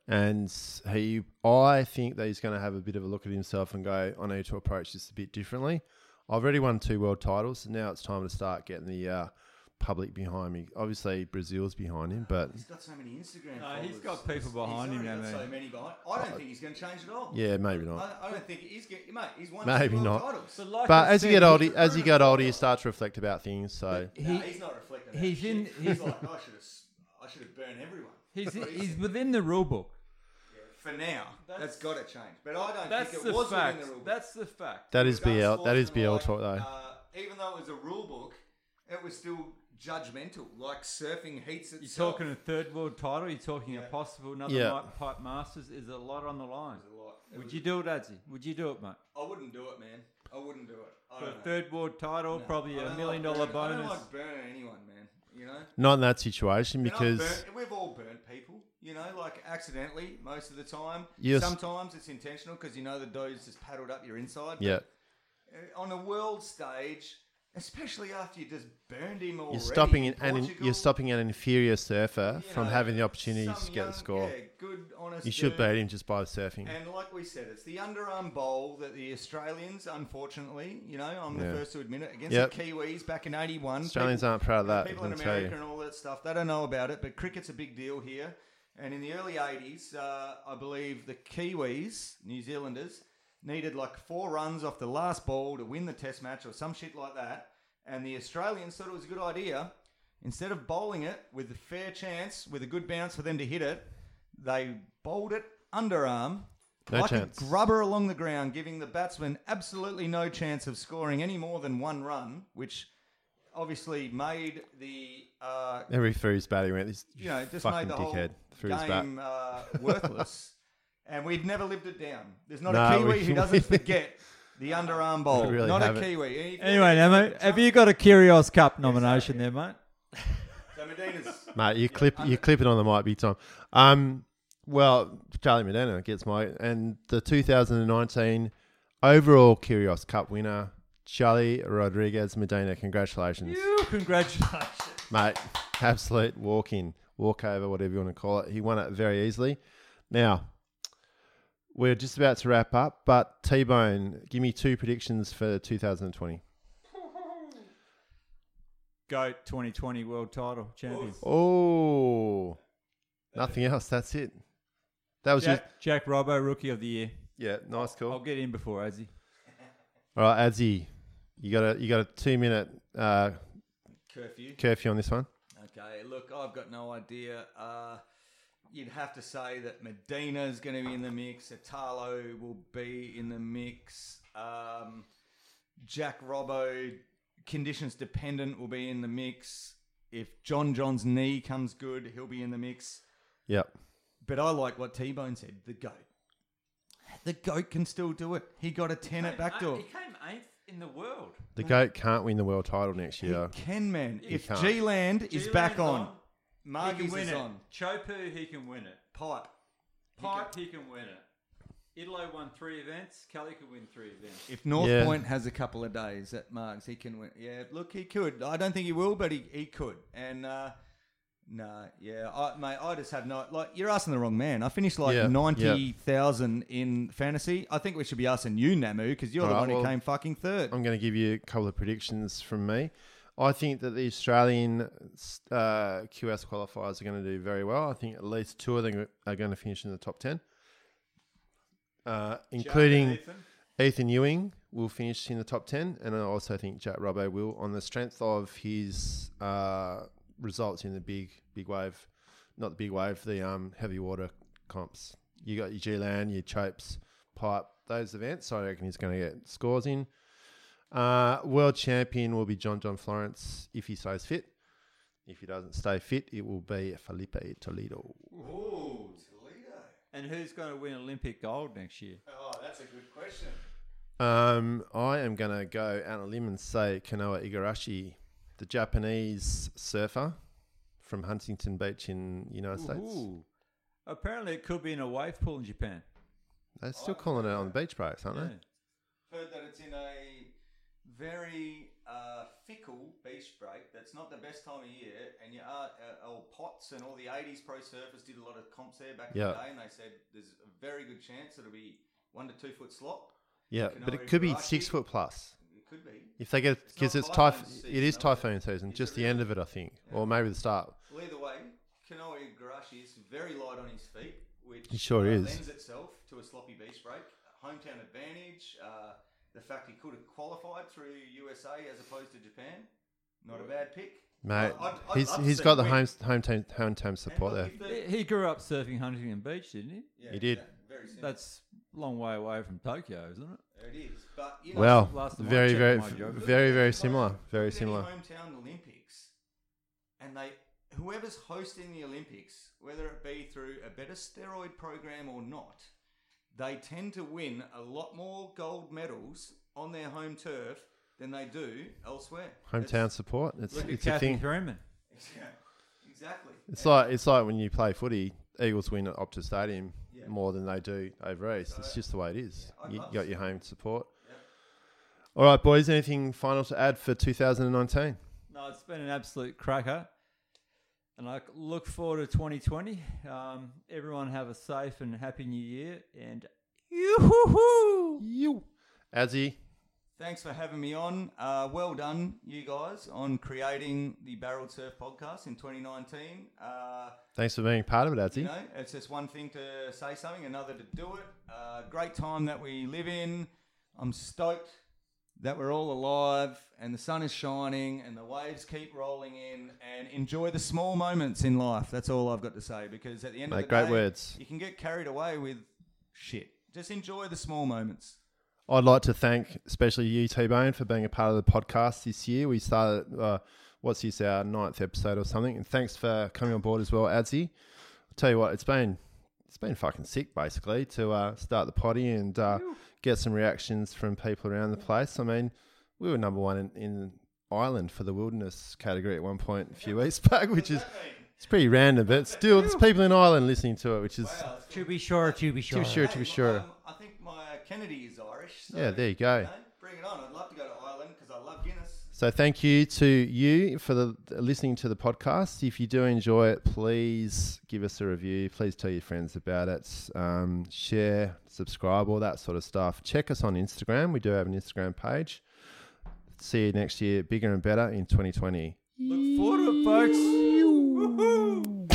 Speaker 1: and he. I think that he's going to have a bit of a look at himself and go, "I need to approach this a bit differently." I've already won two world titles, and now it's time to start getting the uh, public behind me. Obviously, Brazil's behind him, but
Speaker 3: He's got so many Instagram.
Speaker 2: No,
Speaker 3: followers.
Speaker 2: uh, he's got people behind
Speaker 3: he's
Speaker 2: him now,
Speaker 3: already got So
Speaker 2: mate.
Speaker 3: many behind. I don't think he's going to change at all.
Speaker 1: yeah, maybe not.
Speaker 3: I, I don't think he's get, mate. He's won
Speaker 1: Maybe
Speaker 3: two world
Speaker 1: not.
Speaker 3: titles.
Speaker 2: But like
Speaker 1: But
Speaker 2: I
Speaker 1: as you
Speaker 2: said,
Speaker 1: get older, as you get older, you start to reflect about things. So
Speaker 2: he,
Speaker 3: Nah, he's not reflecting. on
Speaker 2: he's
Speaker 3: that
Speaker 2: in-
Speaker 3: shit.
Speaker 2: he's-
Speaker 3: He's like, I should have. I should have burned everyone.
Speaker 2: he's,
Speaker 3: That's what he
Speaker 2: he's
Speaker 3: said.
Speaker 2: within the rule book.
Speaker 3: for now.
Speaker 2: That's-
Speaker 3: that's got to change. But I don't
Speaker 2: That's
Speaker 3: think
Speaker 2: the
Speaker 3: it was
Speaker 2: fact.
Speaker 3: within the rule. book.
Speaker 2: That's the fact.
Speaker 1: that is
Speaker 3: Regards
Speaker 1: BL. That
Speaker 3: laws
Speaker 1: is
Speaker 3: and
Speaker 1: BL
Speaker 3: like,
Speaker 1: talk, though.
Speaker 3: Uh, even though it was a rule book, it was still judgmental. Like surfing heats
Speaker 2: You're
Speaker 3: itself.
Speaker 2: talking a third world title. You're talking a
Speaker 3: Yeah.
Speaker 2: possible another
Speaker 1: Yeah.
Speaker 2: mi- pipe masters. Is a lot on the line.
Speaker 3: It was a lot. It
Speaker 2: Would
Speaker 3: was-
Speaker 2: you do it, Adzi? Would you do it, mate?
Speaker 3: I wouldn't do it, man. I wouldn't do it. I
Speaker 2: For a
Speaker 3: don't know.
Speaker 2: third world title,
Speaker 3: No.
Speaker 2: probably
Speaker 3: I
Speaker 2: a
Speaker 3: don't
Speaker 2: million
Speaker 3: like
Speaker 2: dollar
Speaker 3: burning-
Speaker 2: bonus.
Speaker 3: I don't like burning anyone, man. You know.
Speaker 1: Not in that situation
Speaker 3: And I've
Speaker 1: because
Speaker 3: burnt- we've all burnt people, you know, like accidentally most of the time.
Speaker 1: Yes.
Speaker 3: Sometimes it's intentional because you know the dude's just paddled up your inside. but
Speaker 1: yeah,
Speaker 3: uh, On a world stage, especially after you just burned him already.
Speaker 1: you're stopping
Speaker 3: in
Speaker 1: an, an
Speaker 3: Portugal,
Speaker 1: you're stopping an inferior surfer
Speaker 3: you
Speaker 1: from
Speaker 3: know,
Speaker 1: having the opportunity
Speaker 3: some
Speaker 1: to get the
Speaker 3: young-
Speaker 1: score.
Speaker 3: Yeah, good, honest.
Speaker 1: You should
Speaker 3: dude.
Speaker 1: beat him just by surfing.
Speaker 3: And like we said, it's the underarm bowl that the Australians, unfortunately, you know, I'm
Speaker 1: Yeah.
Speaker 3: the first to admit it, against
Speaker 1: Yep.
Speaker 3: the Kiwis back in 81.
Speaker 1: Australians
Speaker 3: people,
Speaker 1: aren't proud of that. I
Speaker 3: People in
Speaker 1: can tell
Speaker 3: America
Speaker 1: you.
Speaker 3: and all that stuff, they don't know about it, but cricket's a big deal here. And in the early 80s, uh, I believe the Kiwis, New Zealanders, needed like four runs off the last ball to win the test match or some shit like that. And the Australians thought it was a good idea. Instead of bowling it with a fair chance, with a good bounce for them to hit it, they bowled it underarm.
Speaker 1: No
Speaker 3: like
Speaker 1: chance.
Speaker 3: a grubber along the ground, giving the batsman absolutely no chance of scoring any more than one run, which obviously made the uh,
Speaker 1: Every through his bat, he went, "This
Speaker 3: you know just
Speaker 1: fucking
Speaker 3: made the
Speaker 1: dickhead." Through his
Speaker 3: whole
Speaker 1: bat.
Speaker 3: game uh, worthless. and we've never lived it down. There's not a
Speaker 1: No,
Speaker 3: Kiwi
Speaker 1: we-
Speaker 3: who
Speaker 1: we-
Speaker 3: doesn't forget the underarm bowl.
Speaker 1: really
Speaker 3: not a
Speaker 1: haven't.
Speaker 3: Kiwi. If you-
Speaker 2: Anyway, now, mate, have you got a Curios Cup nomination there, mate?
Speaker 3: So Medina's
Speaker 1: Mate, you clip you clip it on the mic big time. Um, well, Charlie Medina gets my and the 2019 overall Curios Cup winner, Charlie Rodriguez Medina. Congratulations,
Speaker 2: You congratulations.
Speaker 1: mate! Absolute walk in, walk over, whatever you want to call it. He won it very easily. Now we're just about to wrap up, but T Bone, give me two predictions for 2020.
Speaker 2: Goat 2020 World Title Champion.
Speaker 1: Oh, nothing else. That's it. That was just
Speaker 2: Jack, Jack Robbo, Rookie of the Year.
Speaker 1: yeah, nice call.
Speaker 2: I'll get in before Azzy.
Speaker 1: All right, Adzi, you got a you got a two minute uh,
Speaker 3: curfew.
Speaker 1: curfew on this one.
Speaker 3: Okay, look, I've got no idea. Uh, you'd have to say that Medina's going to be in the mix. Italo will be in the mix. Um, Jack Robbo, conditions dependent, will be in the mix. If John John's knee comes good, he'll be in the mix.
Speaker 1: Yep.
Speaker 3: But I like what T Bone said the GOAT. The GOAT can still do it. He got a 10 at backdoor.
Speaker 2: came eighth in the world.
Speaker 1: The goat can't win the world title next year.
Speaker 3: He can, man. If
Speaker 1: can't.
Speaker 3: G Land is back on,
Speaker 2: He can
Speaker 3: Margie's
Speaker 2: win
Speaker 3: is
Speaker 2: it.
Speaker 3: on,
Speaker 2: Chopu, he can win it.
Speaker 3: Pipe.
Speaker 2: Pipe, he can win it. Idlo won three events. Kelly could win three events.
Speaker 3: If North
Speaker 1: Yeah.
Speaker 3: Point has a couple of days at Margs, he can win. Yeah, look, he could. I don't think he will, but he, he could. And uh, no, yeah, I, mate, I just have no. Like, you're asking the wrong man. I finished like
Speaker 1: Yeah,
Speaker 3: ninety thousand in fantasy. I think we should be asking you, Namu, because you're the
Speaker 1: All right,
Speaker 3: one
Speaker 1: well-
Speaker 3: who came fucking third.
Speaker 1: I'm going to give you a couple of predictions from me. I think that the Australian uh, QS qualifiers are going to do very well. I think at least two of them are going to finish in the top ten, uh, including.
Speaker 2: Ethan.
Speaker 1: Ethan Ewing will finish in the top 10, and I also think Jack Robbo will on the strength of his uh, results in the big, big wave, not the big wave, the um, heavy water comps. You got your G-Lan, your Chopes, Pipe, those events. So I reckon he's going to get scores in. Uh, world champion will be John John Florence if he stays fit. If he doesn't stay fit, it will be Felipe Toledo.
Speaker 3: Ooh, Toledo.
Speaker 2: And who's going to win Olympic gold next year?
Speaker 3: Oh, that's a good question.
Speaker 1: Um, I am going to go out on a limb and say Kanoa Igarashi, the Japanese surfer from Huntington Beach in the United States.
Speaker 2: Ooh. Apparently, it could be in a wave pool in Japan.
Speaker 1: They're still calling it on the beach breaks, aren't
Speaker 2: Yeah.
Speaker 1: they?
Speaker 3: Heard that it's in a very uh, fickle beach break. That's not the best time of year, and you are uh, old Potts and all the '80s pro surfers did a lot of comps there back in
Speaker 1: Yeah.
Speaker 3: the day, and they said there's a very good chance it'll be one to two foot slop.
Speaker 1: Yeah,
Speaker 3: Kanoa
Speaker 1: but it could be
Speaker 3: Igarashi.
Speaker 1: six foot plus.
Speaker 3: It could be.
Speaker 1: If they get,
Speaker 3: It's not
Speaker 1: because it's
Speaker 3: typhoon
Speaker 1: typhoon,
Speaker 3: season,
Speaker 1: it is
Speaker 3: though, is it?
Speaker 1: typhoon season,
Speaker 3: Is
Speaker 1: just
Speaker 3: it
Speaker 1: the
Speaker 3: really?
Speaker 1: end of it, I think, or maybe the start.
Speaker 3: Well, either way, Kanoa Igarashi is very light on his feet, which
Speaker 1: He sure
Speaker 3: uh,
Speaker 1: is.
Speaker 3: lends itself to a sloppy beach break. Hometown advantage, uh, the fact he could have qualified through USA as opposed to Japan, not a bad pick.
Speaker 1: Mate,
Speaker 3: I- I'd- I'd
Speaker 1: he's
Speaker 3: love to
Speaker 1: he's
Speaker 3: see
Speaker 1: got
Speaker 3: him
Speaker 1: the
Speaker 3: win.
Speaker 1: home home team home team support there.
Speaker 3: And look, if
Speaker 2: He-
Speaker 3: the-
Speaker 2: He grew up surfing Huntington Beach, didn't he?
Speaker 3: yeah,
Speaker 1: He did.
Speaker 3: that- Very simple.
Speaker 2: That's a long way away from Tokyo, isn't it?
Speaker 3: There it is. But you know,
Speaker 1: Well,
Speaker 2: last time I
Speaker 1: very
Speaker 2: checked
Speaker 1: very
Speaker 2: my job.
Speaker 1: very very similar, very
Speaker 3: look at any
Speaker 1: similar.
Speaker 3: Hometown Olympics, and they whoever's hosting the Olympics, whether it be through a better steroid program or not, they tend to win a lot more gold medals on their home turf than they do elsewhere.
Speaker 1: Hometown support, it's
Speaker 2: Look
Speaker 1: it's
Speaker 2: at
Speaker 1: a
Speaker 2: Kathy
Speaker 1: thing.
Speaker 2: Freeman.
Speaker 3: It's- yeah, exactly.
Speaker 1: It's like it's like when you play footy, Eagles win at Optus Stadium
Speaker 3: Yeah.
Speaker 1: more than they do over East. It's just the way it is.
Speaker 3: I'd
Speaker 1: You
Speaker 3: love
Speaker 1: got
Speaker 3: to
Speaker 1: your home support.
Speaker 3: Yeah.
Speaker 1: All right, boys. Anything final to add for 2019?
Speaker 2: No, it's been an absolute cracker. And I look forward to 2020. Um, everyone have a safe and happy new year. And yoo-hoo-hoo!
Speaker 1: You, Azzy,
Speaker 3: Thanks for having me on. Uh, well done, you guys, on creating the Barreled Surf podcast in 2019. Uh,
Speaker 1: thanks for being part of it, Azzy.
Speaker 3: You know, it's just one thing to say something, another to do it. Uh, great time that we live in. I'm stoked that we're all alive and the sun is shining and the waves keep rolling in and enjoy the small moments in life. That's all I've got to say because at the end
Speaker 1: Mate,
Speaker 3: of the
Speaker 1: great
Speaker 3: day,
Speaker 1: words.
Speaker 3: you can get carried away with shit. Just enjoy the small moments.
Speaker 1: I'd like to thank especially you, T Bone, for being a part of the podcast this year. We started, uh, what's this, our ninth episode or something. And thanks for coming on board as well, Adzi. I'll tell you what, it's been it's been fucking sick basically to uh, start the potty and uh, get some reactions from people around the place. I mean, we were number one in, in Ireland for the wilderness category at one point a few weeks back, which is it's pretty random, but still, there's people in Ireland listening to it, which is
Speaker 2: To be sure, to be sure.
Speaker 1: too sure to be sure.
Speaker 3: Um, I think my Kennedy is Irish. So,
Speaker 1: Yeah, there you go.
Speaker 3: know, bring it on. I'd love to go to Ireland because I love Guinness.
Speaker 1: So thank you to you for the, listening to the podcast. If you do enjoy it, please give us a review. Please tell your friends about it. Um, share, subscribe, all that sort of stuff. Check us on Instagram. We do have an Instagram page. See you next year, bigger and better in 2020.
Speaker 2: Look forward to it, folks. Woohoo!